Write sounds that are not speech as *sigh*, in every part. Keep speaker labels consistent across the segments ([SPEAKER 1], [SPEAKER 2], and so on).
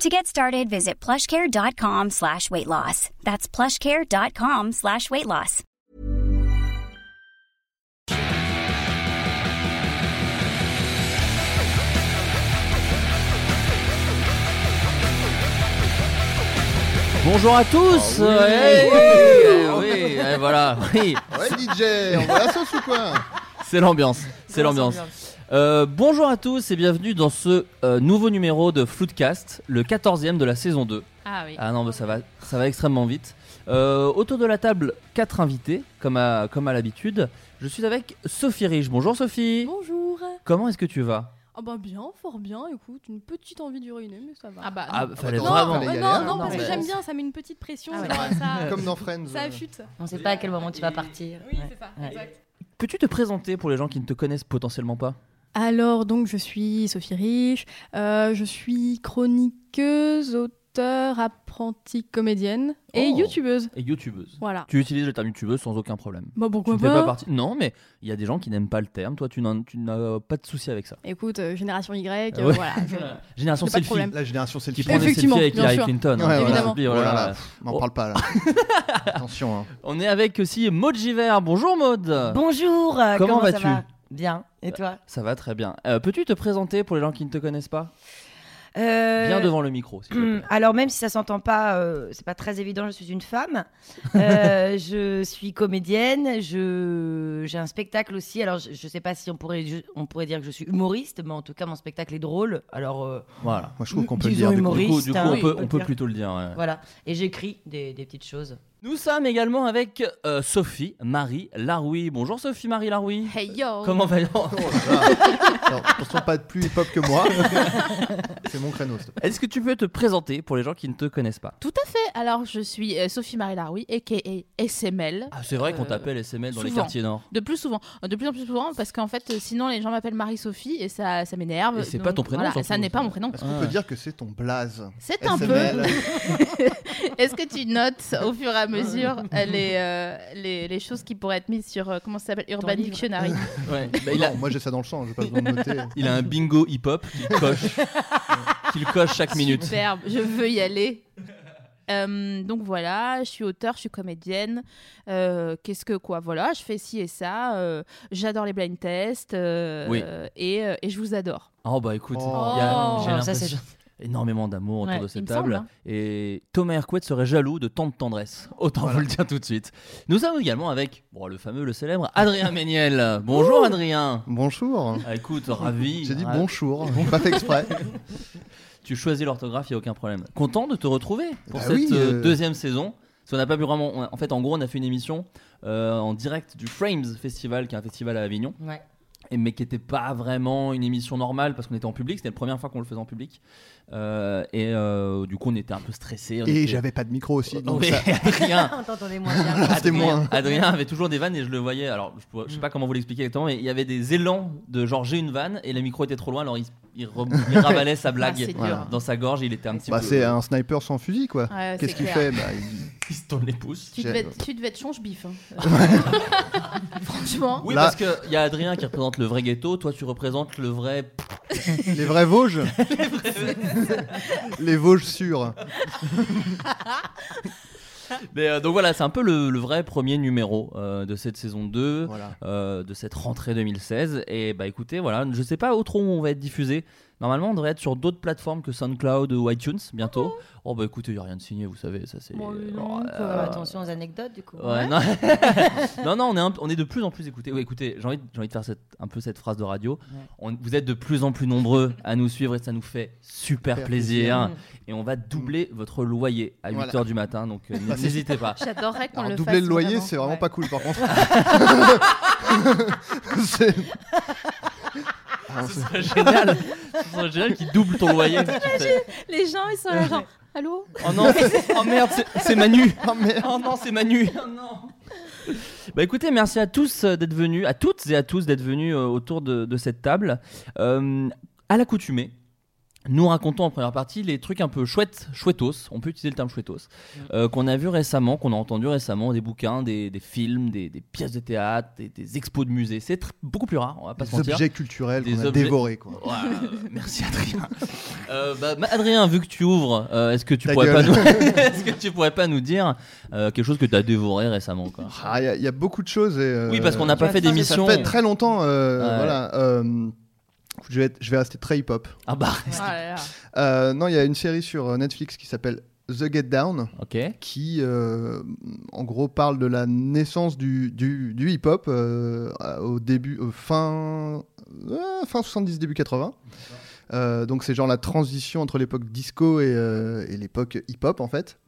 [SPEAKER 1] To get started, visit plushcare.com slash weight loss. That's plushcare.com slash weight loss.
[SPEAKER 2] Bonjour à tous
[SPEAKER 3] Ah oui.
[SPEAKER 2] Hey,
[SPEAKER 3] Wouhou
[SPEAKER 2] eh oui, eh, voilà, oui,
[SPEAKER 3] Ouais DJ, on voit la sauce ou quoi
[SPEAKER 2] c'est l'ambiance, c'est l'ambiance. Euh, bonjour à tous et bienvenue dans ce euh, nouveau numéro de Floodcast, le 14e de la saison 2.
[SPEAKER 4] Ah
[SPEAKER 5] Euh,
[SPEAKER 4] oui.
[SPEAKER 2] Ah non, mais ça va, ça va extrêmement vite. Euh, autour de la table, quatre invités, comme à, comme à l'habitude. Je suis avec Sophie Rige. Bonjour Sophie.
[SPEAKER 6] Bonjour.
[SPEAKER 2] Comment est-ce que tu vas
[SPEAKER 6] Ah bah bien, fort bien. Écoute, une petite envie d'uriner, mais ça va.
[SPEAKER 4] Ah bah,
[SPEAKER 2] Ah,
[SPEAKER 4] non.
[SPEAKER 2] fallait
[SPEAKER 3] bah,
[SPEAKER 6] non,
[SPEAKER 2] vraiment.
[SPEAKER 3] fallait y
[SPEAKER 6] ouais,
[SPEAKER 3] aller,
[SPEAKER 6] non,
[SPEAKER 3] hein.
[SPEAKER 6] non, parce
[SPEAKER 2] Non,
[SPEAKER 6] que
[SPEAKER 2] mais-
[SPEAKER 6] j'aime bien. Ça met une petite pression.
[SPEAKER 4] Ah ouais.
[SPEAKER 6] genre, ça,
[SPEAKER 3] *laughs* Comme dans Friends.
[SPEAKER 6] ça
[SPEAKER 3] euh,
[SPEAKER 6] affûte.
[SPEAKER 5] On sait pas à quel moment tu vas partir.
[SPEAKER 6] Oui,
[SPEAKER 5] Ouais.
[SPEAKER 6] c'est ça.
[SPEAKER 5] Ouais.
[SPEAKER 6] Exact.
[SPEAKER 2] Peux-tu te présenter pour les gens qui ne te connaissent potentiellement pas
[SPEAKER 6] Alors donc, je suis Sophie Rich. euh, je suis chroniqueuse, auteure, apprentie comédienne et
[SPEAKER 2] Oh.
[SPEAKER 6] youtubeuse.
[SPEAKER 2] Et youtubeuse.
[SPEAKER 6] Voilà.
[SPEAKER 2] Tu utilises le terme youtubeuse sans aucun problème.
[SPEAKER 6] Bah
[SPEAKER 2] Tu
[SPEAKER 6] pourquoi
[SPEAKER 2] ne fais pas partie. Non, mais il y a des gens qui n'aiment pas le terme. Toi, tu n'en- tu n'as pas de souci avec ça.
[SPEAKER 6] Écoute, euh, génération Y, euh,
[SPEAKER 2] Ouais.
[SPEAKER 6] voilà. je-
[SPEAKER 2] Génération
[SPEAKER 6] J'ai pas de
[SPEAKER 2] selfie.
[SPEAKER 6] problème.
[SPEAKER 3] euh, La génération c'est le
[SPEAKER 2] Qui
[SPEAKER 3] film.
[SPEAKER 2] prend des selfies
[SPEAKER 6] Effectivement,
[SPEAKER 2] avec
[SPEAKER 6] bien
[SPEAKER 2] Hillary
[SPEAKER 6] sûr.
[SPEAKER 2] Clinton.
[SPEAKER 3] Ouais,
[SPEAKER 2] hein,
[SPEAKER 3] ouais,
[SPEAKER 6] Évidemment.
[SPEAKER 2] selfie, oh là là.
[SPEAKER 3] M'en
[SPEAKER 2] Oh. *laughs*
[SPEAKER 3] parle pas là. Attention. Hein.
[SPEAKER 2] On est avec aussi Maud Givert. Bonjour Maud.
[SPEAKER 5] Bonjour. euh,
[SPEAKER 2] Comment
[SPEAKER 5] ça
[SPEAKER 2] vas-tu
[SPEAKER 5] va Bien. Et toi
[SPEAKER 2] Ça va très bien. Euh, Peux-tu te présenter pour les gens qui ne te connaissent pas
[SPEAKER 5] Euh,
[SPEAKER 2] Bien devant le micro. s'il te plaît.
[SPEAKER 5] *clears throat* hum, Alors même si ça s'entend pas, euh, c'est pas très évident. Je suis
[SPEAKER 2] *laughs*
[SPEAKER 5] une femme. Euh, je suis comédienne. Je j'ai un spectacle aussi. Alors je, je sais pas si on pourrait ju- on pourrait dire que je suis humoriste, mais en tout cas mon spectacle est drôle. Alors euh,
[SPEAKER 2] Voilà.
[SPEAKER 3] Moi je trouve qu'on peut le
[SPEAKER 5] Disons
[SPEAKER 3] dire. du coup.
[SPEAKER 5] humoriste.
[SPEAKER 2] Du coup, du coup,
[SPEAKER 5] hein,
[SPEAKER 2] on peut, on
[SPEAKER 5] on peut
[SPEAKER 2] peut
[SPEAKER 5] dire.
[SPEAKER 2] plutôt le dire. ouais.
[SPEAKER 5] voilà. Et j'écris des, des petites choses.
[SPEAKER 2] Nous sommes également avec euh, Sophie Marie Laroui. Bonjour Sophie Marie Laroui.
[SPEAKER 4] Hey yo.
[SPEAKER 2] Comment va
[SPEAKER 3] Oh là là. Alors, attention, pas de plus hip-hop que
[SPEAKER 2] *laughs*
[SPEAKER 3] moi. c'est mon créneau. s'il te plaît.
[SPEAKER 2] Est-ce que tu peux te présenter pour les gens qui ne te connaissent pas
[SPEAKER 4] Tout à fait. Alors, je suis euh, Sophie Marie Laroui, a.k.a. SML.
[SPEAKER 2] Ah, c'est vrai qu'on
[SPEAKER 4] Euh,
[SPEAKER 2] t'appelle SML dans les
[SPEAKER 4] souvent.
[SPEAKER 2] quartiers nord.
[SPEAKER 4] De plus souvent, de plus en plus souvent, parce qu'en fait, euh, sinon les gens m'appellent Marie-Sophie et ça, ça m'énerve.
[SPEAKER 2] Et c'est
[SPEAKER 4] Donc,
[SPEAKER 2] pas ton prénom,
[SPEAKER 4] voilà,
[SPEAKER 2] surtout.
[SPEAKER 4] Ça n'est pas
[SPEAKER 2] *laughs*
[SPEAKER 4] mon prénom.
[SPEAKER 3] Est-ce qu'on
[SPEAKER 2] Ah Ouais.
[SPEAKER 3] peut dire que c'est ton blaze
[SPEAKER 4] C'est un
[SPEAKER 3] SML.
[SPEAKER 4] peu. *laughs* Est-ce que tu notes au fur et
[SPEAKER 2] *laughs*
[SPEAKER 4] à mesure euh, les, euh, les, les choses qui pourraient être mises sur euh, comment ça s'appelle Urban
[SPEAKER 5] livre.
[SPEAKER 4] Dictionary
[SPEAKER 2] Ouais. *laughs* Bah,
[SPEAKER 3] Non,
[SPEAKER 2] il, a,
[SPEAKER 3] Moi j'ai ça dans le sang, j'ai pas besoin de noter.
[SPEAKER 2] il a un bingo hip-hop qu'il coche, qu'il coche chaque minute.
[SPEAKER 4] Superbe, je veux y aller. *laughs* Euh, donc voilà, je suis auteur, je suis comédienne. Euh, Qu'est-ce que quoi Voilà, je fais ci et ça. euh, J'adore les blind tests. euh,
[SPEAKER 2] Oui.
[SPEAKER 4] et, euh, et je vous adore.
[SPEAKER 2] Oh bah écoute,
[SPEAKER 3] Oh.
[SPEAKER 2] il y a- j'ai
[SPEAKER 5] Alors, ça, c'est
[SPEAKER 2] l'impression- *laughs* énormément d'amour autour
[SPEAKER 5] Ouais,
[SPEAKER 2] de cette
[SPEAKER 4] il me
[SPEAKER 2] table.
[SPEAKER 4] semble, hein.
[SPEAKER 2] Et Thomas Hercouet serait jaloux de tant de tendresse. Autant vous le dire tout de suite. Nous sommes également avec bon, le fameux, le célèbre Adrien Méniel. Bonjour Adrien.
[SPEAKER 3] Bonjour.
[SPEAKER 2] Ah, écoute, ravi.
[SPEAKER 3] J'ai dit
[SPEAKER 2] ravi. *laughs*
[SPEAKER 3] bonjour, j'ai pas fait exprès.
[SPEAKER 2] Tu choisis l'orthographe, il n'y a aucun problème. Content de te retrouver pour
[SPEAKER 3] Bah
[SPEAKER 2] cette
[SPEAKER 3] oui,
[SPEAKER 2] euh,
[SPEAKER 3] euh.
[SPEAKER 2] deuxième saison. Parce qu'on n'a pas pu vraiment. on a- en fait, en gros, on a fait une émission euh, en direct du Frames Festival, qui est un festival à Avignon.
[SPEAKER 5] Ouais.
[SPEAKER 2] et- mais qui n'était pas vraiment une émission normale parce qu'on était en public, c'était la première fois qu'on le faisait en public. Euh, et euh, du coup, on était un peu stressé. *laughs*
[SPEAKER 3] Et j'avais pas de micro aussi. Donc *laughs* ça...
[SPEAKER 2] Adrien,
[SPEAKER 5] On t'entendait moins bien.
[SPEAKER 2] *laughs*
[SPEAKER 3] C'était moins.
[SPEAKER 2] Adrien avait toujours des vannes et je le voyais. Alors, je, pourrais- je sais pas comment vous l'expliquer exactement, mais il y avait des élans de genre j'ai une vanne et le micro était trop loin, alors il, il re-
[SPEAKER 3] *laughs*
[SPEAKER 2] il ravalait sa blague
[SPEAKER 4] Ah, c'est dur.
[SPEAKER 2] dans sa gorge. Il était un petit
[SPEAKER 3] Bah,
[SPEAKER 2] peu.
[SPEAKER 3] c'est un sniper sans fusil quoi. Qu'est-ce
[SPEAKER 4] Ouais, Ah, c'est
[SPEAKER 3] qu'il
[SPEAKER 4] clair.
[SPEAKER 3] fait bah, il-
[SPEAKER 2] Il se tourne les pouces.
[SPEAKER 4] Tu
[SPEAKER 3] J'ai-
[SPEAKER 4] devais, être- tu devais être
[SPEAKER 3] *laughs*
[SPEAKER 4] change bif. hein. *laughs* Franchement.
[SPEAKER 2] Oui,
[SPEAKER 3] Là-
[SPEAKER 2] parce qu'il y a Adrien qui représente le vrai ghetto, toi tu représentes le vrai.
[SPEAKER 3] Les vrais Vosges Les Vosges sûrs.
[SPEAKER 2] Mais, euh, donc voilà, c'est un peu le, le vrai premier numéro euh, de cette saison 2.
[SPEAKER 3] Voilà.
[SPEAKER 2] euh, de cette rentrée 2016. Et bah écoutez, voilà, je sais pas au trop où on va être diffusé. Normalement, on devrait être sur d'autres plateformes que SoundCloud ou iTunes bientôt. Oh bah écoutez, il n'y a rien de signé, vous savez, ça c'est.
[SPEAKER 4] Bon, oui,
[SPEAKER 2] euh,
[SPEAKER 4] non,
[SPEAKER 2] euh,
[SPEAKER 4] quoi.
[SPEAKER 5] Ah, Attention aux anecdotes, du coup.
[SPEAKER 2] Ouais, non. non, *laughs* non, on est, un- on est de plus en plus écoutés. Ouais, écoutez, j'ai envie, de- j'ai envie de faire cette- un peu cette phrase de radio.
[SPEAKER 5] Ouais.
[SPEAKER 2] On- vous êtes de plus en plus nombreux à nous suivre et ça nous fait super
[SPEAKER 3] Super
[SPEAKER 2] plaisir. Et on va doubler votre loyer à 8h
[SPEAKER 3] Voilà.
[SPEAKER 2] du matin, donc *laughs* euh,
[SPEAKER 3] Bah, c'est-
[SPEAKER 2] n'hésitez pas.
[SPEAKER 4] J'adorerais qu'on
[SPEAKER 3] Alors,
[SPEAKER 4] le fasse.
[SPEAKER 3] doubler le loyer, c'est vraiment
[SPEAKER 4] Ouais.
[SPEAKER 3] pas cool par
[SPEAKER 2] *laughs*
[SPEAKER 3] contre. *laughs* C'est- Ah,
[SPEAKER 2] *laughs* Ce
[SPEAKER 3] c'est-
[SPEAKER 2] serait génial. Ce serait génial qu'ils doublent ton loyer. Tu fais,
[SPEAKER 4] Les gens, ils sont là, genre, *laughs* allô
[SPEAKER 2] Oh non, c'est- oh merde, c'est- c'est Manu.
[SPEAKER 3] Ah, merde.
[SPEAKER 2] Oh non, c'est Manu. Oh non. Bah écoutez, merci à tous euh, d'être venus, à toutes et à tous d'être venus euh, autour de, de cette table. Euh, à l'accoutumée, nous racontons en première partie les trucs un peu chouettes, chouettos, on peut utiliser le terme chouettos, euh, qu'on a vu récemment, qu'on a entendu récemment, des bouquins, des, des films, des, des pièces de théâtre, des, des expos de musée. C'est tr- beaucoup plus rare, on va pas se
[SPEAKER 3] Des
[SPEAKER 2] mentir.
[SPEAKER 3] objets culturels
[SPEAKER 2] Des
[SPEAKER 3] qu'on a
[SPEAKER 2] objets-
[SPEAKER 3] dévorés quoi.
[SPEAKER 2] Ouais, euh, merci Adrien. *laughs* Euh, bah, bah, Adrien, vu que tu ouvres, euh, est-ce que tu
[SPEAKER 3] Ta
[SPEAKER 2] pourrais
[SPEAKER 3] gueule.
[SPEAKER 2] pas nous,
[SPEAKER 3] *laughs*
[SPEAKER 2] *laughs* est-ce que tu pourrais pas nous dire euh, quelque chose que tu as dévoré récemment quoi
[SPEAKER 3] Ah, Il y, a- il y a beaucoup de choses. et, euh,
[SPEAKER 2] Oui, parce qu'on n'a pas
[SPEAKER 5] vas
[SPEAKER 2] fait
[SPEAKER 5] faire des
[SPEAKER 3] Ça
[SPEAKER 2] d'émission.
[SPEAKER 3] fait très longtemps. euh,
[SPEAKER 2] Ouais.
[SPEAKER 3] Voilà. euh, je, vais être- je vais rester très hip-hop.
[SPEAKER 2] Ah bah,
[SPEAKER 4] Ah là là.
[SPEAKER 3] Euh, non, il y a une série sur euh, Netflix qui s'appelle The Get Down,
[SPEAKER 2] ok.
[SPEAKER 3] qui euh, en gros parle de la naissance du, du- du hip-hop euh, à- au début, euh, fin, euh, fin 70, début 80. Euh, donc c'est genre la transition entre l'époque disco et, euh, et l'époque hip-hop en fait.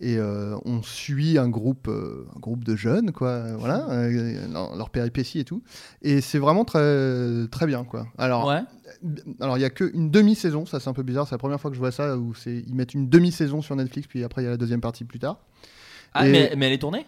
[SPEAKER 3] Et euh, on suit un groupe, euh, un groupe de jeunes quoi, euh, voilà, euh, leur, leur péripétie et tout. Et c'est vraiment très très bien quoi. Alors
[SPEAKER 2] Ouais.
[SPEAKER 3] alors, il n'y a qu'une demi-saison, ça c'est un peu bizarre, c'est la première fois que je vois ça, où c'est- ils mettent une demi-saison sur Netflix, puis après il y a la deuxième partie plus tard.
[SPEAKER 2] Ah,
[SPEAKER 3] Et-
[SPEAKER 2] mais, mais elle est tournée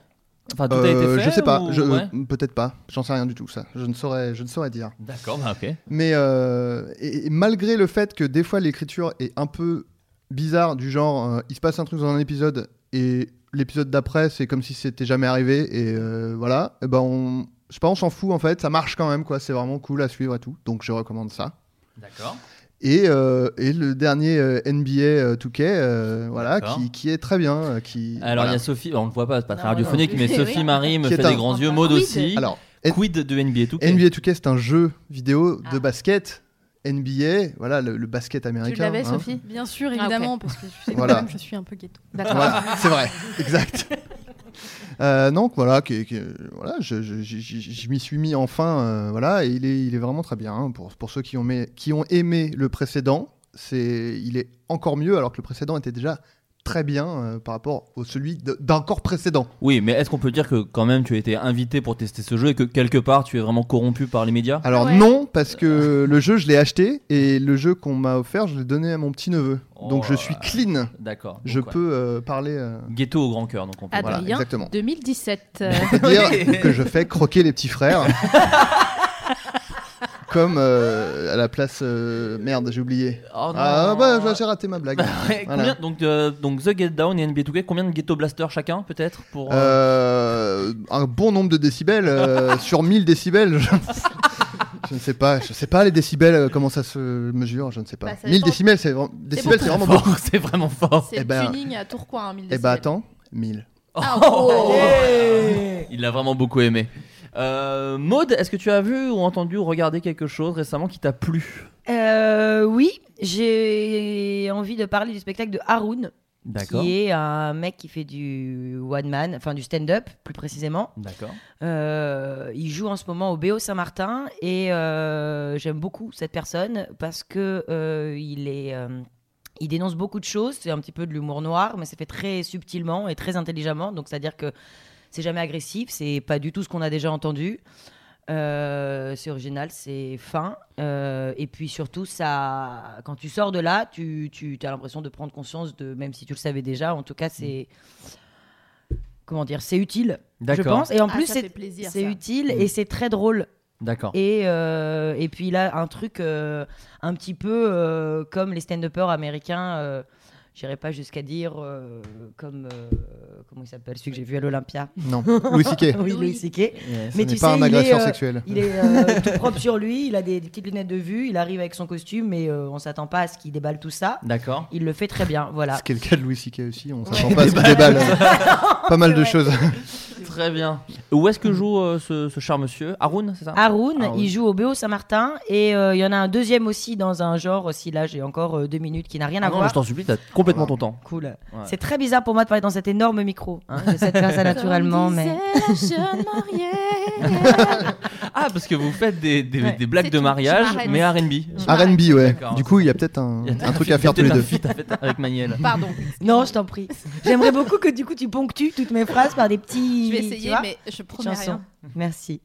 [SPEAKER 2] Enfin, tout a été
[SPEAKER 3] Euh,
[SPEAKER 2] fait
[SPEAKER 3] je sais pas,
[SPEAKER 2] ou-
[SPEAKER 3] je- euh,
[SPEAKER 2] ouais
[SPEAKER 3] peut-être pas, j'en sais rien du tout, ça, je ne saurais, je ne saurais dire.
[SPEAKER 2] D'accord, bah ok.
[SPEAKER 3] Mais euh, et, et malgré le fait que des fois l'écriture est un peu bizarre, du genre euh, il se passe un truc dans un épisode et l'épisode d'après c'est comme si c'était jamais arrivé et euh, voilà, et ben on, je sais pas, on s'en fout en fait, ça marche quand même quoi, c'est vraiment cool à suivre et tout, donc je recommande ça.
[SPEAKER 2] D'accord.
[SPEAKER 3] Et, euh, et le dernier euh, NBA euh, 2K, euh, voilà,
[SPEAKER 2] D'accord.
[SPEAKER 3] qui, qui est très bien. euh, Qui,
[SPEAKER 2] Alors, il
[SPEAKER 3] voilà.
[SPEAKER 2] y a Sophie, on le voit pas, c'est pas très
[SPEAKER 5] Non,
[SPEAKER 2] radiophonique,
[SPEAKER 5] non.
[SPEAKER 2] mais
[SPEAKER 5] Oui.
[SPEAKER 2] Sophie Marie me
[SPEAKER 3] Qui est
[SPEAKER 2] fait
[SPEAKER 3] un-
[SPEAKER 2] des grands yeux, Maud
[SPEAKER 4] Quid.
[SPEAKER 2] aussi.
[SPEAKER 3] Alors,
[SPEAKER 2] Quid de NBA 2K
[SPEAKER 3] NBA 2K, c'est un jeu vidéo de
[SPEAKER 5] Ah.
[SPEAKER 3] basket. NBA, voilà, le, le basket américain.
[SPEAKER 4] Tu l'avais,
[SPEAKER 3] hein.
[SPEAKER 4] Sophie
[SPEAKER 6] Bien sûr,
[SPEAKER 4] Ah, ok.
[SPEAKER 6] évidemment, parce que je sais
[SPEAKER 3] Voilà.
[SPEAKER 6] quand même, je suis un peu ghetto.
[SPEAKER 4] D'accord.
[SPEAKER 3] Voilà, c'est vrai, *laughs* exact. Euh, donc voilà, qui- qui- voilà je, je- je- je- je m'y suis mis enfin, euh, voilà, et il est, il est vraiment très bien. hein. Pour, pour ceux qui ont, aimé- qui ont aimé le précédent, c'est, il est encore mieux, alors que le précédent était déjà très bien euh, par rapport au celui de- d'encore précédent.
[SPEAKER 2] Oui, mais est-ce qu'on peut dire que quand même tu as été invité pour tester ce jeu et que quelque part tu es vraiment corrompu par les médias
[SPEAKER 3] Alors
[SPEAKER 4] Ouais.
[SPEAKER 3] non, parce que le jeu, je l'ai acheté et le jeu qu'on m'a offert, je l'ai donné à mon petit neveu.
[SPEAKER 2] Oh
[SPEAKER 3] donc je
[SPEAKER 2] là
[SPEAKER 3] suis
[SPEAKER 2] là.
[SPEAKER 3] clean.
[SPEAKER 2] D'accord. donc,
[SPEAKER 3] Je
[SPEAKER 2] ouais.
[SPEAKER 3] peux euh, parler.
[SPEAKER 2] *laughs*
[SPEAKER 3] euh,
[SPEAKER 2] Ghetto au grand cœur, donc on peut.
[SPEAKER 4] Ah,
[SPEAKER 3] voilà,
[SPEAKER 4] Adrien.
[SPEAKER 3] exactement. *laughs*
[SPEAKER 4] 2017. euh,
[SPEAKER 3] On peut dire que je fais croquer les
[SPEAKER 2] *laughs*
[SPEAKER 3] petits frères. Comme euh, à la place euh, merde, j'ai oublié.
[SPEAKER 2] Oh non.
[SPEAKER 3] Ah bah j'ai- j'ai raté ma blague.
[SPEAKER 2] Ouais,
[SPEAKER 3] Voilà.
[SPEAKER 2] combien- donc, euh, donc The Get Down et NBA 2K, combien de Ghetto Blaster chacun peut-être pour euh,
[SPEAKER 3] Euh, un bon nombre de décibels
[SPEAKER 2] *laughs*
[SPEAKER 3] euh, sur 1000 décibels. Je... je ne sais pas, je sais pas les décibels euh, comment ça se mesure, je ne sais pas.
[SPEAKER 4] Bah, ça
[SPEAKER 3] 1000
[SPEAKER 4] dépend.
[SPEAKER 3] décibels, c'est vraiment décibels, c'est
[SPEAKER 2] très
[SPEAKER 3] vraiment
[SPEAKER 2] fort, *laughs* c'est vraiment fort.
[SPEAKER 4] C'est
[SPEAKER 3] Eh
[SPEAKER 4] le
[SPEAKER 3] ben-
[SPEAKER 4] tuning à Tourcoing, hein, 1000
[SPEAKER 3] Eh bah
[SPEAKER 4] décibels.
[SPEAKER 3] attends, 1000. Ah,
[SPEAKER 2] *laughs* Oh Il l'a vraiment beaucoup aimé. Euh, Maud, est-ce que tu as vu ou entendu ou regardé quelque chose récemment qui t'a plu
[SPEAKER 5] Euh, oui, j'ai envie de parler du spectacle de Haroun, qui est un mec qui fait du one man, enfin du stand-up plus précisément.
[SPEAKER 2] D'accord.
[SPEAKER 5] Euh, il joue en ce moment au BO Saint-Martin et euh, j'aime beaucoup cette personne parce que euh, il est, euh, il dénonce beaucoup de choses. C'est un petit peu de l'humour noir, mais c'est fait très subtilement et très intelligemment. Donc c'est à dire que c'est jamais agressif, c'est pas du tout ce qu'on a déjà entendu. Euh, c'est original, c'est fin. Euh, et puis surtout, ça, quand tu sors de là, tu, tu as l'impression de prendre conscience de, même si tu le savais déjà, en tout cas, c'est. Comment dire C'est utile, je
[SPEAKER 2] D'accord.
[SPEAKER 5] pense. Et en
[SPEAKER 4] Ah,
[SPEAKER 5] plus,
[SPEAKER 4] ça
[SPEAKER 5] c'est
[SPEAKER 4] fait plaisir.
[SPEAKER 5] c'est
[SPEAKER 4] ça.
[SPEAKER 5] utile et c'est très drôle.
[SPEAKER 2] D'accord.
[SPEAKER 5] Et, euh, et puis là, un truc euh, un petit peu euh, comme les stand-uppers américains. euh, J'irai pas jusqu'à dire euh, comme. euh, comment il s'appelle Celui que j'ai vu à l'Olympia. *laughs*
[SPEAKER 3] Non, Louis C.K.
[SPEAKER 5] Oui, Louis C.K.
[SPEAKER 2] Ouais.
[SPEAKER 3] Ce
[SPEAKER 5] Mais
[SPEAKER 3] n'est
[SPEAKER 5] tu sais,
[SPEAKER 3] pas un
[SPEAKER 5] il est,
[SPEAKER 3] agresseur
[SPEAKER 5] euh,
[SPEAKER 3] sexuel.
[SPEAKER 5] Il est euh, tout propre sur lui, il a des, des petites lunettes de vue, il arrive avec son costume, mais euh, on s'attend pas à ce qu'il déballe tout ça.
[SPEAKER 2] D'accord.
[SPEAKER 5] Il le fait très bien, voilà.
[SPEAKER 3] Ce qui est le cas de Louis C.K. aussi, on s'attend pas à ce qu'il déballe euh, pas mal de
[SPEAKER 5] C'est vrai.
[SPEAKER 3] choses.
[SPEAKER 2] Très bien. Où est-ce que joue euh, ce, ce cher monsieur Haroun, c'est ça
[SPEAKER 3] Ah,
[SPEAKER 5] Haroun,
[SPEAKER 2] Haroun.
[SPEAKER 5] il joue au BO Saint-Martin et euh, il y en a un deuxième aussi dans un genre, si là j'ai encore euh, deux minutes, qui n'a rien à
[SPEAKER 2] Ah Non, mais
[SPEAKER 5] voir.
[SPEAKER 2] je t'en supplie, t'as complètement ton temps.
[SPEAKER 5] Cool. C'est très bizarre pour moi de parler dans cet énorme micro. hein. J'essaie de faire ça naturellement, mais.
[SPEAKER 4] *laughs*
[SPEAKER 2] Ah, parce que vous faites des, des,
[SPEAKER 5] Ouais.
[SPEAKER 2] des blagues
[SPEAKER 4] C'est
[SPEAKER 2] de
[SPEAKER 4] tout.
[SPEAKER 2] mariage,
[SPEAKER 4] Je m'arrête.
[SPEAKER 2] mais RB.
[SPEAKER 3] RB, ouais.
[SPEAKER 2] D'accord.
[SPEAKER 3] Du coup, il y a peut-être un,
[SPEAKER 2] Il y a
[SPEAKER 3] un truc à faire tous les
[SPEAKER 2] peut-être un
[SPEAKER 3] deux.
[SPEAKER 2] feat à faire avec Maniel.
[SPEAKER 4] Pardon.
[SPEAKER 5] Non, je t'en prie. J'aimerais beaucoup que du coup tu ponctues toutes mes phrases par des petits.
[SPEAKER 4] Je vais
[SPEAKER 5] tu
[SPEAKER 4] essayer,
[SPEAKER 5] vois,
[SPEAKER 4] mais je promets
[SPEAKER 5] chansons.
[SPEAKER 4] rien.
[SPEAKER 5] Merci.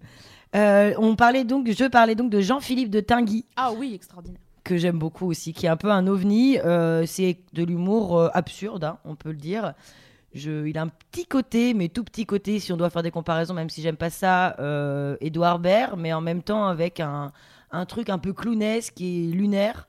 [SPEAKER 5] Euh, on parlait donc, je parlais donc de Jean-Philippe de Tinguy
[SPEAKER 4] Ah oui, extraordinaire.
[SPEAKER 5] que j'aime beaucoup aussi, qui est un peu un ovni. euh, c'est de l'humour euh, absurde, hein, on peut le dire. Je, il a un petit côté, mais tout petit côté, si on doit faire des comparaisons, même si j'aime pas ça, euh, Edouard Baird, mais en même temps avec un, un truc un peu clownesque et lunaire.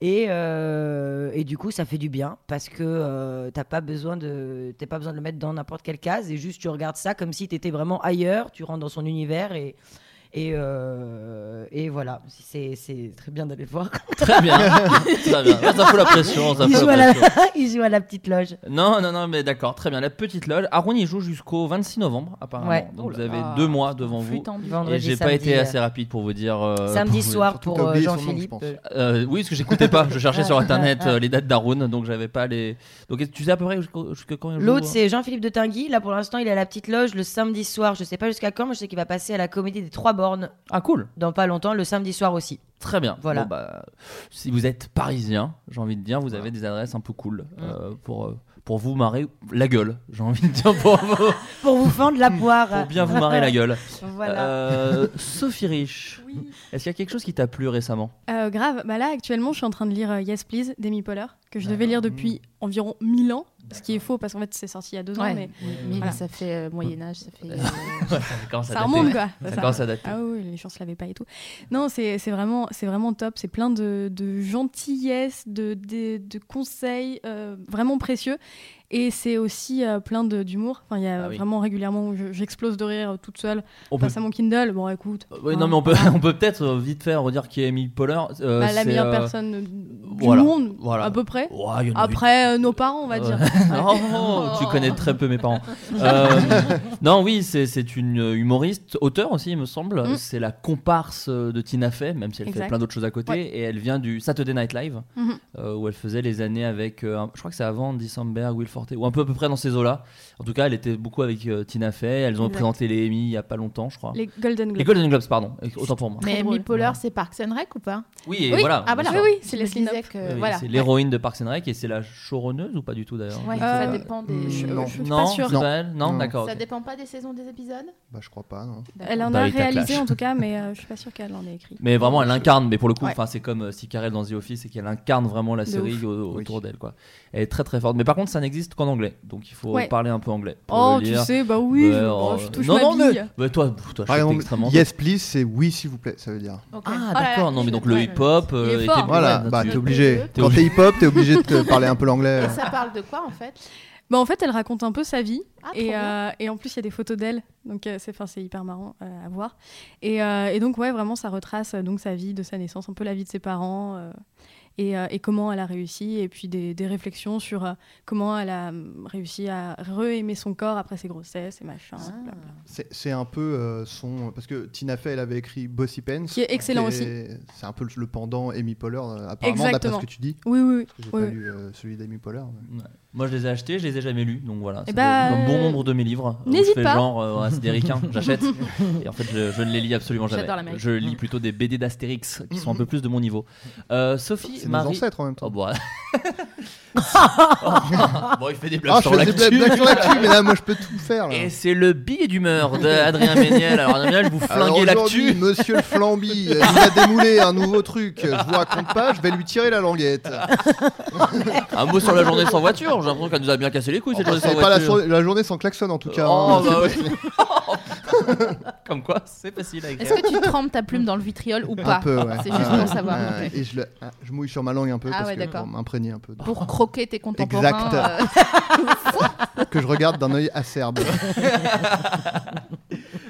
[SPEAKER 5] Et, euh, et du coup, ça fait du bien parce que euh, t'as pas besoin de t'as pas besoin de le mettre dans n'importe quelle case et juste tu regardes ça comme si t'étais vraiment ailleurs. Tu rentres dans son univers et et, euh, et voilà. C'est c'est très bien d'aller le voir.
[SPEAKER 2] Très bien. Très bien. Là, ça fout la pression. Ça
[SPEAKER 5] Il
[SPEAKER 2] fout
[SPEAKER 5] joue,
[SPEAKER 2] la
[SPEAKER 5] à la, *laughs*
[SPEAKER 2] pression.
[SPEAKER 5] il joue à la petite loge.
[SPEAKER 2] Non, non, non, mais d'accord, très bien. La petite loge. Haroun, il joue jusqu'au 26 novembre, apparemment.
[SPEAKER 5] Ouais.
[SPEAKER 2] Donc
[SPEAKER 4] Oh
[SPEAKER 2] vous
[SPEAKER 4] là
[SPEAKER 2] avez
[SPEAKER 4] là.
[SPEAKER 2] deux mois devant
[SPEAKER 4] Flûte
[SPEAKER 2] vous.
[SPEAKER 4] tendu.
[SPEAKER 2] Et
[SPEAKER 5] Vendredi,
[SPEAKER 2] j'ai pas
[SPEAKER 5] samedi,
[SPEAKER 2] été
[SPEAKER 5] euh,
[SPEAKER 2] assez rapide pour vous dire. euh,
[SPEAKER 5] Samedi
[SPEAKER 2] pour-
[SPEAKER 5] soir
[SPEAKER 3] surtout
[SPEAKER 5] pour
[SPEAKER 3] t'as
[SPEAKER 5] euh,
[SPEAKER 3] oublié son nom, je
[SPEAKER 5] Jean-Philippe.
[SPEAKER 3] pense.
[SPEAKER 5] euh,
[SPEAKER 2] Euh, oui, parce que j'écoutais pas. Je cherchais
[SPEAKER 5] *laughs*
[SPEAKER 2] sur internet euh, les dates d'Haroun, donc j'avais pas les. Donc est-ce- tu sais à peu près jusqu'au- jusqu'à quand il joue
[SPEAKER 5] L'autre,
[SPEAKER 2] hein
[SPEAKER 5] c'est Jean-Philippe de Tinguy. Là, pour l'instant, il est à la petite loge le samedi soir. Je sais pas jusqu'à quand, mais je sais qu'il va passer à la comédie des trois bornes
[SPEAKER 2] Ah, cool.
[SPEAKER 5] dans pas longtemps, le samedi soir aussi.
[SPEAKER 2] Très bien.
[SPEAKER 5] Voilà.
[SPEAKER 2] Bon, bah, si vous êtes parisien, j'ai envie de dire, vous avez des adresses un peu cool
[SPEAKER 5] Mm.
[SPEAKER 2] euh, pour, euh, pour vous marrer la gueule. J'ai envie de dire pour, vous-
[SPEAKER 5] Pour vous fendre *laughs* la poire.
[SPEAKER 2] pour bien vous marrer la gueule.
[SPEAKER 6] *laughs*
[SPEAKER 5] Voilà.
[SPEAKER 2] Euh, Sophie Rich, est-ce qu'il y a quelque chose qui t'a plu récemment
[SPEAKER 6] Euh, grave, bah là actuellement je suis en train de lire euh, Yes Please d'Amy Poehler que je devais lire depuis
[SPEAKER 2] Hmm.
[SPEAKER 6] environ 1000 ans, ce qui est faux parce qu'en fait c'est sorti il y a deux ans
[SPEAKER 4] Ouais.
[SPEAKER 6] mais
[SPEAKER 4] Mais
[SPEAKER 6] Voilà.
[SPEAKER 4] ça fait euh, Moyen Âge, ça fait. euh,
[SPEAKER 2] Quand
[SPEAKER 6] ça remonte quoi.
[SPEAKER 2] Ça
[SPEAKER 6] Ça-
[SPEAKER 2] commence à dater.
[SPEAKER 6] Ah oui, les gens se l'avaient pas et tout. Non, c'est c'est vraiment, c'est vraiment top. C'est plein de, de gentillesse, de, de, de conseils euh, vraiment précieux. Et c'est aussi euh, plein de- d'humour. Enfin, il y a
[SPEAKER 2] Ah oui.
[SPEAKER 6] vraiment régulièrement où je- j'explose de rire euh, toute seule
[SPEAKER 2] On peut-
[SPEAKER 6] face à mon Kindle. Bon, écoute.
[SPEAKER 2] Euh, oui,
[SPEAKER 6] hein,
[SPEAKER 2] non, mais on peut,
[SPEAKER 6] voilà.
[SPEAKER 2] on peut peut-être euh, vite faire redire qui est Amy Poehler. euh,
[SPEAKER 6] Bah, la
[SPEAKER 2] c'est,
[SPEAKER 6] meilleure
[SPEAKER 2] euh,
[SPEAKER 6] personne euh, du
[SPEAKER 2] voilà,
[SPEAKER 6] monde,
[SPEAKER 2] voilà.
[SPEAKER 6] à peu près.
[SPEAKER 2] Ouah, il y en a eu
[SPEAKER 6] Après, euh, nos parents, on
[SPEAKER 2] *laughs*
[SPEAKER 6] va dire.
[SPEAKER 2] Euh, oh, oh, tu connais très peu mes parents. Euh, non, oui, c'est- c'est une euh, humoriste, auteur aussi, il me semble.
[SPEAKER 6] Mm.
[SPEAKER 2] C'est la comparse euh, de Tina Fey, même si elle fait
[SPEAKER 6] Exact.
[SPEAKER 2] plein d'autres choses à côté.
[SPEAKER 6] Ouais.
[SPEAKER 2] Et elle vient du Saturday Night Live,
[SPEAKER 6] Mhm.
[SPEAKER 2] euh, où elle faisait les années avec, euh, un- je crois que c'est avant Andy Samberg, Will Forte, ou un peu à peu près dans ces eaux-là. En tout cas, elle était beaucoup avec euh, Tina Fey. Elles ont
[SPEAKER 6] Exact.
[SPEAKER 2] présenté les Emmy il y a pas longtemps, je crois. Hein. Les,
[SPEAKER 6] Les Golden Globes.
[SPEAKER 2] Golden Globes, pardon. Autant pour moi.
[SPEAKER 4] Mais
[SPEAKER 6] drôle.
[SPEAKER 4] Amy Poehler, c'est Parks and Rec ou pas
[SPEAKER 2] Oui, et
[SPEAKER 4] Oui,
[SPEAKER 2] voilà.
[SPEAKER 4] ah voilà,
[SPEAKER 2] bien sûr.
[SPEAKER 6] oui, oui, c'est
[SPEAKER 4] Je me
[SPEAKER 6] Leslie
[SPEAKER 4] disais
[SPEAKER 6] Knope.
[SPEAKER 4] que,
[SPEAKER 2] Oui, oui,
[SPEAKER 4] euh, voilà.
[SPEAKER 2] C'est l'héroïne de Parks and Rec et c'est la showrunneuse ou pas du tout d'ailleurs
[SPEAKER 4] Ouais,
[SPEAKER 2] Je
[SPEAKER 4] ça
[SPEAKER 2] sais pas.
[SPEAKER 4] dépend des.
[SPEAKER 6] Je,
[SPEAKER 3] Hmm, Non.
[SPEAKER 6] je suis
[SPEAKER 2] Non,
[SPEAKER 6] pas
[SPEAKER 2] c'est
[SPEAKER 6] sûre.
[SPEAKER 2] pas elle Non,
[SPEAKER 3] Non.
[SPEAKER 2] d'accord.
[SPEAKER 4] Ça
[SPEAKER 2] ok.
[SPEAKER 4] dépend pas des saisons des épisodes
[SPEAKER 3] Bah, je crois pas. non.
[SPEAKER 6] Elle en
[SPEAKER 2] Bah,
[SPEAKER 6] a
[SPEAKER 2] il t'a
[SPEAKER 6] réalisé
[SPEAKER 2] clash.
[SPEAKER 6] en tout cas, mais euh, je suis pas sûre qu'elle en ait écrit.
[SPEAKER 2] Mais vraiment, elle incarne. Mais pour le coup,
[SPEAKER 6] Ouais.
[SPEAKER 2] enfin, c'est comme euh, si Carell dans The Office et qu'elle incarne vraiment la
[SPEAKER 6] De
[SPEAKER 2] série au-
[SPEAKER 3] Oui.
[SPEAKER 2] autour d'elle. Quoi. Elle est très très forte. Mais par contre, ça n'existe qu'en anglais. Donc il faut
[SPEAKER 6] Ouais.
[SPEAKER 2] parler un peu anglais. Pour
[SPEAKER 6] Oh,
[SPEAKER 2] le
[SPEAKER 6] tu
[SPEAKER 2] lire.
[SPEAKER 6] sais, bah oui,
[SPEAKER 2] Ouais,
[SPEAKER 6] je,
[SPEAKER 2] oh,
[SPEAKER 6] oh, je touche
[SPEAKER 2] non,
[SPEAKER 6] ma
[SPEAKER 2] non, mais-
[SPEAKER 6] bille.
[SPEAKER 2] mais toi, pff, toi, je
[SPEAKER 3] Par
[SPEAKER 2] suis
[SPEAKER 3] exemple,
[SPEAKER 2] extrêmement.
[SPEAKER 3] yes please, c'est oui s'il vous plaît, ça veut dire.
[SPEAKER 2] Ah,
[SPEAKER 4] Oh là là,
[SPEAKER 2] d'accord. Non, mais donc le
[SPEAKER 4] ouais.
[SPEAKER 2] hip-hop.
[SPEAKER 4] est
[SPEAKER 2] euh, était-
[SPEAKER 4] fort.
[SPEAKER 3] Voilà,
[SPEAKER 2] ouais,
[SPEAKER 3] bah
[SPEAKER 2] tu-
[SPEAKER 3] t'es obligé.
[SPEAKER 2] T'es
[SPEAKER 3] Quand
[SPEAKER 2] obligé.
[SPEAKER 3] t'es hip hop, t'es obligé
[SPEAKER 2] *laughs*
[SPEAKER 3] de te parler un peu l'anglais.
[SPEAKER 2] euh.
[SPEAKER 4] Et Ah, ça parle de quoi en fait
[SPEAKER 6] Bah, en fait, elle raconte un peu sa vie.
[SPEAKER 4] Ah, trop
[SPEAKER 6] et,
[SPEAKER 4] bien.
[SPEAKER 6] euh, et en plus, il y a des photos d'elle. Donc, euh, c'est enfin, c'est hyper marrant euh, à voir. Et, euh, et donc, ouais, vraiment, ça retrace euh, donc, sa vie de sa naissance, un peu la vie de ses parents. euh, et, euh, et comment elle a réussi, et puis des, des réflexions sur euh, comment elle a hum, réussi à re-aimer son corps après ses grossesses et machin.
[SPEAKER 4] Ah.
[SPEAKER 6] bla, bla.
[SPEAKER 3] C'est c'est un peu euh, son. Parce que Tina Fey, elle avait écrit Bossy Pants.
[SPEAKER 6] Qui est excellent
[SPEAKER 3] aussi. C'est un peu le, le pendant Amy Poehler, euh, apparemment, d'après ce
[SPEAKER 6] Exactement.
[SPEAKER 3] que tu dis.
[SPEAKER 6] Oui, oui, oui.
[SPEAKER 3] Parce que J'ai
[SPEAKER 6] Oui,
[SPEAKER 3] pas
[SPEAKER 6] oui.
[SPEAKER 3] lu euh, celui d'Amy Poehler. mais-
[SPEAKER 2] Moi, je les ai achetés, je les ai jamais lus. Donc voilà. C'est
[SPEAKER 6] bah,
[SPEAKER 2] un bon nombre de mes livres. où je
[SPEAKER 6] n'hésite
[SPEAKER 2] fais
[SPEAKER 6] pas.
[SPEAKER 2] genre, euh, ouais, c'est des
[SPEAKER 6] *laughs*
[SPEAKER 2] ricains, j'achète. Et en fait, je, je ne les lis absolument jamais.
[SPEAKER 4] J'adore l'Amérique.
[SPEAKER 2] Je lis plutôt des BD d'Astérix qui sont un peu plus de mon niveau. Euh, Sophie,
[SPEAKER 3] C'est nos
[SPEAKER 2] Marie.
[SPEAKER 3] ancêtres en même
[SPEAKER 2] Oh,
[SPEAKER 3] temps. *laughs*
[SPEAKER 2] bah. bon, il fait des blagues
[SPEAKER 3] Ah, je
[SPEAKER 2] sur
[SPEAKER 3] fais des blagues
[SPEAKER 2] l'actu.
[SPEAKER 3] blagues sur l'actu, mais là, moi, je peux tout faire. Là.
[SPEAKER 2] Et c'est le billet d'humeur d'Adrien Méniel. Alors, Adrien Méniel, vous
[SPEAKER 3] Alors,
[SPEAKER 2] flinguez
[SPEAKER 3] aujourd'hui,
[SPEAKER 2] l'actu.
[SPEAKER 3] Monsieur le Flamby, euh, il a démoulé un nouveau truc. Je vous raconte pas, je vais lui tirer la
[SPEAKER 4] *laughs*
[SPEAKER 3] languette.
[SPEAKER 2] Un mot sur la journée sans voiture. J'ai l'impression qu'elle nous a bien cassé les couilles cette journée
[SPEAKER 3] c'est
[SPEAKER 2] sans
[SPEAKER 3] pas la,
[SPEAKER 2] voiture.
[SPEAKER 3] jour- la journée sans klaxon en tout cas.
[SPEAKER 2] Oh,
[SPEAKER 3] hein.
[SPEAKER 2] bah
[SPEAKER 3] *laughs*
[SPEAKER 2] oui. Comme quoi, c'est facile à
[SPEAKER 4] Est-ce
[SPEAKER 2] écrire.
[SPEAKER 4] que tu trempes ta plume dans le vitriol ou
[SPEAKER 3] Un
[SPEAKER 4] pas
[SPEAKER 3] peu, ouais.
[SPEAKER 4] C'est juste
[SPEAKER 3] Ouais, ouais,
[SPEAKER 4] pour savoir.
[SPEAKER 3] ouais, ouais. Et je, le- ah, je mouille sur ma langue un peu
[SPEAKER 4] Ah
[SPEAKER 3] parce
[SPEAKER 4] ouais,
[SPEAKER 3] que
[SPEAKER 4] d'accord.
[SPEAKER 3] pour m'imprégner un peu. de-
[SPEAKER 4] Pour croquer tes contemporains.
[SPEAKER 3] Exact.
[SPEAKER 4] euh,
[SPEAKER 3] Que je regarde d'un œil
[SPEAKER 4] *laughs*
[SPEAKER 3] acerbe.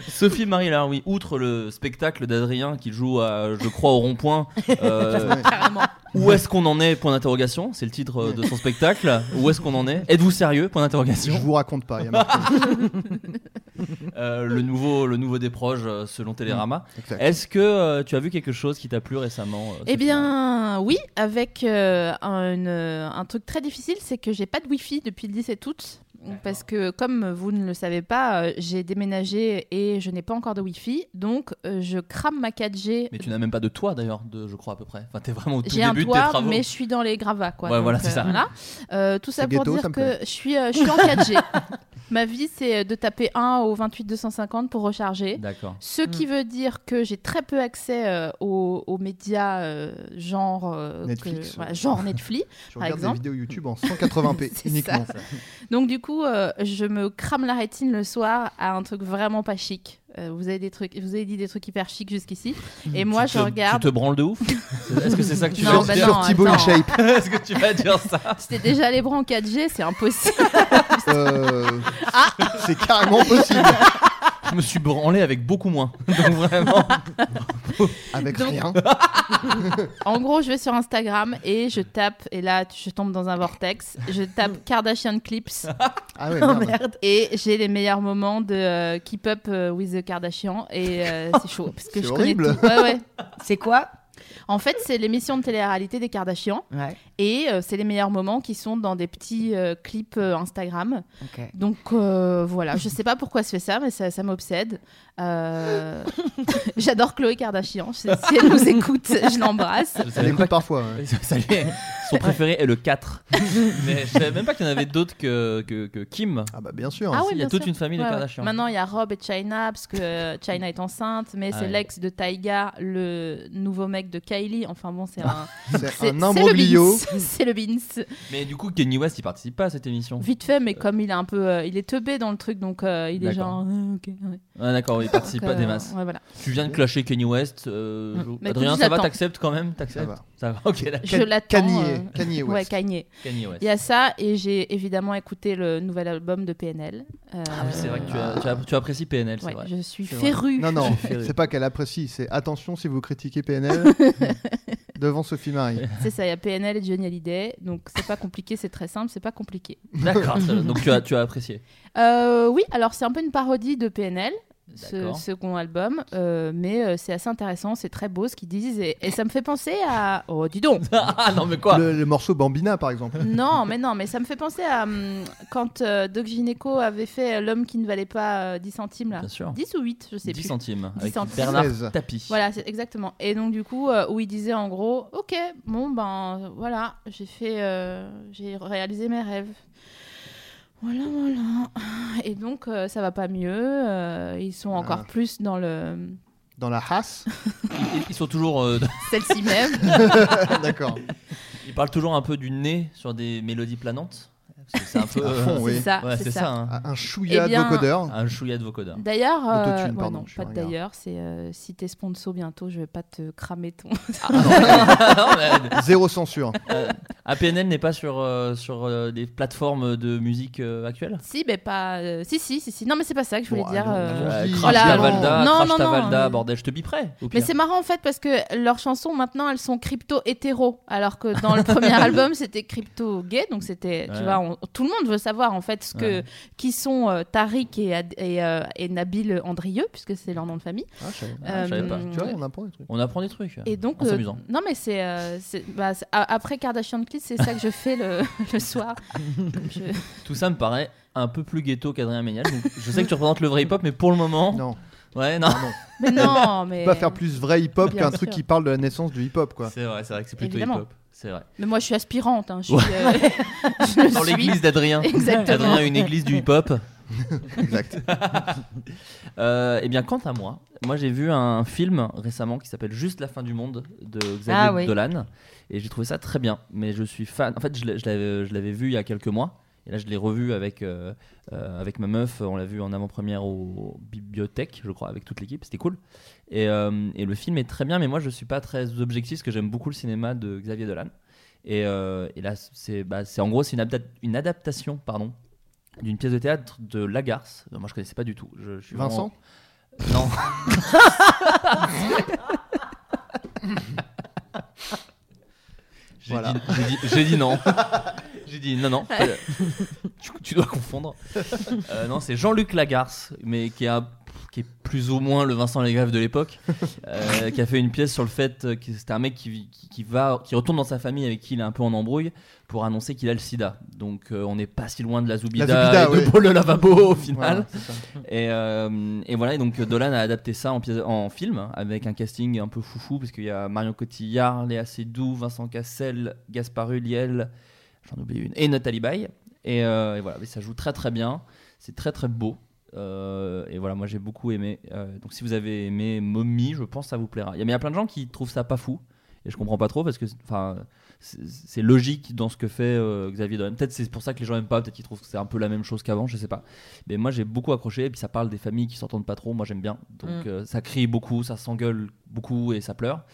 [SPEAKER 2] Sophie Marie là, oui. Outre le spectacle d'Adrien qui joue, à, je crois, au rond-point. *laughs* euh,
[SPEAKER 4] carrément.
[SPEAKER 2] Où est-ce qu'on en est Point d'interrogation. C'est le titre euh, de son spectacle. Où est-ce qu'on en est Êtes-vous sérieux Point
[SPEAKER 3] je
[SPEAKER 2] d'interrogation.
[SPEAKER 3] vous raconte pas. il y a marqué.
[SPEAKER 2] euh, le, nouveau, le nouveau des proches euh, selon Télérama.
[SPEAKER 3] Exact.
[SPEAKER 2] Est-ce que euh, tu as vu quelque chose qui t'a plu récemment euh,
[SPEAKER 4] Eh
[SPEAKER 2] Sophie
[SPEAKER 4] bien, oui, avec euh, un, une- un truc très difficile, c'est que j'ai pas de Wi-Fi depuis le 17 août. Parce que, comme vous ne le savez pas, euh, j'ai déménagé et je n'ai pas encore de Wi-Fi. Donc, euh, je crame ma 4G.
[SPEAKER 2] Mais tu n'as même pas de toit d'ailleurs, de, je crois à peu près. Enfin, t'es vraiment au tout
[SPEAKER 4] J'ai un
[SPEAKER 2] début de tes
[SPEAKER 4] toit,
[SPEAKER 2] travaux.
[SPEAKER 4] mais je suis dans les gravats. Quoi.
[SPEAKER 2] Ouais,
[SPEAKER 4] Donc,
[SPEAKER 2] voilà, c'est
[SPEAKER 4] euh,
[SPEAKER 2] ça.
[SPEAKER 4] Euh, tout ça
[SPEAKER 3] C'est
[SPEAKER 4] pour
[SPEAKER 3] ghetto,
[SPEAKER 4] dire
[SPEAKER 3] ça me
[SPEAKER 4] que je suis, euh, je suis en 4G. *laughs* ma vie, c'est euh, de taper 1 au 28 250 pour
[SPEAKER 2] *laughs*
[SPEAKER 4] recharger.
[SPEAKER 2] D'accord.
[SPEAKER 4] Ce qui
[SPEAKER 3] Mm.
[SPEAKER 4] veut dire que j'ai très peu accès euh, aux, aux médias euh, genre euh,
[SPEAKER 3] Netflix.
[SPEAKER 4] que- voilà, genre Netflix.
[SPEAKER 3] Je
[SPEAKER 4] Par
[SPEAKER 3] regarde des
[SPEAKER 4] exemple.
[SPEAKER 3] vidéos YouTube
[SPEAKER 4] *laughs*
[SPEAKER 3] en 180p
[SPEAKER 4] C'est
[SPEAKER 3] uniquement.
[SPEAKER 4] Donc du coup, euh, je me crame la rétine le soir à un truc vraiment pas chic. Euh, vous avez des trucs, vous avez dit des trucs hyper chics jusqu'ici, et moi
[SPEAKER 2] Tu
[SPEAKER 4] je
[SPEAKER 2] te-
[SPEAKER 4] regarde.
[SPEAKER 2] Tu te branles de ouf Est-ce que c'est ça que tu
[SPEAKER 4] Non,
[SPEAKER 2] vas
[SPEAKER 4] bah
[SPEAKER 2] dire
[SPEAKER 3] sur Thibaut
[SPEAKER 4] attends. *laughs*
[SPEAKER 2] *laughs*
[SPEAKER 3] InShape.
[SPEAKER 2] Est-ce que tu vas dire ça
[SPEAKER 4] C'était déjà les bras en 4G,
[SPEAKER 3] *laughs*
[SPEAKER 4] c'est impossible.
[SPEAKER 3] Euh,
[SPEAKER 4] Ah.
[SPEAKER 3] C'est carrément possible.
[SPEAKER 2] Je me suis branlé avec beaucoup moins. *laughs* Donc vraiment.
[SPEAKER 3] Avec
[SPEAKER 4] Donc- *laughs*
[SPEAKER 3] rien.
[SPEAKER 4] en gros, je vais sur Instagram et je tape, et là je tombe dans un vortex. Je
[SPEAKER 3] *laughs*
[SPEAKER 4] tape Kardashian clips
[SPEAKER 3] Ah
[SPEAKER 5] Oh,
[SPEAKER 3] ouais, merde.
[SPEAKER 4] et j'ai les meilleurs moments de euh, Keep Up euh, with the Kardashian et euh, c'est chaud parce que
[SPEAKER 3] C'est
[SPEAKER 4] je
[SPEAKER 3] horrible.
[SPEAKER 4] connais tout. Ouais, ouais.
[SPEAKER 5] C'est quoi
[SPEAKER 4] En fait, c'est l'émission de télé-réalité des Kardashians.
[SPEAKER 5] Ouais.
[SPEAKER 4] Et euh, c'est les meilleurs moments qui sont dans des petits euh, clips euh, Instagram.
[SPEAKER 5] Ok.
[SPEAKER 4] Donc euh, voilà, je sais pas pourquoi je fais ça, mais ça, ça m'obsède. Euh, *laughs* J'adore Chloé Kardashian. Je sais- si elle
[SPEAKER 5] *laughs*
[SPEAKER 4] nous écoute, je l'embrasse.
[SPEAKER 2] Ça
[SPEAKER 3] Elle
[SPEAKER 2] n'est pas-
[SPEAKER 3] écoute parfois. ouais.
[SPEAKER 2] *laughs* Ça lui est- Son préféré est le 4. *laughs* Mais je savais même pas qu'il y en avait d'autres que, que, que Kim.
[SPEAKER 3] Ah bah bien sûr.
[SPEAKER 4] Ah oui,
[SPEAKER 2] il y a
[SPEAKER 4] bien
[SPEAKER 2] toute
[SPEAKER 4] sûr.
[SPEAKER 2] une famille
[SPEAKER 4] Ouais,
[SPEAKER 2] de
[SPEAKER 4] ouais.
[SPEAKER 2] Kardashian.
[SPEAKER 4] Maintenant, il y a Rob et China, parce que euh, China est enceinte, mais
[SPEAKER 2] Ah
[SPEAKER 4] c'est
[SPEAKER 2] ouais.
[SPEAKER 4] l'ex de Taiga, le nouveau mec de Kylie. Enfin bon, c'est un.
[SPEAKER 3] C'est un
[SPEAKER 4] c'est le
[SPEAKER 3] imbroglio.
[SPEAKER 4] Beans. *laughs* C'est le Beans.
[SPEAKER 2] Mais du coup, Kenny West, il participe pas à cette émission.
[SPEAKER 4] Vite fait, mais comme il est un peu. euh, il est teubé dans le truc, donc euh, il est
[SPEAKER 2] D'accord.
[SPEAKER 4] genre. euh, ok, ouais.
[SPEAKER 2] Ah, D'accord, il participe
[SPEAKER 4] Donc,
[SPEAKER 2] pas des
[SPEAKER 4] euh,
[SPEAKER 2] masses.
[SPEAKER 4] ouais, voilà.
[SPEAKER 2] Tu viens de clasher Kenny West. euh, je-
[SPEAKER 4] Mais
[SPEAKER 2] Adrien,
[SPEAKER 4] écoute,
[SPEAKER 2] ça va
[SPEAKER 4] j'attends.
[SPEAKER 2] T'acceptes quand même T'acceptes
[SPEAKER 3] Ça va.
[SPEAKER 2] Ça va, ok. d'accord.
[SPEAKER 4] Je
[SPEAKER 3] Ka-
[SPEAKER 4] l'attends,
[SPEAKER 3] Kanye,
[SPEAKER 4] euh,
[SPEAKER 3] Kanye
[SPEAKER 4] Ouais,
[SPEAKER 3] West.
[SPEAKER 4] Kanye.
[SPEAKER 2] Kanye West.
[SPEAKER 4] Il y a ça, et j'ai évidemment écouté le nouvel album de PNL. Euh,
[SPEAKER 2] Ah oui, c'est vrai que tu, as- tu as- tu apprécies PNL, c'est
[SPEAKER 4] ouais,
[SPEAKER 2] vrai.
[SPEAKER 4] je suis
[SPEAKER 2] C'est vrai.
[SPEAKER 4] férue.
[SPEAKER 3] Non,
[SPEAKER 4] *laughs*
[SPEAKER 3] non,
[SPEAKER 2] férue.
[SPEAKER 3] c'est pas qu'elle apprécie, c'est attention si vous critiquez
[SPEAKER 4] *laughs*
[SPEAKER 3] PNL devant Sophie Marie.
[SPEAKER 4] C'est ça, il y a PNL et Johnny Hallyday, donc c'est pas compliqué, c'est très simple, c'est pas compliqué.
[SPEAKER 2] D'accord, ça- donc tu as, tu as apprécié. *laughs*
[SPEAKER 4] Euh, oui, alors c'est un peu une parodie de PNL. Ce
[SPEAKER 2] D'accord.
[SPEAKER 4] second album, euh, mais euh, c'est assez intéressant, c'est très beau ce qu'ils disent et, et ça me fait penser à. Oh, dis donc
[SPEAKER 2] ah non, mais quoi
[SPEAKER 3] le, le morceau Bambina, par exemple.
[SPEAKER 4] Non, mais non, mais ça me fait penser à hum, quand euh, Doc Gineco avait fait euh, L'homme qui ne valait pas euh, 10 centimes, là.
[SPEAKER 2] Bien sûr.
[SPEAKER 4] 10 ou 8, je sais
[SPEAKER 2] 10
[SPEAKER 4] plus.
[SPEAKER 2] centimes. Avec
[SPEAKER 4] centimes.
[SPEAKER 2] Bernard
[SPEAKER 3] 16.
[SPEAKER 2] Tapie.
[SPEAKER 4] Voilà, c'est exactement. Et donc du coup, euh, où il disait en gros, ok, bon ben euh, voilà, j'ai fait, euh, j'ai réalisé mes rêves. Voilà, voilà. Et donc euh, ça va pas mieux. euh, ils sont encore
[SPEAKER 3] Ah.
[SPEAKER 4] plus dans le, *laughs*
[SPEAKER 3] Dans la race.
[SPEAKER 2] Ils, ils sont toujours. euh,
[SPEAKER 4] celle-ci même.
[SPEAKER 3] D'accord.
[SPEAKER 2] ils parlent toujours un peu du nez sur des mélodies planantes. Parce que
[SPEAKER 3] *laughs*
[SPEAKER 2] C'est un peu.
[SPEAKER 3] À
[SPEAKER 2] euh,
[SPEAKER 3] fond, oui.
[SPEAKER 4] *laughs* C'est ça,
[SPEAKER 2] ouais,
[SPEAKER 4] Ah, c'est
[SPEAKER 2] c'est
[SPEAKER 4] ça.
[SPEAKER 2] ça. hein.
[SPEAKER 3] Un chouïa
[SPEAKER 4] Eh bien,
[SPEAKER 3] vocodeur.
[SPEAKER 2] Un chouïa de vocoda. *laughs*
[SPEAKER 3] Mm.
[SPEAKER 4] D'ailleurs, euh,
[SPEAKER 3] Autotune,
[SPEAKER 4] ouais,
[SPEAKER 3] pardon,
[SPEAKER 4] non,
[SPEAKER 3] je
[SPEAKER 4] pas de
[SPEAKER 3] regarde.
[SPEAKER 4] d'ailleurs. C'est euh, si t'es sponsor bientôt, je vais pas te cramer ton.
[SPEAKER 2] Ah,
[SPEAKER 3] Zéro censure.
[SPEAKER 2] euh, APNL n'est pas sur, euh, sur euh, des plateformes de musique euh, actuelles
[SPEAKER 4] si, mais pas. euh, si, si, si, si. Non, mais c'est pas ça que je voulais
[SPEAKER 3] Bon,
[SPEAKER 4] dire.
[SPEAKER 3] allons-
[SPEAKER 4] euh,
[SPEAKER 3] allons-y.
[SPEAKER 2] Crash
[SPEAKER 4] Oh là,
[SPEAKER 2] Tavalda,
[SPEAKER 4] non,
[SPEAKER 2] Crash
[SPEAKER 4] non, non,
[SPEAKER 2] Tavalda,
[SPEAKER 4] mais-
[SPEAKER 2] bordel, je te biperai. au
[SPEAKER 4] Mais
[SPEAKER 2] pire.
[SPEAKER 4] c'est marrant en fait parce que leurs chansons maintenant elles sont crypto hétéro alors que dans le premier album c'était crypto gay donc c'était
[SPEAKER 2] Ouais.
[SPEAKER 4] tu vois on- tout le monde veut savoir en fait ce que
[SPEAKER 2] Ouais.
[SPEAKER 4] qui sont euh, Tariq et, Ad- et, euh, et Nabil Andrieux puisque c'est leur nom de famille.
[SPEAKER 3] Ah, je savais pas.
[SPEAKER 2] Ah, je
[SPEAKER 4] euh,
[SPEAKER 2] savais pas.
[SPEAKER 3] Tu vois, on apprend des trucs.
[SPEAKER 2] On apprend des trucs.
[SPEAKER 4] Et donc
[SPEAKER 2] Ah, c'est
[SPEAKER 4] euh,
[SPEAKER 2] amusant.
[SPEAKER 4] non mais c'est euh, c'est- bah, c'est- a- après Kardashian Kids c'est ça que je fais le, *laughs* le soir. Je-
[SPEAKER 2] Tout ça me paraît un peu plus ghetto qu'Adrien Méniel. donc je sais que tu représentes le vrai hip-hop, mais pour le moment.
[SPEAKER 3] Non,
[SPEAKER 2] Ouais, non.
[SPEAKER 3] non.
[SPEAKER 4] Mais non mais
[SPEAKER 3] Tu peux pas faire plus vrai hip-hop
[SPEAKER 4] Bien
[SPEAKER 3] qu'un truc
[SPEAKER 4] sûr.
[SPEAKER 3] qui parle de la naissance du hip-hop, quoi.
[SPEAKER 2] C'est vrai, c'est vrai que c'est plutôt
[SPEAKER 4] Évidemment.
[SPEAKER 2] hip-hop. C'est vrai.
[SPEAKER 4] mais moi je suis aspirante hein, je suis,
[SPEAKER 2] Ouais.
[SPEAKER 4] euh, je le
[SPEAKER 2] Dans
[SPEAKER 4] suis.
[SPEAKER 2] l'église d'Adrien.
[SPEAKER 4] Exactement.
[SPEAKER 2] Adrien a une église du hip-hop.
[SPEAKER 3] Exact.
[SPEAKER 2] *laughs* Euh, eh bien, quant à moi, moi j'ai vu un film récemment qui s'appelle Juste la fin du monde de Xavier
[SPEAKER 5] Ah oui.
[SPEAKER 2] Dolan et j'ai trouvé ça très bien. Mais je suis fan. En fait, je l'ai- je l'avais je l'avais vu il y a quelques mois et là je l'ai revu avec euh, euh, avec ma meuf. On l'a vu en avant-première au bibliothèque, je crois, avec toute l'équipe. C'était cool. Et, euh, et le film est très bien, mais moi je suis pas très objectif parce que j'aime beaucoup le cinéma de Xavier Dolan. Et, euh, et là, c'est bah, c'est- en gros, c'est une, adapta- une adaptation, pardon, d'une pièce de théâtre de Lagarce. Euh, Moi, je connaissais pas du tout. Je, je suis vraiment-
[SPEAKER 3] Vincent
[SPEAKER 2] non. J'ai
[SPEAKER 3] Voilà. *laughs*
[SPEAKER 2] dit, j'ai dit- j'ai dit non. J'ai dit non, non. pas de- Tu que tu dois confondre. Euh, non, c'est Jean-Luc Lagarce, mais qui a qui est plus ou moins le Vincent Lagaffe de l'époque, euh, qui a fait une pièce sur le fait euh, que c'était un mec qui, vit- qui, qui va, qui retourne dans sa famille avec qui il est un peu en embrouille pour annoncer qu'il a le sida. Donc euh, on n'est pas si loin de la Zoubida,
[SPEAKER 3] Zoubida,
[SPEAKER 2] et de
[SPEAKER 3] ouais.
[SPEAKER 2] Paul le lavabo au final.
[SPEAKER 3] Voilà, c'est
[SPEAKER 4] *laughs*
[SPEAKER 3] ça.
[SPEAKER 2] *laughs* Et, euh, et voilà, et donc euh, Dolan a adapté ça en, pièce, en film avec un casting un peu foufou, parce qu'il y a Marion Cotillard, Léa Seydoux, Vincent Cassel, Gaspard Ulliel, j'en oublie une, et Nathalie Baye. Et, euh, et voilà, mais ça joue très très bien, c'est très très beau. Euh, et voilà, moi j'ai beaucoup aimé. Euh, donc si vous avez aimé Mommy, je pense que ça vous plaira. Il y a- Mais il y a plein de gens qui trouvent ça pas fou, et je comprends pas trop, parce que enfin, c'est c'est logique dans ce que fait euh, Xavier Dolan. Peut-être c'est pour ça que les gens aiment pas, peut-être qu'ils trouvent que c'est un peu la même chose qu'avant, je sais pas. Mais moi j'ai beaucoup accroché et puis ça parle des familles qui s'entendent pas trop. Moi j'aime bien. Donc
[SPEAKER 5] Mm.
[SPEAKER 2] euh, ça crie beaucoup, ça s'engueule beaucoup et ça pleure.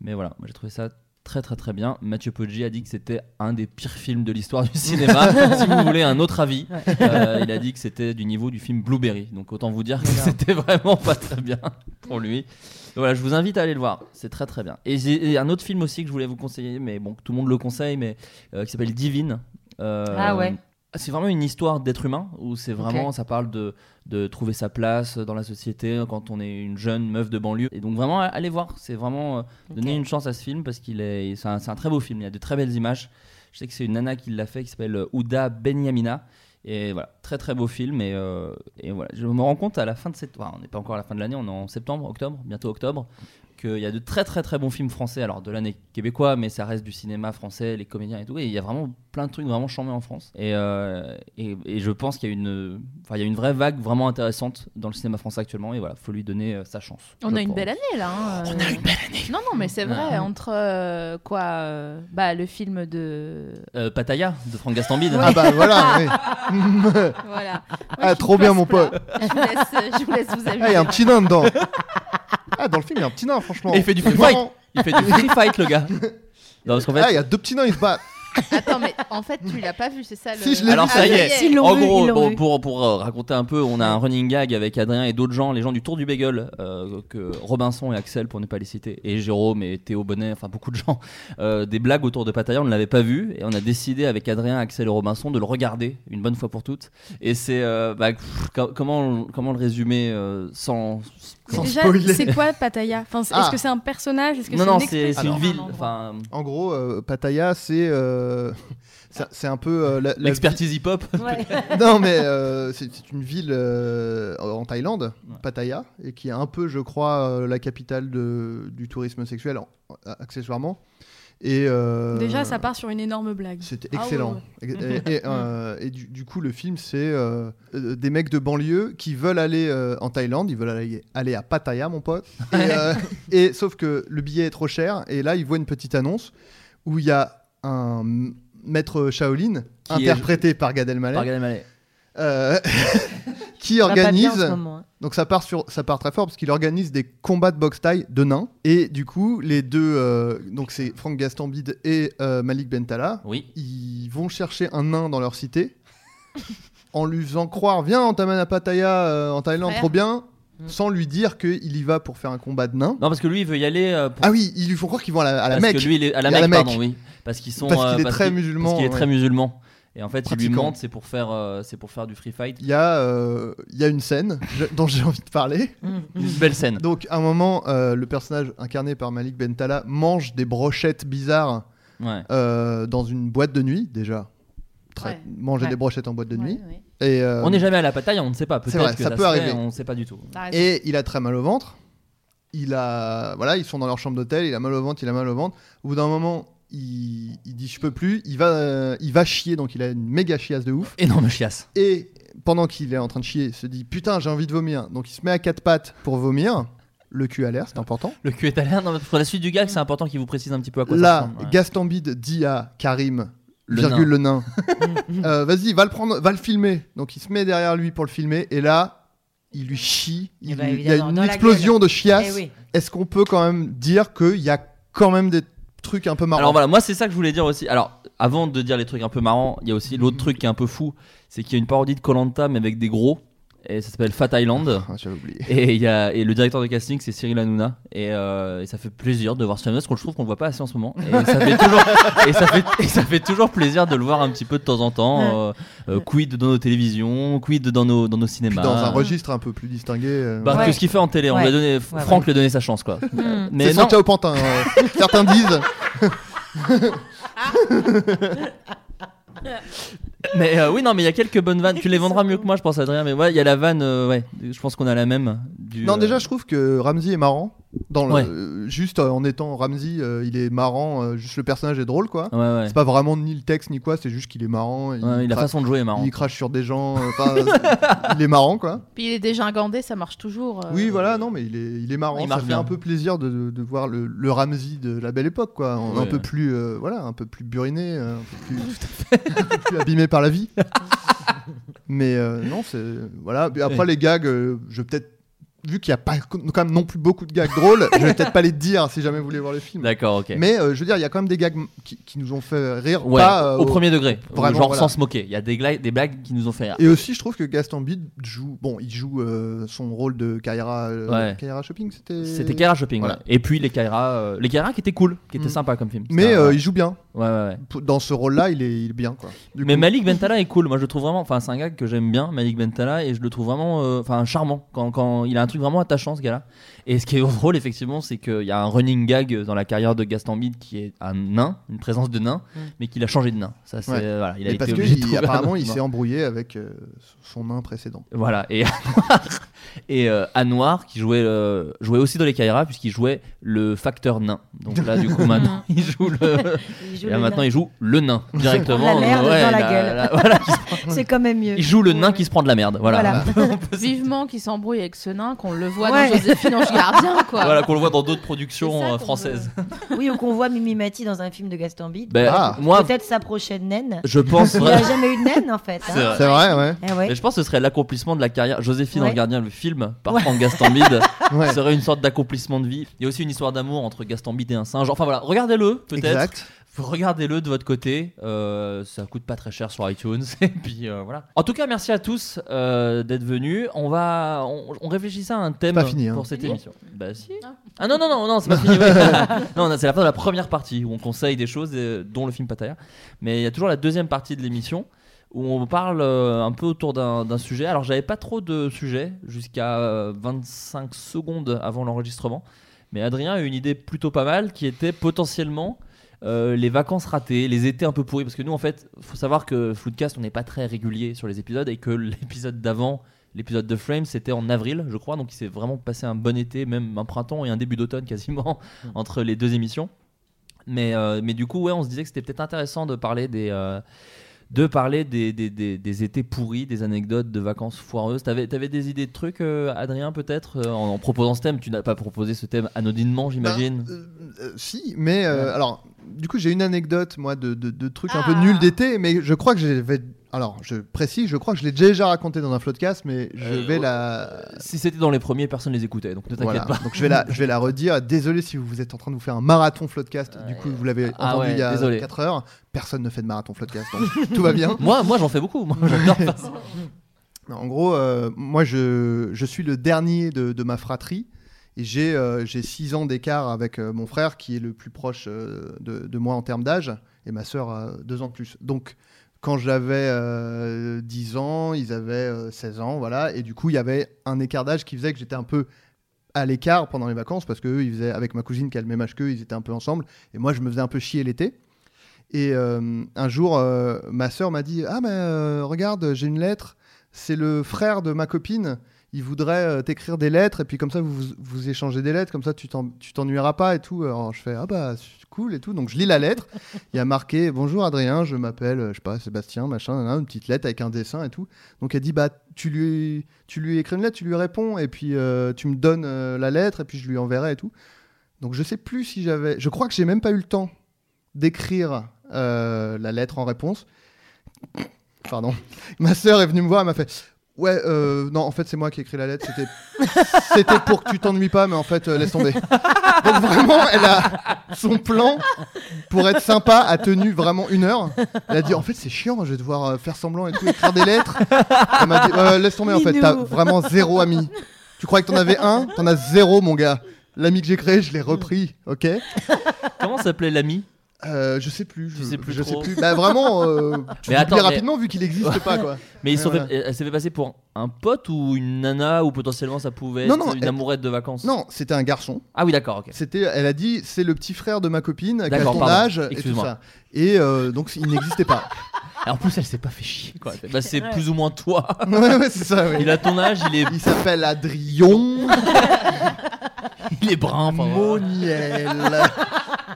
[SPEAKER 2] Mais voilà, moi j'ai trouvé ça très très très bien. Mathieu Poggi a dit que c'était un des pires films de l'histoire du
[SPEAKER 5] *laughs*
[SPEAKER 2] cinéma. si vous voulez un autre avis, euh, il a dit que c'était du niveau du film Blueberry. Donc autant vous dire que c'était vraiment pas très bien pour lui. Donc Voilà, je vous invite à aller le voir, c'est très très bien. Et j'ai et un autre film aussi que je voulais vous conseiller, mais bon, tout le monde le conseille, mais euh, qui s'appelle Divine. Euh,
[SPEAKER 5] Ah ouais.
[SPEAKER 2] C'est vraiment une histoire d'être humain où c'est vraiment, ça parle de, de trouver sa place dans la société quand on est une jeune meuf de banlieue. Et donc vraiment, allez voir, c'est vraiment euh, donner
[SPEAKER 5] Ok.
[SPEAKER 2] une chance à ce film parce qu'il est, c'est un, c'est un très beau film. Il y a de très belles images. Je sais que c'est une nana qui l'a fait qui s'appelle euh, Ouda Benyamina. Et voilà, très très beau film. Et, euh, et voilà, je me rends compte à la fin de cette. enfin, on n'est pas encore à la fin de l'année, on est en septembre, octobre, bientôt octobre, qu'il y a de très très très bons films français. Alors de l'année québécois, mais ça reste du cinéma français, les comédiens et tout. Et il y a vraiment plein de trucs vraiment chambés en France. Et, euh, et, et je pense qu'il y a une. Enfin, il y a une vraie vague vraiment intéressante dans le cinéma français actuellement. Et voilà, faut lui donner euh, sa chance.
[SPEAKER 4] On
[SPEAKER 2] je
[SPEAKER 4] a une
[SPEAKER 2] pense.
[SPEAKER 4] belle année là. On a une belle année. Non, non, mais c'est vrai.
[SPEAKER 2] Ah.
[SPEAKER 4] Entre euh, quoi euh, Bah, le film de.
[SPEAKER 2] Euh, Pattaya de Franck Gastambide.
[SPEAKER 3] Ah bah voilà, oui.
[SPEAKER 4] Voilà. *laughs*
[SPEAKER 3] Ah, trop bien, mon pote.
[SPEAKER 4] Je vous laisse, euh, je vous, laisse vous
[SPEAKER 3] Ah, il y
[SPEAKER 4] amuser.
[SPEAKER 3] a un petit nain dedans. Ah, dans le film, il y a un petit nain, franchement.
[SPEAKER 2] Et il fait du
[SPEAKER 3] C'est
[SPEAKER 2] free fight.
[SPEAKER 3] marrant.
[SPEAKER 2] Il fait du free fight, le
[SPEAKER 4] *laughs*
[SPEAKER 2] gars. Non, parce qu'en fait,
[SPEAKER 3] Ah, il y a deux petits nains, ils se battent.
[SPEAKER 4] Attends, mais en fait, tu l'as pas vu,
[SPEAKER 3] *laughs*
[SPEAKER 4] c'est ça le.
[SPEAKER 3] Si, je l'ai
[SPEAKER 2] Alors
[SPEAKER 3] vu,
[SPEAKER 2] ça y est,
[SPEAKER 5] S'ils l'ont
[SPEAKER 2] en
[SPEAKER 5] vu,
[SPEAKER 2] gros,
[SPEAKER 5] ils l'ont
[SPEAKER 2] bon,
[SPEAKER 5] vu.
[SPEAKER 2] pour, pour, euh, raconter un peu, on a un running gag avec Adrien et d'autres gens, les gens du Tour du Bagel, euh, que Robinson et Axel, pour ne pas les citer, et Jérôme et Théo Bonnet, enfin beaucoup de gens, *laughs* euh, des blagues autour de Pattaya, on ne l'avait pas vu, et on a décidé avec Adrien, Axel et Robinson de le regarder une bonne fois pour toutes. Et c'est, euh, bah, pff, co- comment, comment le résumer euh, sans... sans-
[SPEAKER 6] Déjà,
[SPEAKER 3] spoiler.
[SPEAKER 6] c'est quoi Pattaya enfin, c'est- Est-ce
[SPEAKER 3] Ah.
[SPEAKER 6] que c'est un personnage Est-ce que
[SPEAKER 2] Non, non,
[SPEAKER 6] c'est une
[SPEAKER 2] c'est c'est
[SPEAKER 6] expression
[SPEAKER 2] une ville,
[SPEAKER 6] d'un endroit
[SPEAKER 2] enfin,
[SPEAKER 3] En gros, euh, Pattaya, c'est euh, *laughs* c'est c'est un peu euh, la- la-
[SPEAKER 2] l'expertise hip-hop.
[SPEAKER 5] Ouais.
[SPEAKER 3] *laughs* Non, mais euh, c'est c'est une ville euh, en Thaïlande, Pattaya, et qui est un peu, je crois, euh, la capitale de- du tourisme sexuel, en- accessoirement. Et euh,
[SPEAKER 6] Déjà, ça part sur une énorme blague.
[SPEAKER 3] C'était
[SPEAKER 6] Ah ouais,
[SPEAKER 3] excellent.
[SPEAKER 5] Mhm.
[SPEAKER 3] Et, et, euh, et du, du coup, le film, c'est euh, euh, des mecs de banlieue qui veulent aller euh, en Thaïlande, ils veulent aller, aller à Pattaya, mon pote. Et, euh, et sauf que le billet est trop cher, et là, ils voient une petite annonce où il y a un maître Shaolin,
[SPEAKER 2] Qui est-
[SPEAKER 3] interprété par Gad Elmaleh,
[SPEAKER 2] Par Gad Elmaleh.
[SPEAKER 3] euh, *laughs* qui
[SPEAKER 5] Ça va pas bien en
[SPEAKER 3] organise.
[SPEAKER 5] ce moment, hein.
[SPEAKER 3] Donc ça part, sur, ça part très fort parce qu'il organise des combats de boxe taille de nains. Et du coup, les deux, euh, donc c'est Franck Gastambide et euh, Malik Bentala,
[SPEAKER 2] Oui.
[SPEAKER 3] ils vont chercher un nain dans leur cité *laughs* en lui faisant croire viens on t'amène à Pattaya euh, en Thaïlande
[SPEAKER 4] Frère.
[SPEAKER 3] trop bien
[SPEAKER 5] Mm.
[SPEAKER 3] sans lui dire qu'il y va pour faire un combat de nains
[SPEAKER 2] Non, parce que lui, il veut y aller euh, pour
[SPEAKER 3] ah oui ils lui font croire qu'ils vont à la, à la
[SPEAKER 2] parce
[SPEAKER 3] Mecque
[SPEAKER 2] que lui, il est à la
[SPEAKER 3] Et à
[SPEAKER 2] Mecque,
[SPEAKER 3] la Mecque.
[SPEAKER 2] pardon, oui. Parce qu'ils sont.
[SPEAKER 3] Parce qu'il
[SPEAKER 2] euh,
[SPEAKER 3] est très
[SPEAKER 2] qu'il-
[SPEAKER 3] musulman,
[SPEAKER 2] Parce qu'il est
[SPEAKER 3] ouais.
[SPEAKER 2] très musulman. Et en fait, il lui
[SPEAKER 3] Pratiquant.
[SPEAKER 2] mente, c'est pour faire, euh, c'est pour faire du free fight.
[SPEAKER 3] il y, a, euh, il y a une scène je- dont j'ai envie de parler.
[SPEAKER 4] Mm.
[SPEAKER 2] Une belle scène.
[SPEAKER 3] Donc, à un moment, euh, le personnage incarné par Malik Bentala mange des brochettes bizarres
[SPEAKER 2] Ouais.
[SPEAKER 3] euh, dans une boîte de nuit, déjà. Très-
[SPEAKER 4] Ouais.
[SPEAKER 3] Manger
[SPEAKER 5] Ouais.
[SPEAKER 3] des brochettes en boîte de nuit.
[SPEAKER 4] Ouais, ouais.
[SPEAKER 3] Et, euh,
[SPEAKER 2] on n'est jamais à la bataille, on ne sait pas.
[SPEAKER 3] c'est
[SPEAKER 2] Peut-être
[SPEAKER 3] vrai,
[SPEAKER 2] que
[SPEAKER 3] ça peut
[SPEAKER 2] se fait,
[SPEAKER 3] arriver.
[SPEAKER 2] On ne sait pas du tout.
[SPEAKER 4] T'as
[SPEAKER 5] Ah,
[SPEAKER 4] raison.
[SPEAKER 3] Et il a très mal au ventre. Il a, voilà, ils sont dans leur chambre d'hôtel. Il a mal au ventre, il a mal au ventre. Au bout d'un moment, il, il dit je peux plus. Il va, euh, il va chier, donc il a une méga chiasse de ouf.
[SPEAKER 2] Énorme chiasse.
[SPEAKER 3] Et pendant qu'il est en train de chier, il se dit putain, j'ai envie de vomir. Donc il se met à quatre pattes pour vomir. Le cul à l'air, c'est important.
[SPEAKER 2] Le cul est à l'air. Non, mais Pour la suite du gag, c'est important qu'il vous précise un petit peu à quoi ça
[SPEAKER 3] Là,
[SPEAKER 2] ressemble. ouais.
[SPEAKER 3] Gaston Bide dit à Karim,
[SPEAKER 2] Le
[SPEAKER 3] virgule
[SPEAKER 2] *laughs*
[SPEAKER 3] le nain, euh, vas-y, va le prendre, va le filmer. Donc il se met derrière lui pour le filmer, et là, il lui chie.
[SPEAKER 5] Eh
[SPEAKER 3] il
[SPEAKER 5] ben,
[SPEAKER 3] lui- il y a
[SPEAKER 5] évidemment,
[SPEAKER 3] une
[SPEAKER 5] dans la
[SPEAKER 3] explosion
[SPEAKER 5] gueule.
[SPEAKER 3] de chiasse.
[SPEAKER 5] Eh oui.
[SPEAKER 3] Est-ce qu'on peut quand même dire qu'il y a quand même des trucs un peu marrants
[SPEAKER 2] Alors voilà, moi c'est ça que je voulais dire aussi. Alors avant de dire les trucs un peu marrants, il y a aussi l'autre truc qui est un peu fou, c'est qu'il y a une parodie de Colanta mais avec des gros. et ça s'appelle Fat Island.
[SPEAKER 3] Ah, J'avais oublié.
[SPEAKER 2] Et, il y a, et le directeur de casting, c'est Cyril Hanouna. Et, euh, et ça fait plaisir de voir Cyril Hanouna, parce qu'on le trouve qu'on le voit pas assez en ce moment. Et ça fait toujours, et ça fait, et ça fait toujours plaisir de le voir un petit peu de temps en temps. euh, euh, quid dans nos télévisions, quid dans nos, dans nos
[SPEAKER 3] Puis
[SPEAKER 2] cinémas.
[SPEAKER 3] dans un registre un peu plus distingué. euh,
[SPEAKER 2] ben. Bah,
[SPEAKER 5] Ouais.
[SPEAKER 2] que ce qu'il fait en télé, on lui a
[SPEAKER 5] Ouais. Mm.
[SPEAKER 2] donné,
[SPEAKER 5] Ouais,
[SPEAKER 2] Franck lui a donné sa chance quoi.
[SPEAKER 4] Hmm.
[SPEAKER 3] C'est
[SPEAKER 2] Mais
[SPEAKER 3] son
[SPEAKER 2] non,
[SPEAKER 3] chat au pantin. euh,
[SPEAKER 2] *laughs*
[SPEAKER 3] Certains disent.
[SPEAKER 2] mais euh, oui non, mais il y a quelques bonnes vannes. Tu les vendras mieux que moi, je pense Adrien. Mais ouais, il y a la vanne, euh, ouais. Je pense qu'on a la même. Du,
[SPEAKER 3] Non,
[SPEAKER 2] euh,
[SPEAKER 3] déjà, je trouve que Ramsey est marrant. Dans le,
[SPEAKER 2] Ouais.
[SPEAKER 3] euh, juste euh, en étant Ramsey, euh, il est marrant. euh, juste le personnage est drôle, quoi.
[SPEAKER 2] ouais, euh, ouais.
[SPEAKER 3] C'est pas vraiment ni le texte ni quoi, c'est juste qu'il est marrant. Il,
[SPEAKER 2] Ouais, la
[SPEAKER 3] cra-
[SPEAKER 2] façon de jouer est marrante.
[SPEAKER 3] il crache sur des gens. euh, enfin, *laughs* c'est- il est marrant, quoi.
[SPEAKER 4] Puis il est déjà gandé, ça marche toujours. euh.
[SPEAKER 3] Oui, voilà, non, mais il est, il est marrant.
[SPEAKER 2] Il
[SPEAKER 3] ça
[SPEAKER 2] marche
[SPEAKER 3] fait
[SPEAKER 2] bien.
[SPEAKER 3] un peu plaisir de, de- de voir le, le Ramsey de la belle époque, quoi. Un, un
[SPEAKER 2] Ouais.
[SPEAKER 3] peu plus, euh, voilà, un peu plus buriné, euh, un peu plus, un peu plus abîmé par la vie. mais euh, non, c'est voilà. Puis Après
[SPEAKER 2] Ouais.
[SPEAKER 3] les gags, euh, je vais peut-être vu qu'il n'y a pas quand même non plus beaucoup de gags drôles, je vais peut-être pas les dire si jamais vous voulez voir le film.
[SPEAKER 2] D'accord, ok.
[SPEAKER 3] Mais euh, je veux dire, il y a quand même des gags m- qui, qui nous ont fait rire,
[SPEAKER 2] Ouais,
[SPEAKER 3] pas, euh,
[SPEAKER 2] au, premier degré,
[SPEAKER 3] vraiment,
[SPEAKER 2] genre
[SPEAKER 3] voilà.
[SPEAKER 2] sans se moquer. Il y a des, gla- des blagues qui nous ont fait rire.
[SPEAKER 3] Et aussi, je trouve que Gaston Bide joue, bon, il joue euh, son rôle de Kaira, euh,
[SPEAKER 2] Ouais.
[SPEAKER 3] Kaira Shopping, c'était.
[SPEAKER 2] C'était Kaira Shopping,
[SPEAKER 3] Voilà.
[SPEAKER 2] ouais. Et puis les Kaira, euh, les Kaira qui étaient cool, qui étaient
[SPEAKER 3] Mm.
[SPEAKER 2] sympas comme film.
[SPEAKER 3] Mais
[SPEAKER 2] C'était un-
[SPEAKER 3] euh, il joue bien.
[SPEAKER 2] ouais, ouais, ouais.
[SPEAKER 3] P- Dans ce rôle-là, il est, il est bien, quoi. Du
[SPEAKER 2] Mais
[SPEAKER 3] coup,
[SPEAKER 2] Malik Bentala est cool. Moi, je le trouve vraiment. Enfin, c'est un gars que j'aime bien, Malik Bentala, et je le trouve vraiment, euh, enfin, charmant. Quand, quand il a un truc vraiment attachant, ce gars-là. Et ce qui est *laughs* drôle, effectivement, c'est qu'il y a un running gag dans la carrière de Gaston Bide qui est un nain, une présence de nain, mais qu'il a changé de nain. Ça, c'est
[SPEAKER 3] Mm.
[SPEAKER 2] euh,
[SPEAKER 3] Ouais.
[SPEAKER 2] voilà. Il a
[SPEAKER 3] mais
[SPEAKER 2] été
[SPEAKER 3] parce que
[SPEAKER 2] obligé de
[SPEAKER 3] il-
[SPEAKER 2] trouver un
[SPEAKER 3] apparemment,
[SPEAKER 2] autre
[SPEAKER 3] il
[SPEAKER 2] nain.
[SPEAKER 3] s'est embrouillé avec euh, son nain précédent.
[SPEAKER 2] Voilà, et *laughs* Anouar, et, euh, Anouar, qui jouait, euh, jouait aussi dans les Kaira, puisqu'il jouait le facteur nain. Donc là,
[SPEAKER 5] *laughs*
[SPEAKER 2] du coup, maintenant, il joue le.
[SPEAKER 5] Il joue
[SPEAKER 2] Et là,
[SPEAKER 5] le
[SPEAKER 2] maintenant,
[SPEAKER 5] nain.
[SPEAKER 2] il joue le nain
[SPEAKER 5] Il
[SPEAKER 2] directement.
[SPEAKER 5] prend de *laughs* la merde dans la
[SPEAKER 2] là,
[SPEAKER 5] gueule.
[SPEAKER 2] là,
[SPEAKER 5] *laughs*
[SPEAKER 2] voilà, il se prend-
[SPEAKER 5] C'est quand même mieux.
[SPEAKER 2] il joue le nain qui se prend de la merde. Voilà.
[SPEAKER 5] Voilà.
[SPEAKER 4] Vivement qu'il s'embrouille avec ce nain, qu'on le voit
[SPEAKER 5] Ouais.
[SPEAKER 4] dans Joséphine Ange Gardien,
[SPEAKER 3] *laughs*
[SPEAKER 4] quoi.
[SPEAKER 2] Voilà, qu'on le voit dans d'autres
[SPEAKER 4] C'est
[SPEAKER 2] productions
[SPEAKER 4] ça
[SPEAKER 2] euh,
[SPEAKER 4] qu'on
[SPEAKER 2] françaises.
[SPEAKER 5] *laughs* Oui, ou qu'on voit Mimi Mati dans un film de Gaston Bide.
[SPEAKER 2] *laughs* Ben,
[SPEAKER 3] Ah.
[SPEAKER 2] Moi,
[SPEAKER 5] Peut-être sa prochaine naine.
[SPEAKER 2] je pense.
[SPEAKER 5] Il
[SPEAKER 2] vraiment-
[SPEAKER 5] n'a jamais eu de naine en fait.
[SPEAKER 2] C'est
[SPEAKER 5] hein.
[SPEAKER 2] vrai.
[SPEAKER 3] C'est vrai, ouais.
[SPEAKER 5] Eh ouais.
[SPEAKER 2] Mais je pense que ce serait l'accomplissement de la carrière. Joséphine
[SPEAKER 5] Ouais.
[SPEAKER 2] en gardien, le film par Franck Gaston
[SPEAKER 5] *laughs*
[SPEAKER 2] Bide,
[SPEAKER 3] Ouais.
[SPEAKER 2] serait une sorte d'accomplissement de vie. Il y a aussi une histoire d'amour entre Gaston Bide et un singe. Enfin voilà, regardez-le peut-être.
[SPEAKER 3] Exact.
[SPEAKER 2] Vous Regardez-le de votre côté, euh, ça coûte pas très cher sur iTunes *laughs* et puis euh, voilà. En tout cas, merci à tous euh, d'être venus. On va, on, on réfléchissait à un thème
[SPEAKER 3] pas fini, hein.
[SPEAKER 2] pour cette
[SPEAKER 4] Fini
[SPEAKER 2] émission. Bah si. Ah non non non non, c'est pas fini. oui. *laughs* non, non, c'est la fin de la première partie où on conseille des choses, euh, dont le film Pattaya. Mais il y a toujours la deuxième partie de l'émission où on parle euh, un peu autour d'un d'un sujet. Alors j'avais pas trop de sujets jusqu'à euh, 25 secondes avant l'enregistrement, mais Adrien a eu une idée plutôt pas mal qui était potentiellement euh, les vacances ratées, les étés un peu pourris, parce que nous en fait, faut savoir que Floodcast on n'est pas très régulier sur les épisodes et que *laughs* l'épisode d'avant, l'épisode de Frame, c'était en avril, je crois, donc il s'est vraiment passé un bon été, même un printemps et un début d'automne quasiment *laughs* entre les deux émissions. Mais, euh, mais du coup, ouais, on se disait que c'était peut-être intéressant de parler des euh, de parler des, des, des- des étés pourris, des anecdotes de vacances foireuses. T'avais avais des idées de trucs, euh, Adrien, peut-être, euh, en, en proposant ce thème. Tu n'as pas proposé ce thème anodinement, j'imagine.
[SPEAKER 3] Euh, euh, si, mais euh,
[SPEAKER 2] Ouais.
[SPEAKER 3] alors, du coup, j'ai une anecdote, moi, de, de, de trucs un peu
[SPEAKER 4] Ah.
[SPEAKER 3] nuls d'été, mais je crois que j'avais. Alors, je précise, je crois que je l'ai déjà raconté dans un floodcast, mais je
[SPEAKER 2] Euh,
[SPEAKER 3] vais
[SPEAKER 2] oh.
[SPEAKER 3] la.
[SPEAKER 2] si c'était dans les premiers, personne ne les écoutait, donc ne t'inquiète
[SPEAKER 3] Voilà.
[SPEAKER 2] pas.
[SPEAKER 3] Donc je vais la, je vais la redire. Désolé si vous êtes en train de vous faire un marathon floodcast.
[SPEAKER 2] Ouais.
[SPEAKER 3] Du coup, vous l'avez
[SPEAKER 2] Ah
[SPEAKER 3] entendu
[SPEAKER 2] ouais,
[SPEAKER 3] il y a
[SPEAKER 2] désolé.
[SPEAKER 3] 4 heures. Personne ne fait de marathon floodcast, donc tout va bien.
[SPEAKER 2] Moi, moi j'en fais beaucoup. Moi, j'adore faire ça.
[SPEAKER 3] Non, en gros, euh, moi, je, je suis le dernier de, de ma fratrie. Et j'ai 6 ans d'écart avec euh, mon frère, qui est le plus proche euh, de, de moi en termes d'âge, et ma sœur a 2 ans de plus. Donc, quand j'avais euh, 10 ans, ils avaient euh, 16 ans, voilà. Et du coup, il y avait un écart d'âge qui faisait que j'étais un peu à l'écart pendant les vacances, parce qu'eux, ils faisaient, avec ma cousine qui a le même âge qu'eux, ils étaient un peu ensemble. Et moi, je me faisais un peu chier l'été. Et euh, un jour, euh, ma sœur m'a dit Ah, mais euh, regarde, j'ai une lettre c'est le frère de ma copine. Il voudrait euh, t'écrire des lettres et puis comme ça vous, vous- vous échangez des lettres, comme ça tu t'en- tu t'ennuieras pas et tout. Alors je fais ah bah c'est cool et tout. Donc je lis la lettre. Il y a marqué bonjour Adrien, je m'appelle euh, je sais pas Sébastien machin, nanana, une petite lettre avec un dessin et tout. Donc elle dit bah tu lui tu lui écris une lettre, tu lui réponds et puis euh, tu me donnes euh, la lettre et puis je lui enverrai et tout. Donc je sais plus si j'avais, je crois que j'ai même pas eu le temps d'écrire euh, la lettre en réponse. Pardon. Ma sœur est venue me voir, elle m'a fait Ouais, euh, non, en fait, c'est moi qui ai écrit la lettre. C'était, c'était pour que tu t'ennuies pas, mais en fait, euh, laisse tomber. Donc vraiment, elle a son plan pour être sympa a tenu vraiment une heure. Elle a dit en fait c'est chiant, je vais devoir euh, faire semblant et tout, écrire des lettres. Elle m'a dit Euh, laisse tomber en fait,
[SPEAKER 4] Minou.
[SPEAKER 3] t'as vraiment zéro ami. Tu croyais que t'en avais un, t'en as zéro mon gars. L'ami que j'ai créé, je l'ai repris, ok
[SPEAKER 2] Comment s'appelait l'ami
[SPEAKER 3] Euh, Je sais plus, je,
[SPEAKER 2] Tu sais plus
[SPEAKER 3] je
[SPEAKER 2] trop.
[SPEAKER 3] sais plus. Bah
[SPEAKER 2] *laughs*
[SPEAKER 3] vraiment, euh,
[SPEAKER 2] Mais
[SPEAKER 3] je vous le
[SPEAKER 2] attends,
[SPEAKER 3] dis
[SPEAKER 2] mais-
[SPEAKER 3] rapidement vu qu'il n'existe
[SPEAKER 2] *laughs*
[SPEAKER 3] pas quoi.
[SPEAKER 2] Mais ils sont
[SPEAKER 3] Voilà.
[SPEAKER 2] fait- elle s'est fait passer pour un pote ou une nana ou potentiellement ça pouvait
[SPEAKER 3] Non,
[SPEAKER 2] être
[SPEAKER 3] non,
[SPEAKER 2] une
[SPEAKER 3] elle-
[SPEAKER 2] amourette de vacances.
[SPEAKER 3] Non, c'était un garçon.
[SPEAKER 2] Ah oui, d'accord, ok.
[SPEAKER 3] C'était, elle a dit, c'est le petit frère de ma copine qui a
[SPEAKER 2] D'accord,
[SPEAKER 3] ton
[SPEAKER 2] pardon.
[SPEAKER 3] âge et tout
[SPEAKER 2] Excuse-moi.
[SPEAKER 3] ça. Et euh, donc il n'existait pas. *laughs*
[SPEAKER 2] Et en plus, elle s'est pas fait chier quoi. Bah, c'est plus ou moins toi.
[SPEAKER 3] ouais, ouais, c'est ça. oui.
[SPEAKER 2] Il a ton âge, il *laughs* est,
[SPEAKER 3] Il s'appelle Adrion
[SPEAKER 2] il est brun. enfin, voilà.
[SPEAKER 3] Moniel.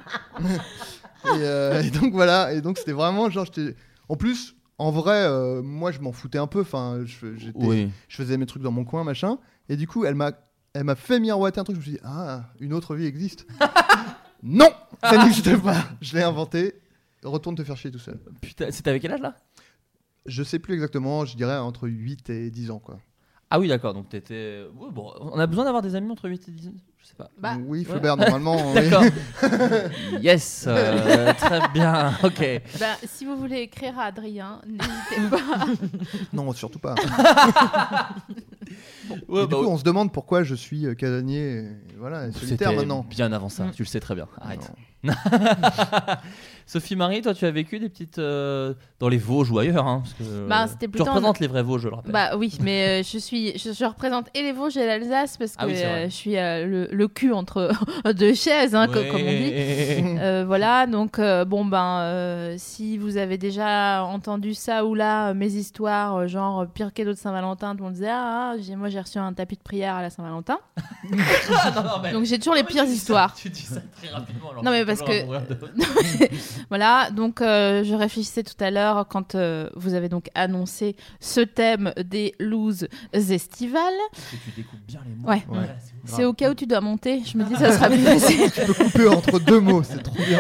[SPEAKER 2] *laughs*
[SPEAKER 3] et, euh, et donc voilà. Et donc c'était vraiment genre, j'étais- en plus, en vrai, euh, moi je m'en foutais un peu. Enfin, je, j'étais-
[SPEAKER 2] Oui.
[SPEAKER 3] je faisais mes trucs dans mon coin, machin. Et du coup, elle m'a, elle m'a fait miroiter un truc. Je me suis dit, ah, une autre vie
[SPEAKER 4] *laughs*
[SPEAKER 3] existe. non, ça n'existe pas. Je l'ai inventé. Retourne te faire chier tout seul.
[SPEAKER 2] Putain, c'était avec quel âge là
[SPEAKER 3] Je sais plus exactement, je dirais entre 8 et 10 ans quoi.
[SPEAKER 2] Ah oui, d'accord. Donc t'étais. ouais, bon, on a besoin d'avoir des amis entre 8 et 10 Je sais pas.
[SPEAKER 4] Bah,
[SPEAKER 3] oui,
[SPEAKER 4] *laughs*
[SPEAKER 3] Flaubert, normalement. oui.
[SPEAKER 2] D'accord. *laughs* yes. euh, *laughs* très bien. Ok.
[SPEAKER 4] Bah, si vous voulez écrire à Adrien, n'hésitez pas.
[SPEAKER 3] *laughs* Non, surtout pas.
[SPEAKER 2] Ouais,
[SPEAKER 3] Et du
[SPEAKER 2] bah,
[SPEAKER 3] coup, on se demande pourquoi je suis euh, casanier, euh, voilà, et solitaire
[SPEAKER 2] c'était
[SPEAKER 3] maintenant.
[SPEAKER 2] Bien avant ça.
[SPEAKER 5] Mm.
[SPEAKER 2] Tu le sais très bien. Arrête.
[SPEAKER 3] Non.
[SPEAKER 2] Sophie Marie, toi, tu as vécu des petites euh, dans les Vosges ou ailleurs. Hein, parce que,
[SPEAKER 4] Bah, c'était
[SPEAKER 2] tu
[SPEAKER 4] plutôt en-
[SPEAKER 2] représentes les vrais Vosges, je le rappelle.
[SPEAKER 4] bah oui, mais euh, je suis, je, je représente et les Vosges et l'Alsace parce que
[SPEAKER 2] Ah oui, c'est vrai.
[SPEAKER 4] euh, je suis euh, le, le cul entre *laughs* deux chaises, hein, co- comme on dit.
[SPEAKER 2] *laughs* Ouais.
[SPEAKER 4] Euh, voilà, donc euh, bon ben, euh, si vous avez déjà entendu ça ou là, euh, mes histoires, euh, genre euh, pire cadeau de Saint-Valentin, tout le monde disait ah, j'ai- moi j'ai reçu un tapis de prière à la Saint-Valentin.
[SPEAKER 2] Ah, Non, non, mais-
[SPEAKER 4] Donc j'ai toujours les
[SPEAKER 2] Tu
[SPEAKER 4] pires
[SPEAKER 2] dis ça-
[SPEAKER 4] histoires.
[SPEAKER 2] Tu dis ça très rapidement. alors
[SPEAKER 4] Non, mais
[SPEAKER 2] faut
[SPEAKER 4] parce
[SPEAKER 2] toujours
[SPEAKER 4] que-
[SPEAKER 2] avoir un problème
[SPEAKER 4] Voilà, donc euh, je réfléchissais tout à l'heure quand euh, vous avez donc annoncé ce thème des looses estivales.
[SPEAKER 2] de- que tu découpes bien les mots.
[SPEAKER 4] Ouais.
[SPEAKER 3] Ouais.
[SPEAKER 2] c'est ouf.
[SPEAKER 4] C'est au cas où tu dois monter, je me dis ça sera plus facile.
[SPEAKER 2] *laughs*
[SPEAKER 3] Je peux couper entre deux mots, c'est trop bien.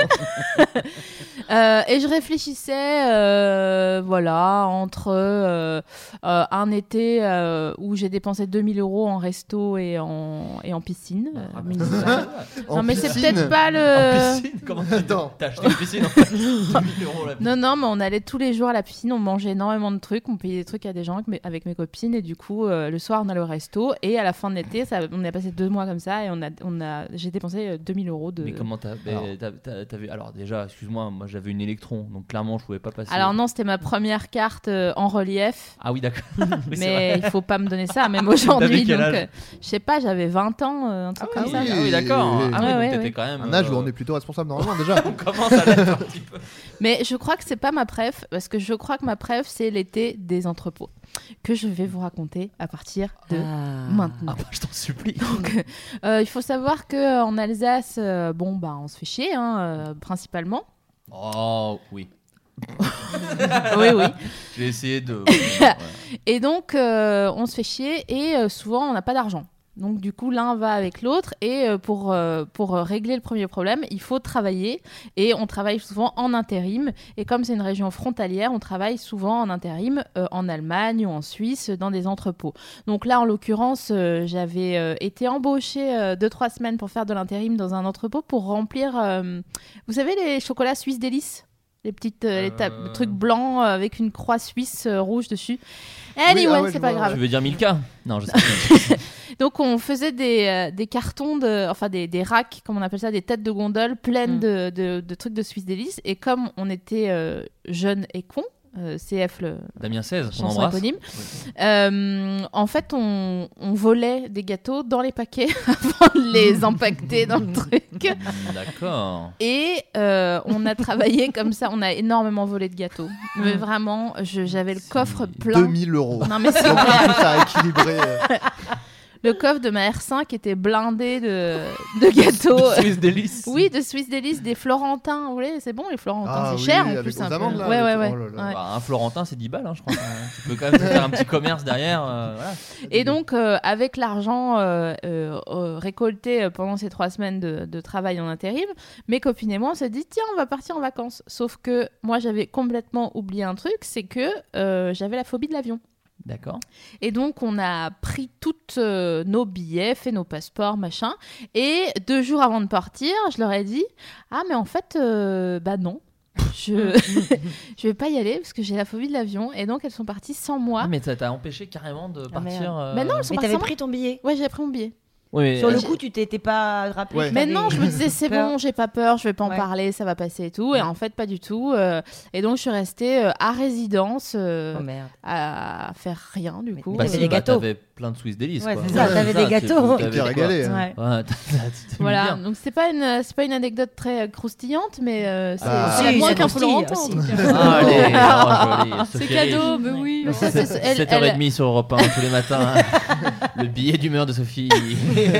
[SPEAKER 4] Euh, et je réfléchissais, euh, voilà, entre euh, euh, un été euh, où j'ai dépensé 2000 euros en resto et en, et en piscine. euh,
[SPEAKER 2] Ah, bah,
[SPEAKER 4] municipale.
[SPEAKER 3] En
[SPEAKER 4] non, mais c'est
[SPEAKER 3] piscine,
[SPEAKER 4] peut-être pas
[SPEAKER 2] En
[SPEAKER 4] le.
[SPEAKER 2] piscine Comment tu
[SPEAKER 3] Attends.
[SPEAKER 2] T'as acheté une piscine en fait 2000 euros la piscine.
[SPEAKER 4] Euh, Non, non, mais on allait tous les jours à la piscine, on mangeait énormément de trucs, on payait des trucs à des gens avec mes, avec mes copines, et du coup, euh, le soir, on allait au resto, et à la fin de l'été, ça- on a passé deux mois comme ça, et on a, on a, j'ai dépensé euh, 2000 euros de.
[SPEAKER 2] Mais comment t'as mais
[SPEAKER 3] Alors.
[SPEAKER 2] t'as- t'as- t'avais- Alors déjà, excuse-moi, moi j'avais une électron, donc clairement je pouvais pas passer.
[SPEAKER 4] Alors, non, c'était ma première carte euh, en relief.
[SPEAKER 2] Ah oui, d'accord. *laughs* Oui, c'est vrai.
[SPEAKER 4] mais il faut pas me donner ça, même
[SPEAKER 2] *laughs*
[SPEAKER 4] aujourd'hui.
[SPEAKER 2] T'avais quel
[SPEAKER 4] donc,
[SPEAKER 2] âge
[SPEAKER 4] euh, je sais pas, j'avais 20 ans, euh, un truc
[SPEAKER 3] Ah
[SPEAKER 4] comme
[SPEAKER 3] oui.
[SPEAKER 4] ça.
[SPEAKER 2] Ah oui, d'accord. Ah oui,
[SPEAKER 4] Ouais,
[SPEAKER 2] donc
[SPEAKER 4] ouais,
[SPEAKER 2] t'étais
[SPEAKER 4] ouais.
[SPEAKER 2] quand même.
[SPEAKER 3] Un âge où
[SPEAKER 2] euh,
[SPEAKER 3] on est plutôt responsable normalement déjà.
[SPEAKER 2] On *laughs* commence à l'être un petit peu.
[SPEAKER 4] Mais je crois que c'est pas ma préf, parce que je crois que ma préf, c'est l'été des entrepôts, que je vais vous raconter à partir de
[SPEAKER 2] Ah
[SPEAKER 4] maintenant.
[SPEAKER 2] bah je t'en supplie.
[SPEAKER 4] Donc, euh, il faut savoir que euh, en Alsace, euh, bon bah on se fait chier, hein, euh, principalement.
[SPEAKER 2] Oh oui.
[SPEAKER 4] oui, oui.
[SPEAKER 2] *laughs* J'ai essayé de.
[SPEAKER 4] Et donc, euh, on se fait chier et euh, souvent, on n'a pas d'argent. Donc, du coup, l'un va avec l'autre et euh, pour, euh, pour euh, régler le premier problème, il faut travailler et on travaille souvent en intérim. Et comme c'est une région frontalière, on travaille souvent en intérim euh, en Allemagne ou en Suisse euh, dans des entrepôts. Donc là, en l'occurrence, euh, j'avais euh, été embauchée euh, deux, trois semaines pour faire de l'intérim dans un entrepôt pour remplir, euh, vous savez, les chocolats suisses délices les petites euh, les ta-
[SPEAKER 2] Euh.
[SPEAKER 4] trucs blancs euh, avec une croix suisse euh, rouge dessus.
[SPEAKER 3] ah
[SPEAKER 4] Anyway,
[SPEAKER 3] ouais, je
[SPEAKER 4] c'est pas
[SPEAKER 3] vois,
[SPEAKER 4] grave.
[SPEAKER 2] Tu veux dire 1000K Non, je sais pas.
[SPEAKER 4] Donc on faisait des, euh, des cartons, de, enfin des, des racks, comme on appelle ça, des têtes de gondole pleines
[SPEAKER 5] Mm.
[SPEAKER 4] de, de- de trucs de Suisse délice. Et comme on était euh, jeunes et cons, euh, CF le
[SPEAKER 2] Damien 16, on
[SPEAKER 4] chanson
[SPEAKER 2] embrasse.
[SPEAKER 4] éponyme, euh, en fait on, on volait des gâteaux dans les paquets *laughs* avant
[SPEAKER 3] *laughs*
[SPEAKER 4] de les empaqueter dans le truc.
[SPEAKER 2] Hmm, D'accord.
[SPEAKER 4] Et euh, on a travaillé comme ça, on a énormément volé de gâteaux. Mais
[SPEAKER 3] Mm.
[SPEAKER 4] vraiment, je- j'avais le
[SPEAKER 2] C'est
[SPEAKER 4] coffre plein.
[SPEAKER 3] 2000 euros.
[SPEAKER 4] Non mais c'est
[SPEAKER 3] Donc,
[SPEAKER 4] vrai.
[SPEAKER 3] ça a équilibré. euh,
[SPEAKER 4] Le coffre de ma R5 était blindé de,
[SPEAKER 3] *laughs*
[SPEAKER 4] de gâteaux.
[SPEAKER 2] Suisse délice.
[SPEAKER 4] Oui, de Suisse Délice, des Florentins. Vous voulez, c'est bon, les Florentins,
[SPEAKER 3] Ah
[SPEAKER 4] c'est
[SPEAKER 3] oui,
[SPEAKER 4] cher en
[SPEAKER 3] avec
[SPEAKER 4] plus.
[SPEAKER 3] aux
[SPEAKER 4] un peu.
[SPEAKER 3] amandes, là,
[SPEAKER 4] ouais, ouais,
[SPEAKER 3] avec-
[SPEAKER 4] ouais.
[SPEAKER 3] oh là là.
[SPEAKER 4] Ouais.
[SPEAKER 2] Bah, un Florentin, c'est 10 balles, hein, je crois. tu peux quand même te faire un petit commerce derrière. euh, voilà.
[SPEAKER 4] Et donc, euh, avec l'argent euh, euh, euh, récolté euh, pendant ces trois semaines de, de travail en intérim, mes copines et moi, on s'est dit, tiens, on va partir en vacances. Sauf que moi, j'avais complètement oublié un truc, c'est que euh, j'avais la phobie de l'avion.
[SPEAKER 2] D'accord.
[SPEAKER 4] Et donc, on a pris toutes euh, nos billets, fait nos passeports, machin. Et deux jours avant de partir, je leur ai dit Ah, mais en fait, euh, bah non. Je... *laughs* je vais pas y aller parce que j'ai la phobie de l'avion. Et donc, elles sont parties sans moi.
[SPEAKER 2] Ah, mais ça t'a empêché carrément de partir.
[SPEAKER 5] merde.
[SPEAKER 2] euh,
[SPEAKER 4] Mais non, elles sont
[SPEAKER 5] Ah, Mais
[SPEAKER 4] parties
[SPEAKER 5] t'avais
[SPEAKER 4] sans moi.
[SPEAKER 5] pris ton billet.
[SPEAKER 4] Ouais, j'ai pris mon billet.
[SPEAKER 2] Oui, mais,
[SPEAKER 5] Sur
[SPEAKER 2] euh,
[SPEAKER 5] le coup, tu t'étais pas rappelé.
[SPEAKER 3] Ouais.
[SPEAKER 5] que
[SPEAKER 4] Mais
[SPEAKER 5] t'avais-
[SPEAKER 4] non, je
[SPEAKER 5] *laughs*
[SPEAKER 4] me disais c'est
[SPEAKER 5] peur.
[SPEAKER 4] bon, j'ai pas peur, je vais pas en
[SPEAKER 5] Ouais.
[SPEAKER 4] parler, ça va passer et tout. Et en fait, pas du tout. euh, et donc, je suis restée euh, à résidence euh,
[SPEAKER 5] Oh merde.
[SPEAKER 4] à faire rien du
[SPEAKER 5] Mais-
[SPEAKER 4] coup.
[SPEAKER 5] Bah,
[SPEAKER 4] Et-
[SPEAKER 5] c'est- des gâteaux.
[SPEAKER 2] T'avais plein de Swiss Délices.
[SPEAKER 5] Ouais,
[SPEAKER 2] quoi.
[SPEAKER 5] c'est ça, t'avais des
[SPEAKER 2] tu-
[SPEAKER 5] gâteaux.
[SPEAKER 2] t'avais
[SPEAKER 3] T'es
[SPEAKER 2] quoi
[SPEAKER 3] régalé. hein.
[SPEAKER 5] Ouais.
[SPEAKER 2] Ouais, t'as- t'as- tu t'es *laughs* mis
[SPEAKER 4] Voilà,
[SPEAKER 2] bien.
[SPEAKER 4] donc c'est pas une c'est pas une anecdode très euh, croustillante, mais euh, c'est
[SPEAKER 3] Ah.
[SPEAKER 4] c'est la
[SPEAKER 5] Si,
[SPEAKER 4] moins
[SPEAKER 5] c'est
[SPEAKER 4] qu'un peu
[SPEAKER 5] croustillant,
[SPEAKER 4] longtemps, en
[SPEAKER 5] si.
[SPEAKER 4] tout cas.
[SPEAKER 5] *laughs*
[SPEAKER 2] Ah, allez, oh, joli,
[SPEAKER 6] C'est
[SPEAKER 2] Sophie,
[SPEAKER 6] cadeau,
[SPEAKER 2] allez.
[SPEAKER 6] bah oui.
[SPEAKER 4] Mais ça, c'est- c'est- elle-
[SPEAKER 2] 7h30 sur Europe 1 tous les
[SPEAKER 4] *laughs*
[SPEAKER 2] matins. le billet d'humeur de Sophie. Euh,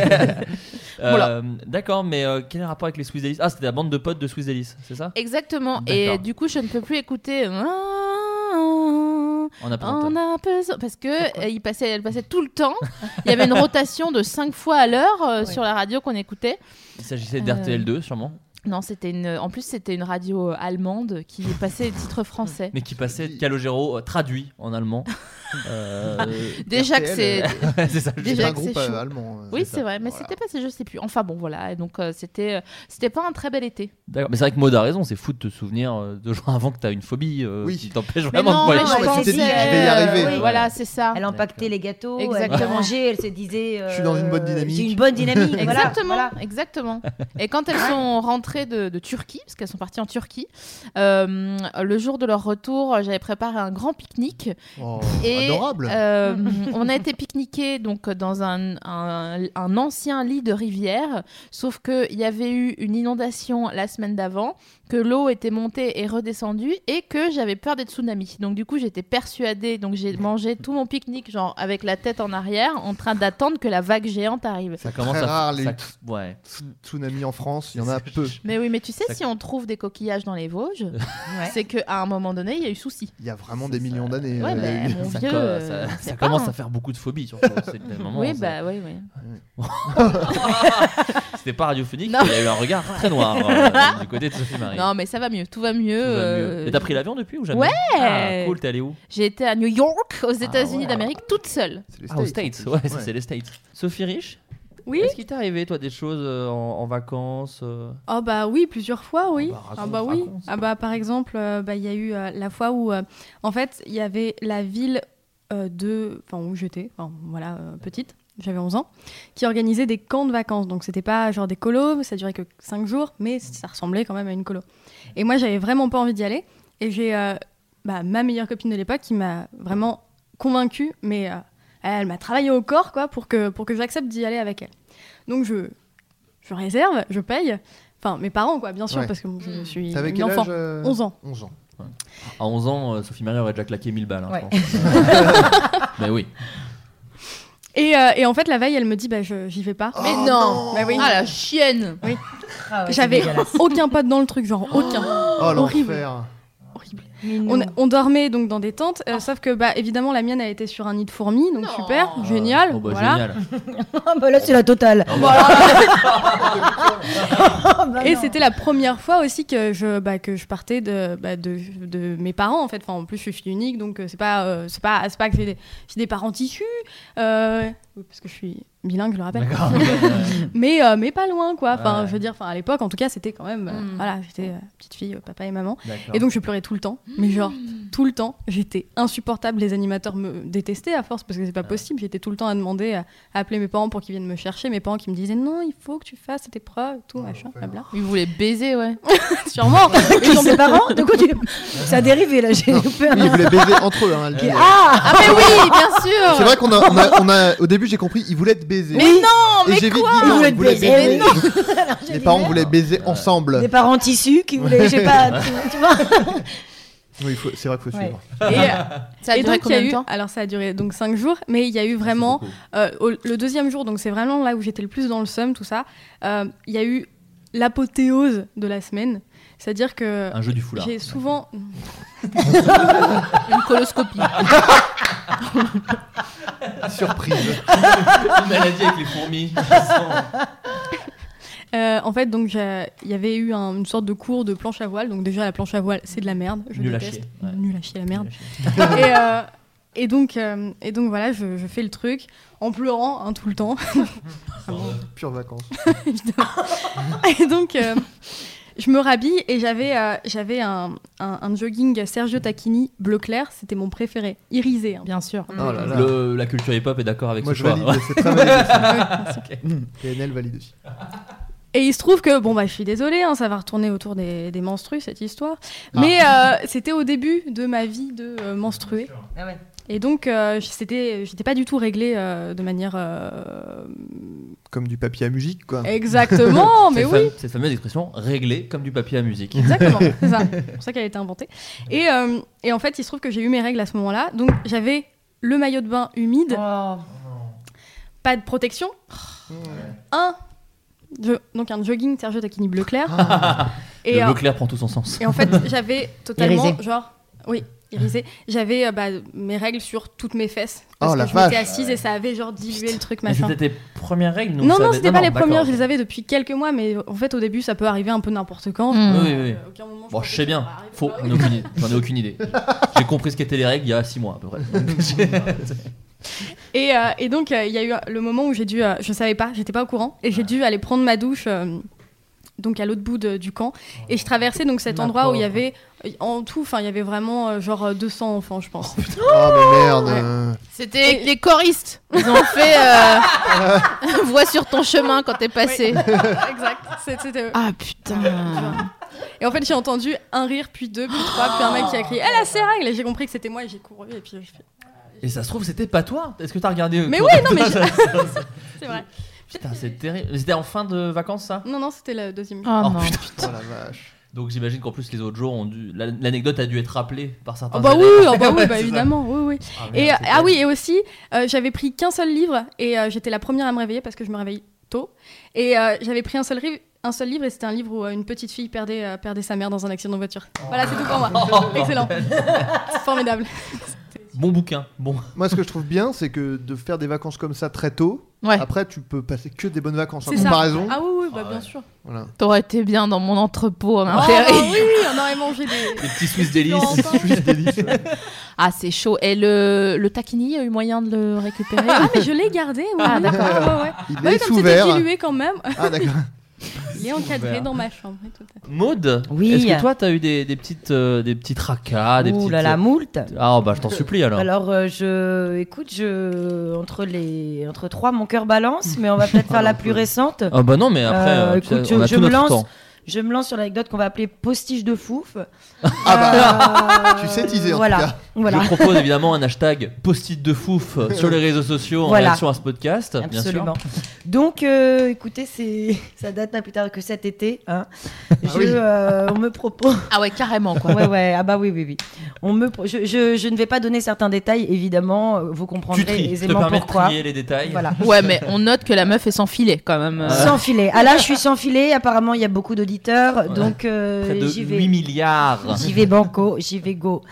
[SPEAKER 4] Voilà.
[SPEAKER 2] D'accord, mais euh, quel est le rapport avec les Swiss Alice Ah, c'était la bande de potes de Swiss Alice, c'est ça
[SPEAKER 4] Exactement.
[SPEAKER 2] D'accord.
[SPEAKER 4] Et du coup, je ne peux plus écouter. hein, On
[SPEAKER 2] On a pas entendu.
[SPEAKER 4] a besoin parce que euh, il passait, elle passait tout le temps. Il y avait une rotation de 5 fois à l'heure euh, sur la radio qu'on écoutait.
[SPEAKER 2] Il s'agissait d'RTL2, sûrement,
[SPEAKER 4] Non, c'était une. En plus, c'était une radio euh, allemande qui passait les
[SPEAKER 2] *laughs*
[SPEAKER 4] titres français.
[SPEAKER 2] mais qui passait Calogero euh, traduit en
[SPEAKER 4] *laughs*
[SPEAKER 2] allemand. Euh, *laughs*
[SPEAKER 4] Déjà que c'est.
[SPEAKER 2] c'est ça. le
[SPEAKER 3] euh, C'est
[SPEAKER 4] Ah. Déjà
[SPEAKER 3] un
[SPEAKER 4] que
[SPEAKER 3] groupe
[SPEAKER 4] c'est
[SPEAKER 3] euh,
[SPEAKER 4] chaud.
[SPEAKER 3] allemand. euh.
[SPEAKER 4] Oui,
[SPEAKER 2] ça.
[SPEAKER 4] c'est vrai, mais c'était passé, je sais plus. Enfin bon, voilà. Et donc euh, c'était, euh, c'était pas un très bel été.
[SPEAKER 2] D'accord, mais c'est vrai que Maud a raison, c'est fou de te souvenir euh, deux jours avant que t'as une phobie euh,
[SPEAKER 3] Oui.
[SPEAKER 2] qui t'empêche
[SPEAKER 4] Mais
[SPEAKER 2] vraiment
[SPEAKER 4] non,
[SPEAKER 2] de
[SPEAKER 4] mais
[SPEAKER 2] voyager.
[SPEAKER 3] non,
[SPEAKER 4] je
[SPEAKER 3] mais tu
[SPEAKER 4] pensais,
[SPEAKER 3] t'es dit, Ah, je vais y
[SPEAKER 4] euh,
[SPEAKER 3] arriver.
[SPEAKER 4] oui, voilà, c'est ça.
[SPEAKER 5] Elle empaquetait
[SPEAKER 2] D'accord.
[SPEAKER 5] les gâteaux, elle
[SPEAKER 4] Exactement.
[SPEAKER 5] les mangeait, elle se disait.
[SPEAKER 3] Je suis dans une bonne
[SPEAKER 5] euh,
[SPEAKER 3] dynamique.
[SPEAKER 5] J'ai une bonne dynamique. voilà,
[SPEAKER 4] Exactement,
[SPEAKER 5] voilà.
[SPEAKER 4] exactement. Et quand elles sont rentrées de, de Turquie, parce qu'elles sont parties en Turquie, euh, le jour de leur retour, j'avais préparé un grand pique-nique.
[SPEAKER 3] Oh,
[SPEAKER 4] Et,
[SPEAKER 3] Adorable.
[SPEAKER 2] *laughs*
[SPEAKER 4] euh, on a été pique-niquer donc dans un, un, un ancien lit de rivière, sauf que il y avait eu une inondation la semaine d'avant, que l'eau était montée et redescendue et que j'avais peur des tsunamis. Donc du coup j'étais persuadée, donc j'ai mangé tout mon pique-nique genre avec la tête en arrière, en train d'attendre que la vague géante arrive.
[SPEAKER 2] Ça commence
[SPEAKER 3] Très
[SPEAKER 2] à.
[SPEAKER 3] rare, les-
[SPEAKER 2] ça- Ouais.
[SPEAKER 3] Tsu- Tsunami en France, il y en a peu.
[SPEAKER 4] Mais oui, mais tu sais,
[SPEAKER 2] Ça-
[SPEAKER 4] si on trouve des coquillages dans
[SPEAKER 2] *laughs*
[SPEAKER 4] les Vosges,
[SPEAKER 5] Ouais.
[SPEAKER 4] c'est qu'à un moment donné, il y a eu souci.
[SPEAKER 3] Il y a vraiment des millions d'années.
[SPEAKER 4] Ouais,
[SPEAKER 3] euh, il y a
[SPEAKER 4] mais
[SPEAKER 3] eu-
[SPEAKER 4] mon
[SPEAKER 2] ça,
[SPEAKER 4] vieux,
[SPEAKER 2] co- ça-
[SPEAKER 4] euh, on
[SPEAKER 2] ça
[SPEAKER 4] sait pas,
[SPEAKER 2] commence
[SPEAKER 4] hein.
[SPEAKER 2] à faire beaucoup de phobies, surtout. C'est le moment,
[SPEAKER 4] oui,
[SPEAKER 2] ça-
[SPEAKER 4] bah oui, oui.
[SPEAKER 2] C'était pas radiophonique,
[SPEAKER 4] Non.
[SPEAKER 2] il a eu un
[SPEAKER 6] *laughs*
[SPEAKER 2] regard très noir euh, du côté de Sophie Marie.
[SPEAKER 4] Non, mais ça va mieux, tout va
[SPEAKER 2] Tout va
[SPEAKER 4] mieux.
[SPEAKER 2] mieux.
[SPEAKER 4] euh,
[SPEAKER 2] Mais t'as pris l'avion depuis ou jamais
[SPEAKER 4] Ouais.
[SPEAKER 2] Ah, Cool, t'es allé où
[SPEAKER 4] J'ai été à New York, aux États-Unis
[SPEAKER 2] ouais.
[SPEAKER 4] d'Amérique, toute seule.
[SPEAKER 3] C'est les
[SPEAKER 2] Ah, aux States, ouais, ça,
[SPEAKER 3] Ouais.
[SPEAKER 2] c'est les States. Sophie Rich
[SPEAKER 6] Oui.
[SPEAKER 2] Est-ce qu'il t'est arrivé, toi, des choses euh, en, en vacances euh,
[SPEAKER 6] Ah bah oui, plusieurs fois,
[SPEAKER 2] Ah
[SPEAKER 6] oui.
[SPEAKER 2] bah, raconte,
[SPEAKER 6] ah bah oui.
[SPEAKER 2] raconte.
[SPEAKER 6] Ah bah par exemple, euh, bah, il y a eu euh, la fois où, euh, en fait, il y avait la ville euh, de, enfin où j'étais, enfin, voilà, euh, petite, j'avais 11 ans, qui organisait des camps de vacances. Donc c'était pas genre des colos, ça durait que 5 jours, mais ça ressemblait quand même à une colo. Et moi, j'avais vraiment pas envie d'y aller. Et j'ai euh, bah, ma meilleure copine de l'époque qui m'a vraiment convaincue, mais euh, elle m'a travaillé au corps quoi pour que pour que j'accepte d'y aller avec elle. Donc je je réserve, je paye. Enfin, mes parents, quoi, bien sûr,
[SPEAKER 3] Ouais.
[SPEAKER 6] parce que bon, je suis
[SPEAKER 3] T'avais
[SPEAKER 6] une
[SPEAKER 3] quel
[SPEAKER 6] enfant.
[SPEAKER 3] âge euh,
[SPEAKER 6] 11 ans.
[SPEAKER 3] 11 ans.
[SPEAKER 2] À 11 ans, euh, Sophie Marie aurait déjà claqué 1000 balles, hein,
[SPEAKER 5] Ouais.
[SPEAKER 2] je pense.
[SPEAKER 6] *laughs*
[SPEAKER 2] mais oui.
[SPEAKER 6] Et, euh, et en fait, la veille, elle me dit, bah, je- j'y vais pas.
[SPEAKER 3] Oh
[SPEAKER 4] mais non,
[SPEAKER 6] Bah oui.
[SPEAKER 4] Ah la chienne
[SPEAKER 5] Ah ouais, c'est
[SPEAKER 6] J'avais
[SPEAKER 5] dégueulasse.
[SPEAKER 6] aucun pote dans le truc, genre aucun.
[SPEAKER 3] Oh
[SPEAKER 6] Horrible.
[SPEAKER 3] l'enfer.
[SPEAKER 6] Horrible. On,
[SPEAKER 5] Mignon.
[SPEAKER 6] on dormait donc dans des tentes, euh, sauf que, bah, évidemment, la mienne a été sur un nid de fourmis, donc
[SPEAKER 4] Non.
[SPEAKER 6] super, génial.
[SPEAKER 2] Oh, bah,
[SPEAKER 6] voilà. *laughs*
[SPEAKER 2] génial.
[SPEAKER 5] Ah bah là, c'est la totale.
[SPEAKER 6] Et c'était la première fois aussi que je, bah, que je partais de, bah, de, de mes parents en fait. Enfin, en plus, je suis fille unique, donc euh, c'est pas, euh, c'est pas, c'est pas que j'ai des, j'ai des parents tissus, euh, oui, parce que je suis bilingue, je le rappelle.
[SPEAKER 2] D'accord. Ah, Ouais.
[SPEAKER 6] mais, euh, mais pas loin quoi. Enfin,
[SPEAKER 2] Ouais.
[SPEAKER 6] je veux dire, enfin, à l'époque, en tout cas, c'était quand même, euh,
[SPEAKER 4] Mm.
[SPEAKER 6] voilà, j'étais euh, petite fille, euh, papa et maman.
[SPEAKER 2] D'accord.
[SPEAKER 6] Et donc je pleurais tout le temps, mais genre tout le temps, j'étais insupportable, les animateurs me détestaient à force parce que c'est pas possible, j'étais tout le temps à demander, à, à appeler mes parents pour qu'ils viennent me chercher, mes parents qui me disaient non, il faut que tu fasses cette épreuve, tout machin, blabla.
[SPEAKER 4] Il voulait baiser, ouais.
[SPEAKER 6] Sûrement.
[SPEAKER 5] Ils sont ses parents De quoi
[SPEAKER 4] *laughs*
[SPEAKER 5] tu... Ça a dérivé là, j'ai eu peur.
[SPEAKER 3] Oui, ils voulaient baiser entre eux. hein, elle dit.
[SPEAKER 4] Ah mais oui, bien sûr
[SPEAKER 3] C'est vrai qu'on a, on a, on a- au début j'ai compris, ils voulaient te baiser.
[SPEAKER 4] Mais non,
[SPEAKER 3] Et
[SPEAKER 4] mais
[SPEAKER 3] j'ai vite
[SPEAKER 4] quoi
[SPEAKER 3] dit non,
[SPEAKER 5] Ils voulaient
[SPEAKER 3] ils
[SPEAKER 5] te
[SPEAKER 3] voulaient
[SPEAKER 5] baiser. Mais
[SPEAKER 3] baiser.
[SPEAKER 5] J'ai
[SPEAKER 3] Les
[SPEAKER 5] dit
[SPEAKER 3] parents
[SPEAKER 5] merde.
[SPEAKER 3] voulaient baiser
[SPEAKER 5] Des
[SPEAKER 3] ensemble.
[SPEAKER 5] parents tissus qui voulaient, je sais
[SPEAKER 3] *laughs*
[SPEAKER 5] pas, tu, tu vois.
[SPEAKER 3] Oui, il faut- c'est vrai qu'il faut
[SPEAKER 5] Ouais.
[SPEAKER 3] suivre.
[SPEAKER 6] Et, euh,
[SPEAKER 4] Ça a
[SPEAKER 6] et donc
[SPEAKER 4] duré
[SPEAKER 6] il y
[SPEAKER 4] combien
[SPEAKER 6] a
[SPEAKER 4] de
[SPEAKER 6] eu,
[SPEAKER 4] temps
[SPEAKER 6] alors ça a duré donc 5 jours, mais il y a eu vraiment euh, au- le deuxième jour, donc c'est vraiment là où j'étais le plus dans le seum, tout ça. euh, Il y a eu l'apothéose de la semaine, c'est-à-dire que
[SPEAKER 2] Un jeu du foulard.
[SPEAKER 6] j'ai souvent,
[SPEAKER 4] Une coloscopie.
[SPEAKER 3] Ah, Surprise.
[SPEAKER 2] *laughs* Une maladie avec les fourmis.
[SPEAKER 6] Euh, en fait, donc j'ai- il y avait eu un- une sorte de cours de planche à voile, donc déjà la planche à voile c'est de la merde, *laughs* je
[SPEAKER 2] Nul à
[SPEAKER 6] déteste,
[SPEAKER 2] chier, ouais.
[SPEAKER 6] nul à chier la merde.
[SPEAKER 2] Merde.
[SPEAKER 6] et, euh, Et donc, euh, et donc voilà, je, je fais le truc en pleurant hein, tout le temps.
[SPEAKER 3] Pure vacances.
[SPEAKER 6] *laughs* et donc, euh, je me rhabille et j'avais euh, j'avais un, un- un jogging Sergio Tacchini bleu clair. C'était mon préféré, irisé. hein.
[SPEAKER 4] Bien sûr.
[SPEAKER 3] Oh là là.
[SPEAKER 2] Le- la culture hip-hop est d'accord avec
[SPEAKER 3] Moi,
[SPEAKER 2] ce
[SPEAKER 3] je
[SPEAKER 2] choix.
[SPEAKER 3] valide.
[SPEAKER 2] *laughs*
[SPEAKER 3] C'est très valide.
[SPEAKER 5] *laughs*
[SPEAKER 3] Hmm.
[SPEAKER 2] Ok.
[SPEAKER 3] PNL valide aussi.
[SPEAKER 6] Et il se trouve que, bon, bah, je suis désolée, hein, ça va retourner autour des, des menstrues, cette histoire. Mais euh, c'était au début de ma vie de euh, menstruée.
[SPEAKER 5] Ah ouais.
[SPEAKER 6] Et donc, euh, c'était- j'étais pas du tout réglée euh, de manière. euh,
[SPEAKER 3] Comme du papier à musique, quoi.
[SPEAKER 2] *laughs*
[SPEAKER 5] Eh,
[SPEAKER 6] Exactement, mais
[SPEAKER 2] Cette
[SPEAKER 6] oui!
[SPEAKER 2] fame- Cette fameuse expression réglée comme du papier à musique.
[SPEAKER 6] *laughs* Exactement, c'est ça. C'est pour ça qu'elle a été inventée. Et, euh, et en fait, il se trouve que j'ai eu mes règles à ce moment-là. Donc, j'avais le maillot de bain humide,
[SPEAKER 5] Oh.
[SPEAKER 6] pas de protection. Un. je- donc, un jogging Sergio Tacchini bleu clair.
[SPEAKER 2] le
[SPEAKER 6] euh,
[SPEAKER 2] bleu clair prend tout son sens.
[SPEAKER 6] Et en fait, j'avais totalement,
[SPEAKER 5] Irisé.
[SPEAKER 6] genre, oui, irisé. J'avais euh, bah, mes règles sur toutes mes fesses. Parce
[SPEAKER 3] Oh, la
[SPEAKER 6] que je m'étais
[SPEAKER 3] vache.
[SPEAKER 6] assise et ça avait genre dilué le truc,
[SPEAKER 2] Mais
[SPEAKER 6] machin.
[SPEAKER 2] C'était tes premières règles donc
[SPEAKER 6] Non,
[SPEAKER 2] ça
[SPEAKER 6] non,
[SPEAKER 2] avait-
[SPEAKER 6] c'était pas les
[SPEAKER 2] d'accord,
[SPEAKER 6] premières,
[SPEAKER 2] ok.
[SPEAKER 6] je les avais depuis quelques mois, mais en fait, au début, ça peut arriver un peu n'importe quand.
[SPEAKER 4] Mm.
[SPEAKER 2] Oui, oui, oui.
[SPEAKER 6] À aucun moment,
[SPEAKER 2] Bon,
[SPEAKER 6] pensais
[SPEAKER 2] je
[SPEAKER 6] que
[SPEAKER 2] sais
[SPEAKER 6] ça
[SPEAKER 2] bien.
[SPEAKER 6] Bah m'arrive
[SPEAKER 2] Faux.
[SPEAKER 6] pas.
[SPEAKER 2] J'en ai aucune idée. J'en ai aucune idée. J'ai compris ce qu'étaient les règles il y a 6 mois à peu près.
[SPEAKER 6] Et, euh, et donc, euh, il y a eu euh, le moment où j'ai dû, euh, je savais pas, j'étais pas au courant, et j'ai dû aller prendre ma douche. euh, donc à l'autre bout de- du camp et je traversais donc cet
[SPEAKER 2] Ma
[SPEAKER 6] endroit où il y
[SPEAKER 2] pauvre.
[SPEAKER 6] avait euh, en tout enfin il y avait vraiment euh, genre euh, 200 enfants je
[SPEAKER 2] Oh,
[SPEAKER 6] pense
[SPEAKER 3] Ah, mais merde. euh.
[SPEAKER 4] C'était les choristes. Ils ont fait euh, *laughs* voix sur ton chemin quand
[SPEAKER 2] *laughs*
[SPEAKER 4] t'es passé.
[SPEAKER 6] exact C'est- c'était
[SPEAKER 4] Ah
[SPEAKER 2] Ah.
[SPEAKER 4] putain.
[SPEAKER 6] Et en fait, j'ai entendu un rire, puis deux, puis trois, puis un mec qui a
[SPEAKER 2] Oh.
[SPEAKER 6] crié Elle a ses règles Et j'ai compris que c'était moi, et j'ai couru. Et puis, j'ai fait-
[SPEAKER 2] Et ça se trouve, c'était pas toi. Est-ce que t'as regardé euh,
[SPEAKER 6] Mais
[SPEAKER 2] oui, non, mais.
[SPEAKER 6] c'est vrai.
[SPEAKER 2] *laughs* Putain, c'est terrible. C'était en fin de vacances ça
[SPEAKER 6] Non, Ah, non, c'était le deuxième.
[SPEAKER 4] Oh,
[SPEAKER 2] Oh,
[SPEAKER 4] non.
[SPEAKER 2] putain.
[SPEAKER 3] Oh la vache.
[SPEAKER 2] Donc j'imagine qu'en plus les autres jours ont dû. la- L'anecdote a dû être rappelée par certains.
[SPEAKER 6] Ah bah oui,
[SPEAKER 2] élèves.
[SPEAKER 6] ah
[SPEAKER 2] *laughs*
[SPEAKER 6] bah oui,
[SPEAKER 2] Ouais, c'est
[SPEAKER 6] bah
[SPEAKER 2] ça.
[SPEAKER 6] évidemment, oui, oui.
[SPEAKER 2] Ah, merde,
[SPEAKER 6] Et, euh,
[SPEAKER 2] c'est
[SPEAKER 6] ah
[SPEAKER 2] terrible.
[SPEAKER 6] oui, et aussi, euh, j'avais pris qu'un seul livre, et euh, j'étais la première à me réveiller parce que je me réveille tôt. Et euh, j'avais pris un seul, riv- un seul livre, et c'était un livre où euh, une petite fille perdait, euh, perdait sa mère dans un accident de voiture. Voilà, c'est tout pour *laughs* moi. Excellent. C'est formidable.
[SPEAKER 2] Bon bouquin. Bon. *laughs*
[SPEAKER 3] Moi, ce que je trouve bien, c'est que de faire des vacances comme ça très tôt,
[SPEAKER 4] Ouais,
[SPEAKER 3] après, tu peux passer que des bonnes vacances. En
[SPEAKER 6] C'est ça.
[SPEAKER 3] comparaison,
[SPEAKER 6] Ah oui, oui, bah
[SPEAKER 2] Ah ouais.
[SPEAKER 6] bien sûr.
[SPEAKER 3] voilà.
[SPEAKER 4] t'aurais été bien dans mon entrepôt à
[SPEAKER 6] Ah
[SPEAKER 4] l'intérieur.
[SPEAKER 6] oui, on aurait mangé des... *laughs*
[SPEAKER 2] Les petits Swiss délices.
[SPEAKER 6] Florentins.
[SPEAKER 4] Ah, c'est chaud. Et le, le taquini, il y a eu moyen de le récupérer
[SPEAKER 5] *laughs*
[SPEAKER 6] Ah mais je l'ai gardé, ouais.
[SPEAKER 4] Ah,
[SPEAKER 6] d'accord. Ouais, ouais.
[SPEAKER 3] Il
[SPEAKER 6] Bah oui,
[SPEAKER 3] est
[SPEAKER 6] comme
[SPEAKER 3] sous
[SPEAKER 6] c'était
[SPEAKER 3] verre.
[SPEAKER 6] dilué quand *laughs* même,
[SPEAKER 3] Ah,
[SPEAKER 5] *laughs*
[SPEAKER 3] d'accord.
[SPEAKER 6] il est encadré dans ma chambre. oui, tout à fait.
[SPEAKER 2] Maude,
[SPEAKER 5] Oui.
[SPEAKER 2] est-ce que toi t'as eu des, des petites euh, des petites
[SPEAKER 3] Ah,
[SPEAKER 2] racas, des
[SPEAKER 5] Ouh
[SPEAKER 2] petites
[SPEAKER 5] là là, moult.
[SPEAKER 2] Ah bah je t'en supplie alors.
[SPEAKER 5] Alors, euh, je, écoute, je entre les entre trois, mon cœur balance, mais on va peut-être faire la plus récente.
[SPEAKER 2] Ah bah non mais après
[SPEAKER 5] Euh,
[SPEAKER 2] euh, tu sais,
[SPEAKER 5] écoute,
[SPEAKER 2] on a
[SPEAKER 5] je
[SPEAKER 2] tout
[SPEAKER 5] me
[SPEAKER 2] notre
[SPEAKER 5] lance.
[SPEAKER 2] temps.
[SPEAKER 5] Je me lance sur l'anecdote qu'on va appeler postiche de fouf.
[SPEAKER 3] Ah
[SPEAKER 5] Euh,
[SPEAKER 3] tu sais teaser, en
[SPEAKER 5] voilà,
[SPEAKER 3] tout cas.
[SPEAKER 5] Voilà.
[SPEAKER 2] Je propose évidemment un hashtag post-it de fouf
[SPEAKER 5] *laughs*
[SPEAKER 2] euh, sur les réseaux sociaux en
[SPEAKER 5] Voilà.
[SPEAKER 2] réaction à ce podcast, bien
[SPEAKER 5] Absolument.
[SPEAKER 2] sûr.
[SPEAKER 5] Donc, euh, écoutez, c'est *laughs* ça date pas plus tard que cet été. Hein. Je,
[SPEAKER 3] Ah oui.
[SPEAKER 5] euh, on me propose. *laughs*
[SPEAKER 4] Ah ouais, carrément quoi.
[SPEAKER 5] Ouais, ouais. Ah bah oui, oui, oui. On me. pro- Je, je, je ne vais pas donner certains détails, évidemment. euh, Vous comprendrez
[SPEAKER 2] Tu tries, je te
[SPEAKER 5] aisément
[SPEAKER 2] permets de
[SPEAKER 5] pourquoi.
[SPEAKER 2] trier les détails.
[SPEAKER 5] Voilà.
[SPEAKER 4] Ouais, mais on note que la meuf est sans filet quand même. euh.
[SPEAKER 5] Sans filet. Ah là, je suis sans filet. Apparemment, il y a beaucoup d'auditeurs, donc euh,
[SPEAKER 2] Près de
[SPEAKER 5] j'y vais.
[SPEAKER 2] 8 milliards.
[SPEAKER 5] J'y vais banco, j'y vais go.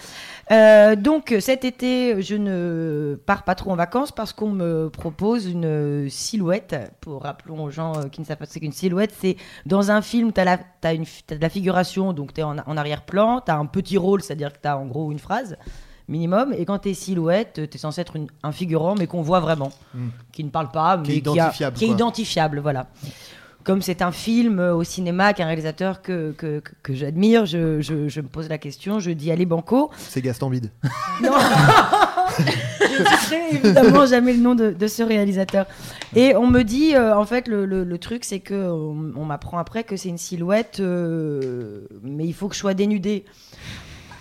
[SPEAKER 5] Euh, donc cet été, je ne pars pas trop en vacances parce qu'on me propose une euh, silhouette. Pour rappelons aux gens euh, qui ne savent pas ce qu'une silhouette, c'est dans un film, tu as, de la figuration, donc tu es en, en arrière-plan, tu as un petit rôle, c'est-à-dire que tu as en gros une phrase minimum, et quand tu es silhouette, tu es censé être une- un figurant, mais qu'on voit vraiment, qui ne parle pas, mais
[SPEAKER 3] Hmm. Qui est
[SPEAKER 5] a-
[SPEAKER 3] identifiable,
[SPEAKER 5] qui est
[SPEAKER 3] quoi.
[SPEAKER 5] identifiable, voilà comme c'est un film euh, au cinéma qu'un réalisateur que, que, que- que j'admire, je, je- je me pose la question, je dis allez banco.
[SPEAKER 3] C'est Gaston Bide.
[SPEAKER 5] Non *laughs* Je ne citerai évidemment jamais le nom de, de ce réalisateur. Et on me dit, euh, en fait, le, le- le truc, c'est que on, on m'apprend après que c'est une silhouette, euh, mais il faut que je sois dénudée.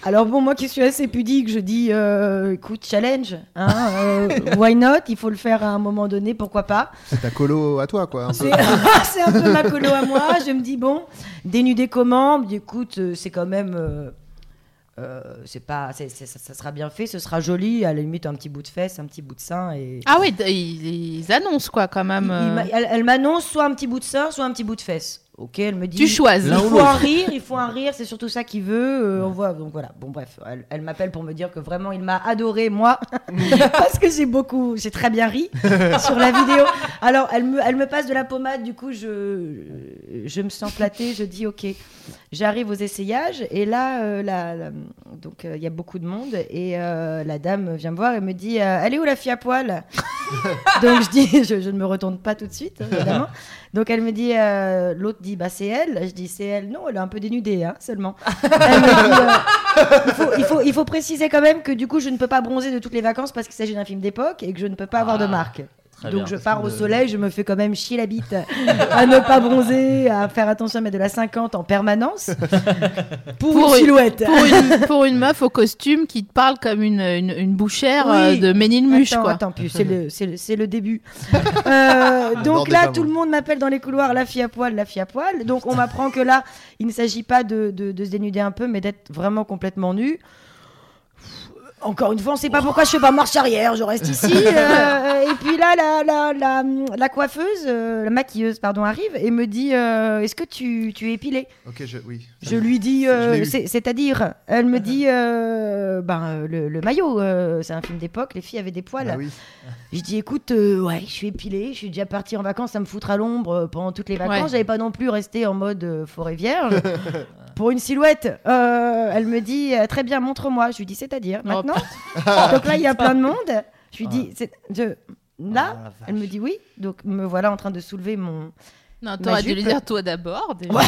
[SPEAKER 5] Alors bon, moi qui suis assez pudique, je dis, euh, écoute, challenge, hein, euh, why not Il faut le faire à un moment donné, pourquoi pas
[SPEAKER 3] C'est ta colo à toi, quoi. un peu.
[SPEAKER 5] c'est c'est un peu *laughs* ma colo à moi. Je me dis, bon, dénudé comment Du coup, t- c'est quand même. euh, euh, c'est pas, c'est- c'est- ça, ça sera bien fait, ce sera joli. À la limite, un petit bout de fesse, un petit bout de sein. Et...
[SPEAKER 4] Ah ouais, d- ils, ils annoncent quoi quand
[SPEAKER 5] Il-
[SPEAKER 4] même.
[SPEAKER 5] il
[SPEAKER 4] euh.
[SPEAKER 5] m'a- elle elle m'annonce soit un petit bout de sein, soit un petit bout de fesse. Ok, elle me dit.
[SPEAKER 4] Tu choisis.
[SPEAKER 5] Il
[SPEAKER 2] L'un ou
[SPEAKER 5] faut un
[SPEAKER 2] l'autre.
[SPEAKER 5] rire, il faut un rire, c'est surtout ça qu'il veut. euh, on voit, donc voilà. Bon, bref, elle, elle m'appelle pour me dire que vraiment il m'a adoré, moi, *laughs* parce que j'ai beaucoup, j'ai très
[SPEAKER 2] *laughs*
[SPEAKER 5] bien ri sur la vidéo. Alors, elle me, elle me passe de la pommade, du coup, je, je me sens flattée, je dis ok. J'arrive aux essayages, et là, euh, la- la- donc euh, il y a beaucoup de monde, et euh, la dame vient me voir et me dit euh, Elle est où la fille
[SPEAKER 2] *laughs*
[SPEAKER 5] à poil Donc je dis je, je ne me retourne pas tout de suite, hein, évidemment. Donc elle me dit, euh, l'autre dit, bah c'est elle. Je dis, c'est elle. Non, elle est un peu dénudée, hein, seulement. Elle me dit, euh, il, faut, il, faut, il faut préciser quand même que du coup, je ne peux pas bronzer de toutes les vacances parce qu'il s'agit d'un film d'époque et que je ne peux pas avoir de
[SPEAKER 2] Ah,
[SPEAKER 5] marque.
[SPEAKER 2] très
[SPEAKER 5] Donc
[SPEAKER 2] bien.
[SPEAKER 5] je pars au soleil, je me fais quand même chier la bite à ne pas bronzer, à faire attention à mettre de la 50
[SPEAKER 2] *laughs*
[SPEAKER 5] en permanence pour, une
[SPEAKER 4] Pour une-
[SPEAKER 5] silhouette.
[SPEAKER 4] pour, une, pour une meuf au costume qui te parle comme une, une, une bouchère
[SPEAKER 5] Oui.
[SPEAKER 4] euh, de Ménilmuche,
[SPEAKER 5] attends,
[SPEAKER 4] quoi.
[SPEAKER 5] attends, puis c'est le, c'est le, c'est le début. Euh, donc
[SPEAKER 3] Bordel
[SPEAKER 5] là,
[SPEAKER 3] pas
[SPEAKER 5] tout
[SPEAKER 3] bon.
[SPEAKER 5] le monde m'appelle dans les couloirs la fille à poil, la fille à poil. Donc on m'apprend que là, il ne s'agit pas de, de- de se dénuder un peu, mais d'être vraiment complètement nu. Encore une fois, on ne sait pas pourquoi je fais pas marche arrière, je reste ici. euh, et puis là, la, la, la, la coiffeuse, euh, la maquilleuse, pardon, arrive et me dit euh, Est-ce que tu, tu es épilée
[SPEAKER 3] Ok, je, oui.
[SPEAKER 5] je lui dis, euh,
[SPEAKER 3] l'ai eu. Mhm.
[SPEAKER 5] c'est- c'est-à-dire, elle me dit, euh, ben, euh, le, le maillot, euh, c'est un film d'époque, les filles avaient des poils.
[SPEAKER 3] Bah oui.
[SPEAKER 5] Je dis, écoute, euh, ouais, je suis épilée, je suis déjà partie en vacances à me foutre à l'ombre euh, pendant toutes les vacances.
[SPEAKER 4] Ouais.
[SPEAKER 5] J'avais pas non plus resté en mode euh,
[SPEAKER 2] *laughs*
[SPEAKER 5] forêt vierge. Pour une silhouette, Euh, elle me dit, euh, très bien, montre-moi. Je lui dis, c'est-à-dire,
[SPEAKER 4] Oh,
[SPEAKER 5] maintenant. *laughs* Donc là, il y a plein de monde. Je lui dis, c'est- je- là,
[SPEAKER 2] Ah, la vache.
[SPEAKER 5] elle me dit oui. Donc me voilà en train de soulever mon.
[SPEAKER 4] Non,
[SPEAKER 5] Ma
[SPEAKER 4] t'aurais dû
[SPEAKER 5] jupe.
[SPEAKER 4] lui dire toi d'abord. déjà.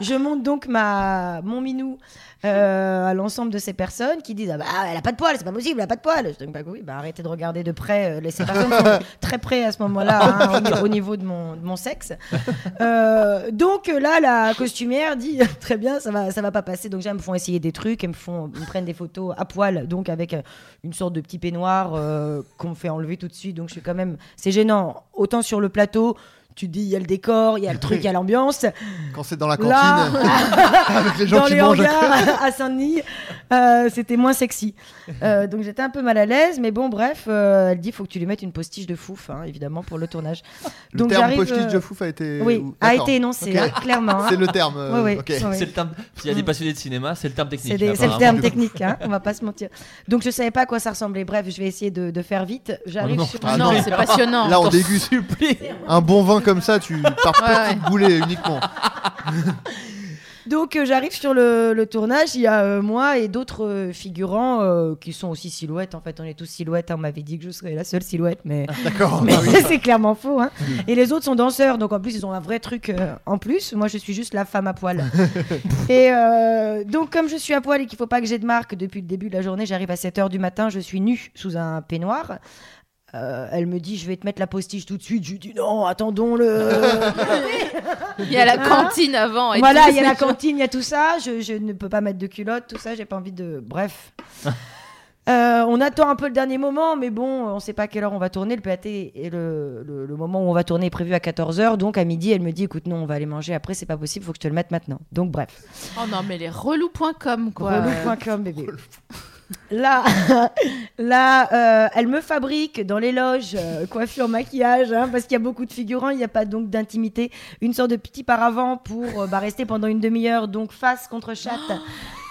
[SPEAKER 5] Je monte donc ma, mon minou euh, à l'ensemble de ces personnes qui disent ah bah, Elle a pas de poils, c'est pas possible, elle a pas de poils. Je dis bah, oui, bah, arrêtez de regarder de près. euh, les- ces personnes sont très près à ce moment-là, hein, au, au niveau de mon, de mon sexe. Euh, donc euh, là, la costumière dit *laughs* Très bien, ça va, ça va pas passer. Donc, déjà, elles me font essayer des trucs, elles me, font, elles me prennent des photos à poil, donc avec euh, une sorte de petit peignoir euh, qu'on me fait enlever tout de suite. Donc, je suis quand même. C'est gênant. Autant sur le plateau. Tu te dis, il y a le décor, il y a le truc, il y a l'ambiance
[SPEAKER 3] Quand c'est dans la cantine, *laughs*
[SPEAKER 5] Là.
[SPEAKER 3] avec les gens
[SPEAKER 5] dans
[SPEAKER 3] qui
[SPEAKER 5] les
[SPEAKER 3] mangent.
[SPEAKER 5] hangars à Saint-Denis, euh, c'était moins sexy. Euh, donc j'étais un peu mal à l'aise, mais bon, bref, euh, elle dit faut que tu lui mettes une postiche de fouf, hein, évidemment, pour le tournage.
[SPEAKER 3] Le
[SPEAKER 5] donc
[SPEAKER 3] terme
[SPEAKER 5] j'arrive,
[SPEAKER 3] postiche
[SPEAKER 5] euh,
[SPEAKER 3] de fouf a été.
[SPEAKER 5] Oui,
[SPEAKER 3] ou-
[SPEAKER 5] a
[SPEAKER 3] D'accord.
[SPEAKER 5] été énoncé,
[SPEAKER 3] Ok.
[SPEAKER 5] hein,
[SPEAKER 3] *laughs*
[SPEAKER 5] clairement. hein.
[SPEAKER 3] C'est le terme. euh,
[SPEAKER 5] Ouais, ouais,
[SPEAKER 3] ok.
[SPEAKER 5] ouais.
[SPEAKER 2] C'est le terme. S'il y a des passionnés de cinéma, c'est le terme technique.
[SPEAKER 5] C'est des- c'est le
[SPEAKER 2] apparemment.
[SPEAKER 5] terme technique, hein, on va pas se mentir. Donc je savais pas à quoi ça ressemblait. Bref, je vais essayer de, de faire vite. J'arrive
[SPEAKER 2] Oh non.
[SPEAKER 5] sur
[SPEAKER 3] Ah
[SPEAKER 4] non,
[SPEAKER 3] non.
[SPEAKER 4] c'est passionnant.
[SPEAKER 3] Là, on
[SPEAKER 2] T'en
[SPEAKER 5] *laughs*
[SPEAKER 3] déguste.
[SPEAKER 2] supplie.
[SPEAKER 3] Un bon vin comme ça, tu pars pas
[SPEAKER 4] ouais.
[SPEAKER 3] de boulet uniquement.
[SPEAKER 5] Donc euh, j'arrive sur le, le tournage, il y a euh, moi et d'autres euh, figurants euh, qui sont aussi silhouettes. En fait, on est tous silhouettes. hein. On m'avait dit que je serais la seule silhouette, mais
[SPEAKER 3] D'accord.
[SPEAKER 5] Mais
[SPEAKER 3] Ah oui.
[SPEAKER 5] *laughs* c'est clairement faux. hein. Et les autres sont danseurs, donc en plus, ils ont un vrai truc euh, en plus. Moi, je suis juste la femme à
[SPEAKER 3] *laughs*
[SPEAKER 5] poil. et euh, donc, comme je suis à poil et qu'il faut pas que j'ai de marque depuis le début de la journée, j'arrive à 7h du matin, je suis nue sous un peignoir. Euh, elle me dit, je vais te mettre la postiche tout de suite. Je lui dis, non, attendons-le.
[SPEAKER 3] *laughs*
[SPEAKER 4] Il y a la cantine avant. Et
[SPEAKER 5] Hein Voilà,
[SPEAKER 4] tout,
[SPEAKER 5] il y a
[SPEAKER 4] c'est-
[SPEAKER 5] la
[SPEAKER 4] *laughs*
[SPEAKER 5] cantine, il y a tout ça. Je, je ne peux pas mettre de culotte, tout ça. J'ai pas envie de.
[SPEAKER 4] *laughs*
[SPEAKER 5] Bref. Euh, on attend un peu le dernier moment, mais bon, on sait pas à quelle heure on va tourner. Le PAT et le, le- le moment où on va tourner est prévu à 14h. Donc à midi, elle me dit écoute, non, on va aller manger après, c'est pas possible, faut que je te le mette maintenant. Donc bref.
[SPEAKER 4] Oh non, mais les relous.com, quoi. euh,
[SPEAKER 5] Relou.com, bébé. *laughs* Là, *laughs* là euh, elle me fabrique dans les loges, euh, coiffure, maquillage, hein, parce qu'il y a beaucoup de figurants, il n'y a pas donc d'intimité. Une sorte de petit paravent pour euh, bah, rester pendant une demi-heure, donc face contre chatte,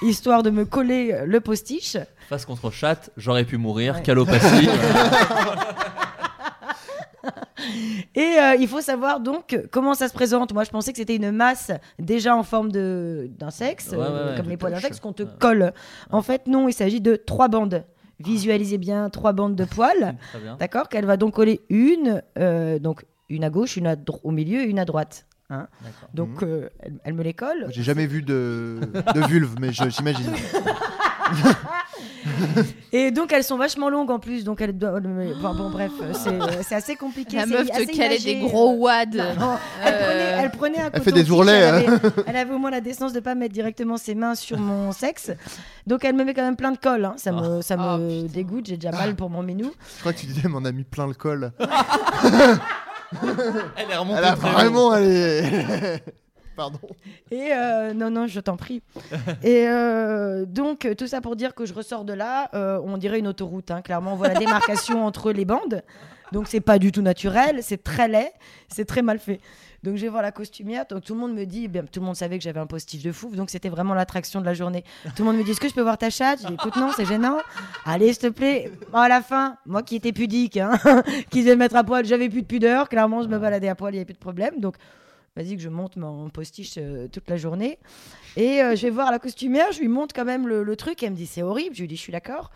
[SPEAKER 5] histoire de me coller euh, le postiche.
[SPEAKER 2] Face contre chat, j'aurais pu mourir.
[SPEAKER 5] Ouais. *laughs*
[SPEAKER 2] Calopatie.
[SPEAKER 5] Et euh, il faut savoir donc comment ça se présente. Moi, je pensais que c'était une masse déjà en forme de- d'un sexe,
[SPEAKER 2] Ouais, ouais,
[SPEAKER 5] euh,
[SPEAKER 2] ouais,
[SPEAKER 5] comme
[SPEAKER 2] de
[SPEAKER 5] les poils d'un
[SPEAKER 3] taches.
[SPEAKER 5] sexe, qu'on te colle. En fait, non, il s'agit de trois bandes. Visualisez bien trois bandes de poils.
[SPEAKER 2] Très bien.
[SPEAKER 5] D'accord Qu'elle va donc coller une, euh, donc une à gauche, une à dro- au milieu et une à droite. hein.
[SPEAKER 2] D'accord.
[SPEAKER 5] donc
[SPEAKER 3] Mhm.
[SPEAKER 5] euh, elle, elle me les colle.
[SPEAKER 3] J'ai jamais vu de, de vulve, mais je- j'imagine.
[SPEAKER 5] Et donc elles sont vachement longues en plus, donc elles doivent. mais- enfin, bon, bref, euh, c'est c'est assez compliqué.
[SPEAKER 4] La
[SPEAKER 5] c'est
[SPEAKER 4] meuf te
[SPEAKER 5] assez
[SPEAKER 4] calait
[SPEAKER 5] imagé.
[SPEAKER 4] des gros wads. Euh,
[SPEAKER 5] Non, elle, prenait, elle prenait un
[SPEAKER 3] Elle fait
[SPEAKER 5] coton-tige,
[SPEAKER 3] des ourlets, hein.
[SPEAKER 5] Elle avait, elle avait au moins la décence de pas mettre directement ses mains sur mon sexe. Donc elle me met quand même plein de colle. hein. Ça me, ça
[SPEAKER 4] Oh,
[SPEAKER 5] me
[SPEAKER 4] putain.
[SPEAKER 5] dégoûte. J'ai déjà mal pour mon minou.
[SPEAKER 3] Je crois que tu disais, mon ami plein le col.
[SPEAKER 2] Elle est remontée
[SPEAKER 3] Elle a
[SPEAKER 2] très haut.
[SPEAKER 3] vraiment. Elle est- *laughs* Pardon.
[SPEAKER 5] Et euh, non, non, je t'en prie. Et euh, donc, euh, tout ça pour dire que je ressors de là, euh, on dirait une autoroute. hein. Clairement, on voit la démarcation entre les bandes. Donc c'est pas du tout naturel, c'est très laid, c'est très mal fait. Donc je vais voir la costumière, donc tout le monde me dit, ben, tout le monde savait que j'avais un postiche de fou, donc c'était vraiment l'attraction de la journée. Tout le monde me dit, est-ce que je peux voir ta chatte Je dis, écoute, non, c'est gênant. Allez, s'il te plaît. Bon, à la fin, moi qui étais pudique, hein, *laughs* qui devais me mettre à poil, j'avais plus de pudeur, clairement, je me baladais à poil, il n'y avait plus de problème. Donc vas-y que je monte mon postiche euh, toute la journée. Et euh, je vais voir la costumière, je lui montre quand même le, le truc, elle me dit, c'est horrible, je lui dis, je suis d'accord.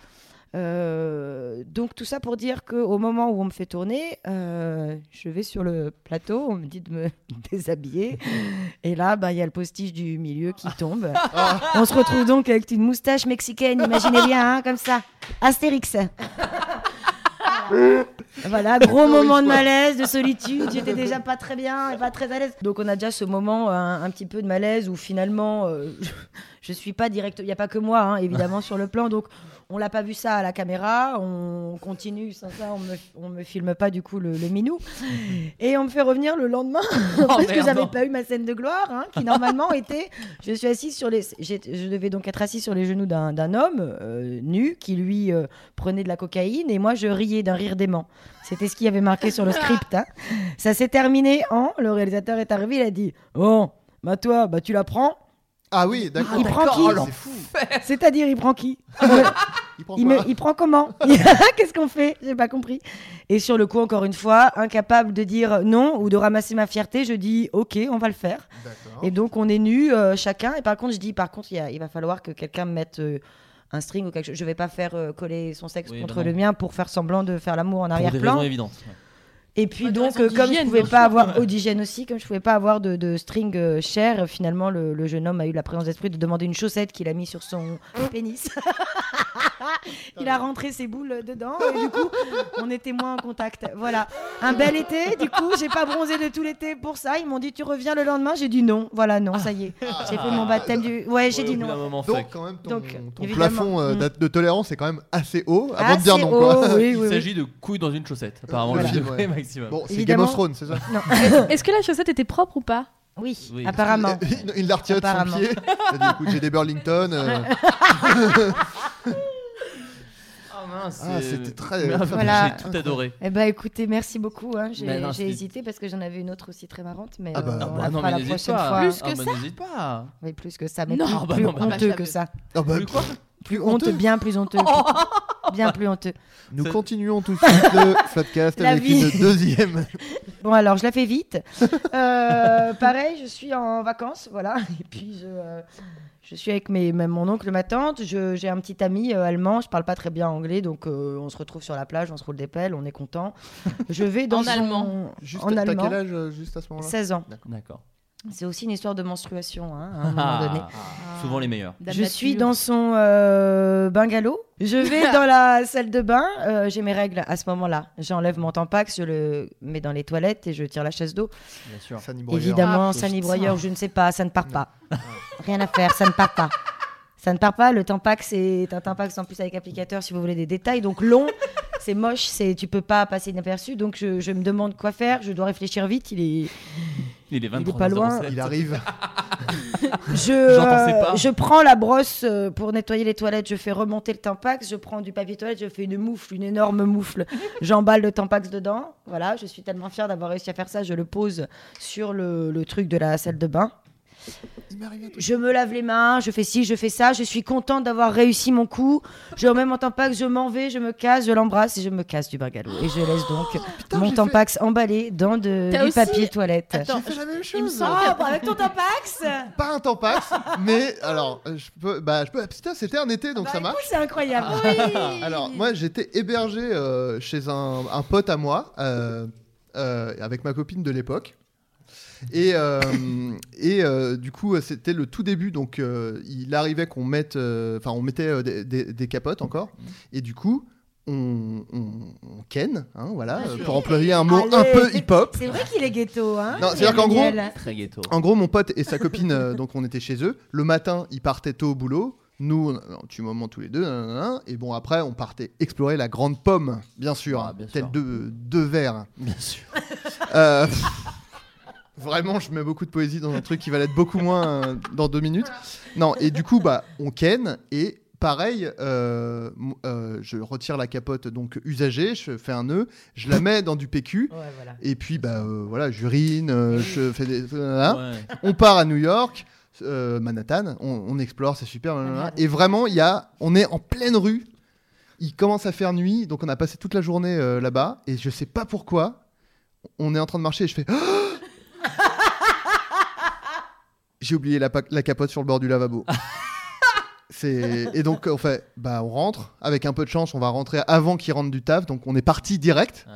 [SPEAKER 5] Euh, donc tout ça pour dire qu'au moment où on me fait tourner, euh, je vais sur le plateau, on me dit de me *laughs* déshabiller, et là bah, il y a le postiche du milieu qui tombe. on se retrouve donc avec une moustache mexicaine, imaginez bien, hein, comme ça, Astérix. Voilà, gros moment de malaise, de solitude. J'étais déjà pas très bien et pas très à l'aise. Donc on a déjà ce moment un, un petit peu de malaise où finalement euh, je, je suis pas direct. Il n'y a pas que moi hein, évidemment sur le plan. Donc on l'a pas vu ça à la caméra. On continue sans ça. On me, on me filme pas du coup le, le minou et on me fait revenir le lendemain *laughs* parce que
[SPEAKER 2] merde.
[SPEAKER 5] j'avais pas eu ma scène de gloire hein, qui normalement était. Je suis assise sur les. j'ai- Je devais donc être assise sur les genoux d'un d'un homme euh, nu qui lui euh, prenait de la cocaïne et moi je riais d'un rire dément. C'était ce qui avait marqué sur le script. hein. Ça s'est terminé en. Le réalisateur est arrivé, il a dit Bon, bah toi, bah tu la prends.
[SPEAKER 3] Ah oui, d'accord.
[SPEAKER 5] Il prend qui
[SPEAKER 3] Oh, c'est fou.
[SPEAKER 5] C'est-à-dire, il prend
[SPEAKER 2] *laughs*
[SPEAKER 5] qui
[SPEAKER 3] Il prend
[SPEAKER 5] il,
[SPEAKER 3] quoi
[SPEAKER 5] me- il prend comment *laughs* Qu'est-ce qu'on fait J'ai pas compris. Et sur le coup, encore une fois, incapable de dire non ou de ramasser ma fierté, je dis Ok, on va le faire.
[SPEAKER 3] D'accord.
[SPEAKER 2] Oh.
[SPEAKER 5] Et donc on est nus euh, chacun. Et par contre, je dis, par contre, il, y a- il va falloir que quelqu'un me mette euh, un string ou quelque chose. Je vais pas faire euh, coller son sexe
[SPEAKER 2] Oui,
[SPEAKER 5] contre
[SPEAKER 2] bah non.
[SPEAKER 5] le mien pour faire semblant de faire l'amour en
[SPEAKER 2] Pour des raisons
[SPEAKER 5] arrière-plan.
[SPEAKER 2] évidentes.
[SPEAKER 5] Et puis
[SPEAKER 4] Ouais, de
[SPEAKER 5] donc,
[SPEAKER 4] raison
[SPEAKER 5] euh, comme je
[SPEAKER 4] d'hygiène,
[SPEAKER 5] pouvais
[SPEAKER 4] bien
[SPEAKER 5] pas
[SPEAKER 4] sûr.
[SPEAKER 5] avoir Odigène aussi, comme je pouvais pas avoir de, de string euh, cher, euh, finalement le, le jeune homme a eu la présence d'esprit de demander une chaussette qu'il a mis sur son
[SPEAKER 4] *laughs*
[SPEAKER 5] pénis. Il a rentré ses boules dedans et du coup, on était moins en contact. Voilà, un bel été. Du coup, j'ai pas bronzé de tout l'été pour ça. Ils m'ont dit tu reviens le lendemain. J'ai dit non. Voilà, non, ça y est. J'ai fait mon baptême du. Ouais, j'ai dit non.
[SPEAKER 3] Donc, quand même, ton,
[SPEAKER 5] Donc,
[SPEAKER 3] ton
[SPEAKER 5] évidemment.
[SPEAKER 3] plafond euh,
[SPEAKER 5] Mm.
[SPEAKER 3] d'a- de tolérance est quand même assez haut avant de dire
[SPEAKER 5] Assez
[SPEAKER 3] non. Quoi.
[SPEAKER 5] haut, oui,
[SPEAKER 2] Il
[SPEAKER 5] oui, oui.
[SPEAKER 2] s'agit de couilles dans une chaussette, apparemment,
[SPEAKER 3] Voilà.
[SPEAKER 2] le degré
[SPEAKER 3] Ouais.
[SPEAKER 2] maximum.
[SPEAKER 3] *laughs* Bon, c'est Game
[SPEAKER 5] Évidemment.
[SPEAKER 3] of Thrones, c'est ça
[SPEAKER 5] Non.
[SPEAKER 6] Est-ce que la chaussette était propre ou pas
[SPEAKER 5] Oui,
[SPEAKER 2] Oui.
[SPEAKER 5] apparemment.
[SPEAKER 3] *laughs* Il, il l'a retiré de son
[SPEAKER 5] Apparemment.
[SPEAKER 3] pied. Il a dit écoute, j'ai des Burlington.
[SPEAKER 5] *laughs*
[SPEAKER 3] euh,
[SPEAKER 2] Ah mince,
[SPEAKER 3] Ah,
[SPEAKER 2] c'est-
[SPEAKER 3] c'était très-
[SPEAKER 2] Merde,
[SPEAKER 5] Voilà.
[SPEAKER 2] J'ai tout adoré.
[SPEAKER 3] Ah,
[SPEAKER 5] Eh ben écoutez, merci beaucoup. hein. J'ai
[SPEAKER 2] Mais non,
[SPEAKER 5] j'ai
[SPEAKER 2] c'était-
[SPEAKER 5] hésité parce que j'en avais une autre aussi très marrante, mais
[SPEAKER 3] Ah bah,
[SPEAKER 5] euh,
[SPEAKER 3] ah
[SPEAKER 5] on
[SPEAKER 3] bah
[SPEAKER 5] la
[SPEAKER 2] non,
[SPEAKER 5] fera
[SPEAKER 2] mais
[SPEAKER 5] la
[SPEAKER 2] n'hésite
[SPEAKER 5] prochaine
[SPEAKER 2] pas.
[SPEAKER 5] fois.
[SPEAKER 4] Plus que
[SPEAKER 2] ah, bah, n'hésite pas.
[SPEAKER 5] Mais plus que ça, mais
[SPEAKER 4] Non,
[SPEAKER 5] plus,
[SPEAKER 2] bah
[SPEAKER 5] plus
[SPEAKER 2] non, bah,
[SPEAKER 4] je
[SPEAKER 5] honteux
[SPEAKER 4] l'avais.
[SPEAKER 5] que ça.
[SPEAKER 3] ah bah,
[SPEAKER 2] Plus quoi
[SPEAKER 5] Plus
[SPEAKER 3] honteux.
[SPEAKER 5] honteux, bien plus honteux. *laughs* bien plus honteux.
[SPEAKER 3] Nous
[SPEAKER 2] C'est-
[SPEAKER 3] continuons tout de suite
[SPEAKER 5] *laughs*
[SPEAKER 3] le Floodcast
[SPEAKER 5] La
[SPEAKER 3] avec
[SPEAKER 5] vie.
[SPEAKER 3] une deuxième.
[SPEAKER 5] Bon alors, je la fais vite. Euh, pareil, je suis en vacances, voilà. Et puis je, euh, je suis avec mes, même mon oncle, ma tante. Je- J'ai un petit ami euh, allemand. Je parle pas très bien anglais, donc euh, on se retrouve sur la plage, on se roule des pelles, on est content. Je
[SPEAKER 4] *laughs*
[SPEAKER 5] vais dans
[SPEAKER 4] En
[SPEAKER 5] son-
[SPEAKER 4] allemand.
[SPEAKER 3] Juste,
[SPEAKER 5] en
[SPEAKER 3] t'as
[SPEAKER 5] allemand.
[SPEAKER 3] quel âge euh, juste à ce moment-là
[SPEAKER 5] 16 ans.
[SPEAKER 2] D'accord.
[SPEAKER 5] C'est aussi une histoire de menstruation, hein, à un moment donné.
[SPEAKER 2] Ah, Souvent les meilleurs.
[SPEAKER 4] Dame
[SPEAKER 5] je
[SPEAKER 4] Nature.
[SPEAKER 5] suis dans son euh, bungalow. Je vais dans la salle de bain. euh, j'ai mes règles à ce moment-là. J'enlève mon tampax, je le mets dans les toilettes et je tire la chaise d'eau.
[SPEAKER 2] Bien sûr.
[SPEAKER 3] Fanny Breuer.
[SPEAKER 5] Évidemment,
[SPEAKER 2] Ah,
[SPEAKER 5] ça
[SPEAKER 2] putain.
[SPEAKER 5] broyeur, je ne sais pas, ça ne part pas. *laughs* Rien à faire, ça ne part pas. Ça ne part pas. Le tampax est un tampax en plus avec applicateur si vous voulez des détails. Donc long, c'est moche, c'est tu peux pas passer inaperçu. Donc je, je me demande quoi faire. Je dois réfléchir vite. Il est
[SPEAKER 2] Il est 23
[SPEAKER 5] pas loin.
[SPEAKER 3] Il arrive.
[SPEAKER 5] Je,
[SPEAKER 2] J'en pensais
[SPEAKER 5] euh,
[SPEAKER 2] pas.
[SPEAKER 5] je prends la brosse euh, pour nettoyer les toilettes, je fais remonter le tampax, je prends du papier toilette, je fais une moufle, une énorme
[SPEAKER 4] *laughs*
[SPEAKER 5] moufle. J'emballe le tampax dedans. Voilà, je suis tellement fière d'avoir réussi à faire ça, je le pose sur le, le truc de la salle de bain.
[SPEAKER 3] Il m'est arrivé un truc.
[SPEAKER 5] Je me lave les mains, je fais ci, je fais ça, je suis contente d'avoir réussi mon coup. Je remets mon tampax, je m'en vais, je me casse, je l'embrasse et je me casse du bungalow. Et je laisse donc mon
[SPEAKER 3] j'ai
[SPEAKER 5] tampax emballé dans de,
[SPEAKER 4] Oh, T'as
[SPEAKER 5] du
[SPEAKER 4] aussi-
[SPEAKER 5] papier toilette.
[SPEAKER 4] Attends,
[SPEAKER 3] J'ai fait la même
[SPEAKER 4] il me
[SPEAKER 3] chose.
[SPEAKER 4] semble
[SPEAKER 5] Ah, bah, avec ton tampax
[SPEAKER 3] Pas un tampax, mais alors, euh, je peux. Bah, je peux. ah, Putain, c'était un été, donc
[SPEAKER 5] Bah,
[SPEAKER 3] ça marche.
[SPEAKER 5] écoute, C'est incroyable.
[SPEAKER 2] Ah.
[SPEAKER 3] Alors, moi, j'étais hébergé euh, chez un, un pote à moi, euh, euh, avec ma copine de l'époque. Et, euh, et euh, du coup, euh, c'était le tout début, donc euh, il arrivait qu'on mette, euh, enfin, on mettait euh, des, des- des capotes encore. Et du coup, on, on, on ken, hein, voilà, euh, pour employer un mot un
[SPEAKER 5] Allez.
[SPEAKER 3] peu hip-hop.
[SPEAKER 5] C'est vrai qu'il est ghetto, hein
[SPEAKER 3] Non, c'est-à-dire qu'en gros,
[SPEAKER 5] Emmanuel.
[SPEAKER 2] Très ghetto.
[SPEAKER 3] En gros, mon pote et sa copine, euh, donc on était chez eux. Le matin, ils partaient tôt au boulot. Nous, on- on tue moment tous les deux. nanana. et bon, après, on partait explorer la grande pomme, bien sûr.
[SPEAKER 2] Ah, bien
[SPEAKER 3] tel
[SPEAKER 2] sûr.
[SPEAKER 3] Deux, deux verres.
[SPEAKER 2] Bien sûr.
[SPEAKER 3] Euh, *laughs* Vraiment, je mets beaucoup de poésie dans un truc qui va l'être beaucoup moins euh, dans deux minutes. Non, et du coup, bah, on ken et Pareil, euh, m- euh, je retire la capote donc usagée, je fais un nœud, je la mets dans du PQ,
[SPEAKER 5] Ouais, voilà.
[SPEAKER 3] et puis bah euh, voilà, j'urine, euh, hein. je fais des. voilà.
[SPEAKER 2] Ouais.
[SPEAKER 3] On part à New York, euh, Manhattan, on, on explore, c'est super. blablabla. Et vraiment, il y a, on est en pleine rue. Il commence à faire nuit, donc on a passé toute la journée euh, là-bas. Et je sais pas pourquoi, on est en train de marcher et je fais. *gasps* J'ai oublié la, pa- la capote sur le bord du lavabo. C'est- Et donc, on fait, bah, on rentre. Avec un peu de chance, on va rentrer avant qu'il rentre du taf. Donc, on est parti direct.
[SPEAKER 2] Ouais.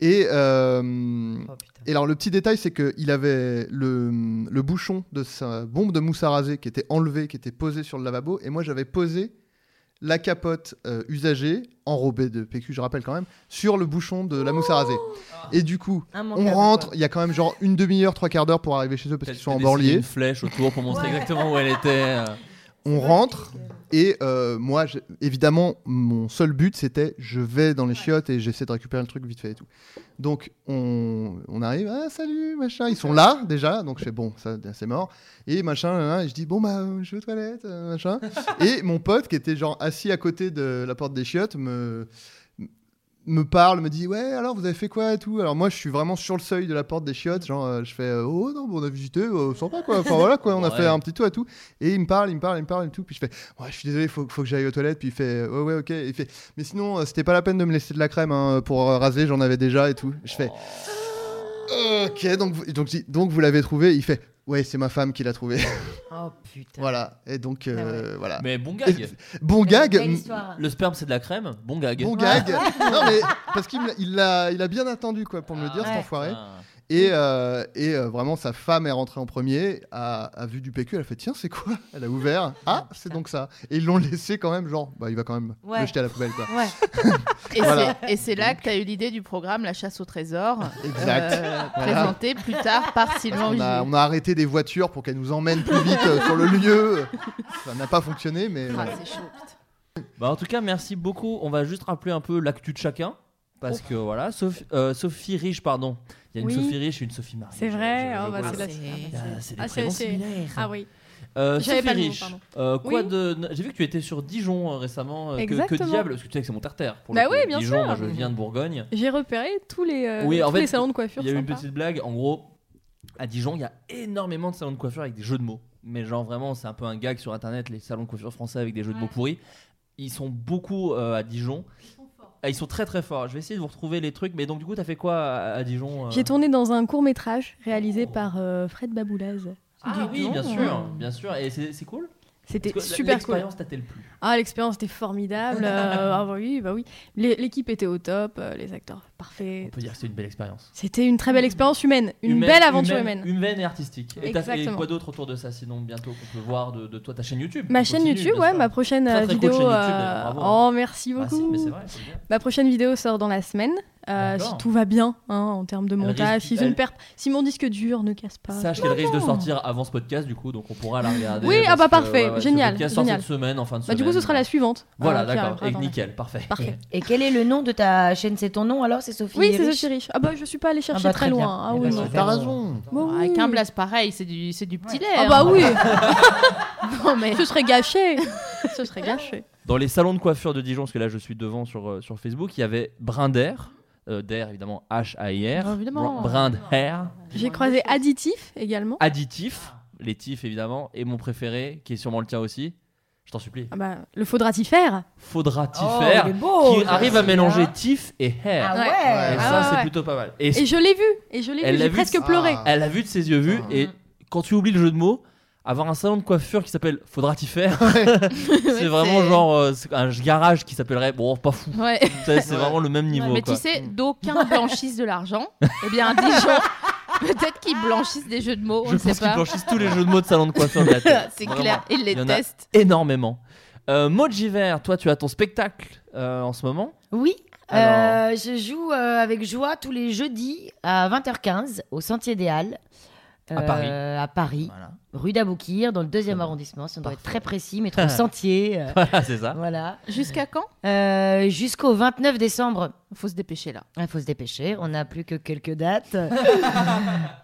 [SPEAKER 3] Et euh,
[SPEAKER 5] Oh, putain.
[SPEAKER 3] et alors, le petit détail, c'est qu'il avait le, le bouchon de sa bombe de mousse à raser qui était enlevé, qui était posé sur le lavabo. Et moi, j'avais posé la capote euh, usagée, enrobée de PQ, je rappelle quand même, sur le bouchon de la mousse à raser. Et du coup, on
[SPEAKER 5] Immanquable,
[SPEAKER 3] rentre.
[SPEAKER 5] quoi.
[SPEAKER 3] Il y a quand même genre une demi-heure, trois quarts d'heure pour arriver chez eux parce
[SPEAKER 2] T'as-
[SPEAKER 3] qu'ils sont
[SPEAKER 2] t'as
[SPEAKER 3] en
[SPEAKER 2] dessiné
[SPEAKER 3] banlieue.
[SPEAKER 2] Une flèche autour pour montrer
[SPEAKER 5] Ouais.
[SPEAKER 2] exactement où elle était. euh.
[SPEAKER 3] On rentre. Et euh, moi, j'ai- évidemment, mon seul but, c'était je vais dans les chiottes et j'essaie de récupérer le truc vite fait et tout. Donc, on, on arrive, ah, salut, machin. Ils sont là déjà, donc je fais bon, ça, c'est mort. Et machin, hein, et je dis bon, bah, euh, je vais aux toilettes, euh, machin. et mon pote, qui était genre assis à côté de la porte des chiottes, me me parle, me dit ouais alors vous avez fait quoi et tout alors moi je suis vraiment sur le seuil de la porte des chiottes genre euh, je fais euh, oh non bon, on a visité euh, sympa quoi enfin voilà quoi on a
[SPEAKER 2] Ouais.
[SPEAKER 3] fait un petit tour et tout et il me parle il me parle il me parle et tout puis je fais Ouais, je suis désolé, faut, faut que j'aille aux toilettes. Puis il fait, ouais, ouais, ok. Il fait, mais sinon, euh, c'était pas la peine de me laisser de la crème hein, pour euh, raser, j'en avais déjà et tout. Je fais, ok, donc, vous- donc, je dis, donc vous l'avez trouvé. Il fait, ouais, c'est ma femme qui l'a trouvé.
[SPEAKER 5] Oh putain.
[SPEAKER 3] voilà. Et donc, euh, voilà.
[SPEAKER 2] Mais bon
[SPEAKER 3] *laughs*
[SPEAKER 2] gag.
[SPEAKER 3] Bon gag.
[SPEAKER 5] Belle
[SPEAKER 3] m-
[SPEAKER 5] histoire.
[SPEAKER 2] Le sperme, c'est de la crème. Bon gag. Ah.
[SPEAKER 3] Bon gag. *laughs* non, mais parce qu'il me l'a- il l'a il a bien attendu, quoi, pour me le dire, cet
[SPEAKER 5] Ouais.
[SPEAKER 3] enfoiré.
[SPEAKER 2] Ah.
[SPEAKER 3] Et, euh, et euh, vraiment, sa femme est rentrée en premier, a, a vu du PQ, elle a fait tiens, c'est quoi Elle a ouvert, ah, c'est donc ça. Et ils l'ont *laughs* laissé quand même, genre, bah, il va quand même le
[SPEAKER 5] Ouais.
[SPEAKER 3] jeter à la poubelle, quoi.
[SPEAKER 5] Ouais.
[SPEAKER 4] Et
[SPEAKER 3] Voilà.
[SPEAKER 4] c'est- et c'est là que tu as eu l'idée du programme La chasse au trésor,
[SPEAKER 3] Exact.
[SPEAKER 4] *laughs* euh,
[SPEAKER 3] Voilà.
[SPEAKER 4] présenté plus tard par Sylvain
[SPEAKER 3] On a,
[SPEAKER 4] Ogier.
[SPEAKER 3] on a arrêté des voitures pour qu'elles nous emmènent plus vite euh, sur le lieu. Ça n'a pas fonctionné, mais.
[SPEAKER 4] Ah,
[SPEAKER 3] voilà.
[SPEAKER 4] c'est chaud, putain.
[SPEAKER 2] Bah, en tout cas, merci beaucoup. On va juste rappeler un peu l'actu de chacun. Parce que voilà, Sophie, euh, Sophie Riche, pardon. Il y a une
[SPEAKER 6] Oui.
[SPEAKER 2] Sophie Riche et une Sophie Marie.
[SPEAKER 6] C'est vrai, ah, bah,
[SPEAKER 2] voilà.
[SPEAKER 6] c'est la-
[SPEAKER 2] Ah, c'est des
[SPEAKER 6] Ah, c'est-
[SPEAKER 2] prénoms
[SPEAKER 6] c'est-
[SPEAKER 2] similaires.
[SPEAKER 6] Ah oui.
[SPEAKER 2] Euh,
[SPEAKER 6] J'avais
[SPEAKER 2] Sophie
[SPEAKER 6] pas le nom,
[SPEAKER 2] Riche,
[SPEAKER 6] pardon.
[SPEAKER 2] euh, quoi
[SPEAKER 6] Oui.
[SPEAKER 2] de... j'ai vu que tu étais sur Dijon euh, récemment. euh, que- que,
[SPEAKER 6] Exactement.
[SPEAKER 2] diable Parce que tu sais que c'est mon terre-terre. Pour
[SPEAKER 6] Bah
[SPEAKER 2] le coup. euh,
[SPEAKER 6] oui, bien
[SPEAKER 2] Dijon,
[SPEAKER 6] sûr.
[SPEAKER 2] moi je viens de Bourgogne.
[SPEAKER 6] J'ai repéré tous les, euh,
[SPEAKER 2] Oui, en
[SPEAKER 6] tous
[SPEAKER 2] fait,
[SPEAKER 6] les salons de coiffure.
[SPEAKER 2] Il y a eu une
[SPEAKER 6] sympas.
[SPEAKER 2] petite blague. En gros, à Dijon, il y a énormément de salons de coiffure avec des jeux de mots. Mais genre vraiment, c'est un peu un gag sur Internet, les salons de coiffure français avec des jeux de mots pourris. Ils sont beaucoup euh, à Dijon. Ils sont forts. ils sont très très forts. Je vais essayer de vous retrouver les trucs. Mais donc du coup, t'as fait quoi à, à Dijon euh Oh.
[SPEAKER 6] J'ai tourné dans un court métrage réalisé par euh, Fred Baboulaz.
[SPEAKER 2] Ah oui, bien sûr, bien sûr. Et c'est c'est cool.
[SPEAKER 6] C'était
[SPEAKER 2] Parce que la-
[SPEAKER 6] super cool.
[SPEAKER 2] L'expérience t'a-t-elle plu
[SPEAKER 6] Ah, l'expérience
[SPEAKER 2] *laughs*
[SPEAKER 6] était formidable. euh, ah bah oui, bah oui. L'é- L'équipe était au top, euh, les acteurs
[SPEAKER 2] On
[SPEAKER 6] parfaits.
[SPEAKER 2] peut dire que c'est une belle expérience.
[SPEAKER 6] C'était une très belle expérience humaine, une
[SPEAKER 2] Humaine-
[SPEAKER 6] belle aventure
[SPEAKER 2] humaine,
[SPEAKER 6] humaine.
[SPEAKER 2] Humaine et artistique. Et t'as fait
[SPEAKER 6] Exactement.
[SPEAKER 2] quoi d'autre autour de ça sinon bientôt qu'on peut voir de, de toi ta chaîne YouTube
[SPEAKER 6] Ma chaîne
[SPEAKER 2] Continue,
[SPEAKER 6] YouTube,
[SPEAKER 2] bien
[SPEAKER 6] ouais,
[SPEAKER 2] sûr.
[SPEAKER 6] ma prochaine
[SPEAKER 2] Très,
[SPEAKER 6] euh,
[SPEAKER 2] très cool
[SPEAKER 6] vidéo.
[SPEAKER 2] chaîne YouTube,
[SPEAKER 6] euh,
[SPEAKER 2] bravo.
[SPEAKER 6] Oh, merci
[SPEAKER 2] Ah,
[SPEAKER 6] beaucoup.
[SPEAKER 2] si, mais c'est vrai, c'est bien.
[SPEAKER 6] Ma prochaine vidéo sort dans la semaine. euh,
[SPEAKER 2] D'accord.
[SPEAKER 6] si tout va bien hein, en termes de
[SPEAKER 2] risque
[SPEAKER 6] montage,
[SPEAKER 2] d'y-
[SPEAKER 6] si, j'ai une
[SPEAKER 2] elle-
[SPEAKER 6] perp- si mon disque dur ne casse pas.
[SPEAKER 2] Sache qu'elle risque de sortir avant ce podcast, du coup, donc on pourra la regarder.
[SPEAKER 6] Oui,
[SPEAKER 2] parce
[SPEAKER 6] ah bah
[SPEAKER 2] que,
[SPEAKER 6] parfait,
[SPEAKER 2] ce
[SPEAKER 6] génial,
[SPEAKER 2] podcast sort
[SPEAKER 6] génial.
[SPEAKER 2] cette semaine, en fin de
[SPEAKER 6] Bah,
[SPEAKER 2] semaine.
[SPEAKER 6] du coup, ce sera la suivante.
[SPEAKER 2] Voilà,
[SPEAKER 6] euh, qui
[SPEAKER 2] d'accord,
[SPEAKER 6] arrivera
[SPEAKER 2] et
[SPEAKER 6] dans la-
[SPEAKER 2] nickel, parfait.
[SPEAKER 6] Parfait.
[SPEAKER 5] Et quel est le nom de ta chaîne C'est ton nom alors C'est Sophie
[SPEAKER 6] Oui, c'est
[SPEAKER 5] Riche
[SPEAKER 6] Sophie Riche. Ah bah, je suis pas allée chercher
[SPEAKER 5] bah,
[SPEAKER 6] très,
[SPEAKER 5] très bien.
[SPEAKER 6] loin. Ah
[SPEAKER 5] Eh
[SPEAKER 6] oui,
[SPEAKER 5] ben,
[SPEAKER 6] non.
[SPEAKER 5] super.
[SPEAKER 3] T'as raison.
[SPEAKER 6] Bon, Bah oui.
[SPEAKER 4] Avec un blast pareil, c'est du, c'est du petit lait.
[SPEAKER 6] Ah
[SPEAKER 4] hein.
[SPEAKER 6] bah
[SPEAKER 4] *laughs*
[SPEAKER 6] oui,
[SPEAKER 2] hein. *laughs*
[SPEAKER 4] Non, mais...
[SPEAKER 6] ce serait gâché. *laughs* ce serait gâché.
[SPEAKER 2] Dans les salons de coiffure de Dijon, parce que là, je suis devant sur, euh, sur Facebook, il y avait Brindair, euh, d'air évidemment H-A-I-R,
[SPEAKER 4] Évidemment.
[SPEAKER 2] Br- Brindair,
[SPEAKER 6] Bah, J'ai croisé Additif également.
[SPEAKER 2] Additif, les tifs évidemment, et mon préféré, qui est sûrement le tien aussi, je t'en supplie,
[SPEAKER 6] Ah bah, le faudra-t-il
[SPEAKER 2] Faudra
[SPEAKER 5] Oh,
[SPEAKER 2] Tifair,
[SPEAKER 5] il est beau,
[SPEAKER 2] qui arrive à
[SPEAKER 5] celui-là.
[SPEAKER 2] mélanger tif et
[SPEAKER 5] Ah
[SPEAKER 2] hair.
[SPEAKER 5] ouais,
[SPEAKER 2] Et
[SPEAKER 3] Ouais.
[SPEAKER 2] ça,
[SPEAKER 4] Ah
[SPEAKER 2] c'est
[SPEAKER 4] ouais.
[SPEAKER 2] plutôt pas mal. Et
[SPEAKER 6] Et je l'ai vu, et je l'ai
[SPEAKER 2] Elle
[SPEAKER 6] vu,
[SPEAKER 2] l'a
[SPEAKER 6] j'ai
[SPEAKER 2] vu,
[SPEAKER 6] presque
[SPEAKER 3] Ah.
[SPEAKER 6] pleuré.
[SPEAKER 2] Elle a vu de ses yeux vus
[SPEAKER 3] Ah.
[SPEAKER 2] et quand tu oublies le jeu de mots, avoir un salon de coiffure qui s'appelle Faudra t'y
[SPEAKER 4] *laughs*
[SPEAKER 2] faire, c'est vraiment
[SPEAKER 4] c'est-
[SPEAKER 2] genre euh, c'est un garage qui s'appellerait Bon, pas fou.
[SPEAKER 4] *laughs* Ouais.
[SPEAKER 2] Tu sais, C'est vraiment le même niveau.
[SPEAKER 4] mais
[SPEAKER 2] quoi.
[SPEAKER 4] tu sais,
[SPEAKER 6] *laughs*
[SPEAKER 4] d'aucuns blanchissent de l'argent. Eh bien, des gens, *laughs* peut-être qu'ils blanchissent des jeux de mots, on
[SPEAKER 2] Je
[SPEAKER 4] ne sait
[SPEAKER 2] pense qu'ils
[SPEAKER 4] pas.
[SPEAKER 2] blanchissent tous les jeux de mots de salon de coiffure de
[SPEAKER 4] *laughs*
[SPEAKER 2] la Terre.
[SPEAKER 4] C'est
[SPEAKER 2] Vraiment,
[SPEAKER 4] clair, ils les
[SPEAKER 2] Il y en a-
[SPEAKER 4] testent.
[SPEAKER 2] Énormément. Euh, Moji Vert, toi, tu as ton spectacle euh, en ce
[SPEAKER 4] *laughs*
[SPEAKER 2] moment.
[SPEAKER 5] Oui.
[SPEAKER 2] Alors-
[SPEAKER 5] Euh, je joue euh, avec joie tous les jeudis à 20h15 au Sentier des Halles.
[SPEAKER 2] À Paris.
[SPEAKER 5] euh, à Paris,
[SPEAKER 2] Voilà,
[SPEAKER 5] rue d'Aboukir, dans le
[SPEAKER 2] Très
[SPEAKER 5] deuxième
[SPEAKER 2] bien.
[SPEAKER 5] arrondissement. Si on doit être
[SPEAKER 2] Parfait.
[SPEAKER 5] très
[SPEAKER 2] *laughs*
[SPEAKER 5] précis, métro Sentier. euh,
[SPEAKER 2] Voilà, c'est ça.
[SPEAKER 5] voilà.
[SPEAKER 4] Jusqu'à quand
[SPEAKER 5] Euh, Jusqu'au 29 décembre.
[SPEAKER 4] Faut se dépêcher là.
[SPEAKER 5] Il Ah, faut se dépêcher, on n'a plus que quelques dates. Euh,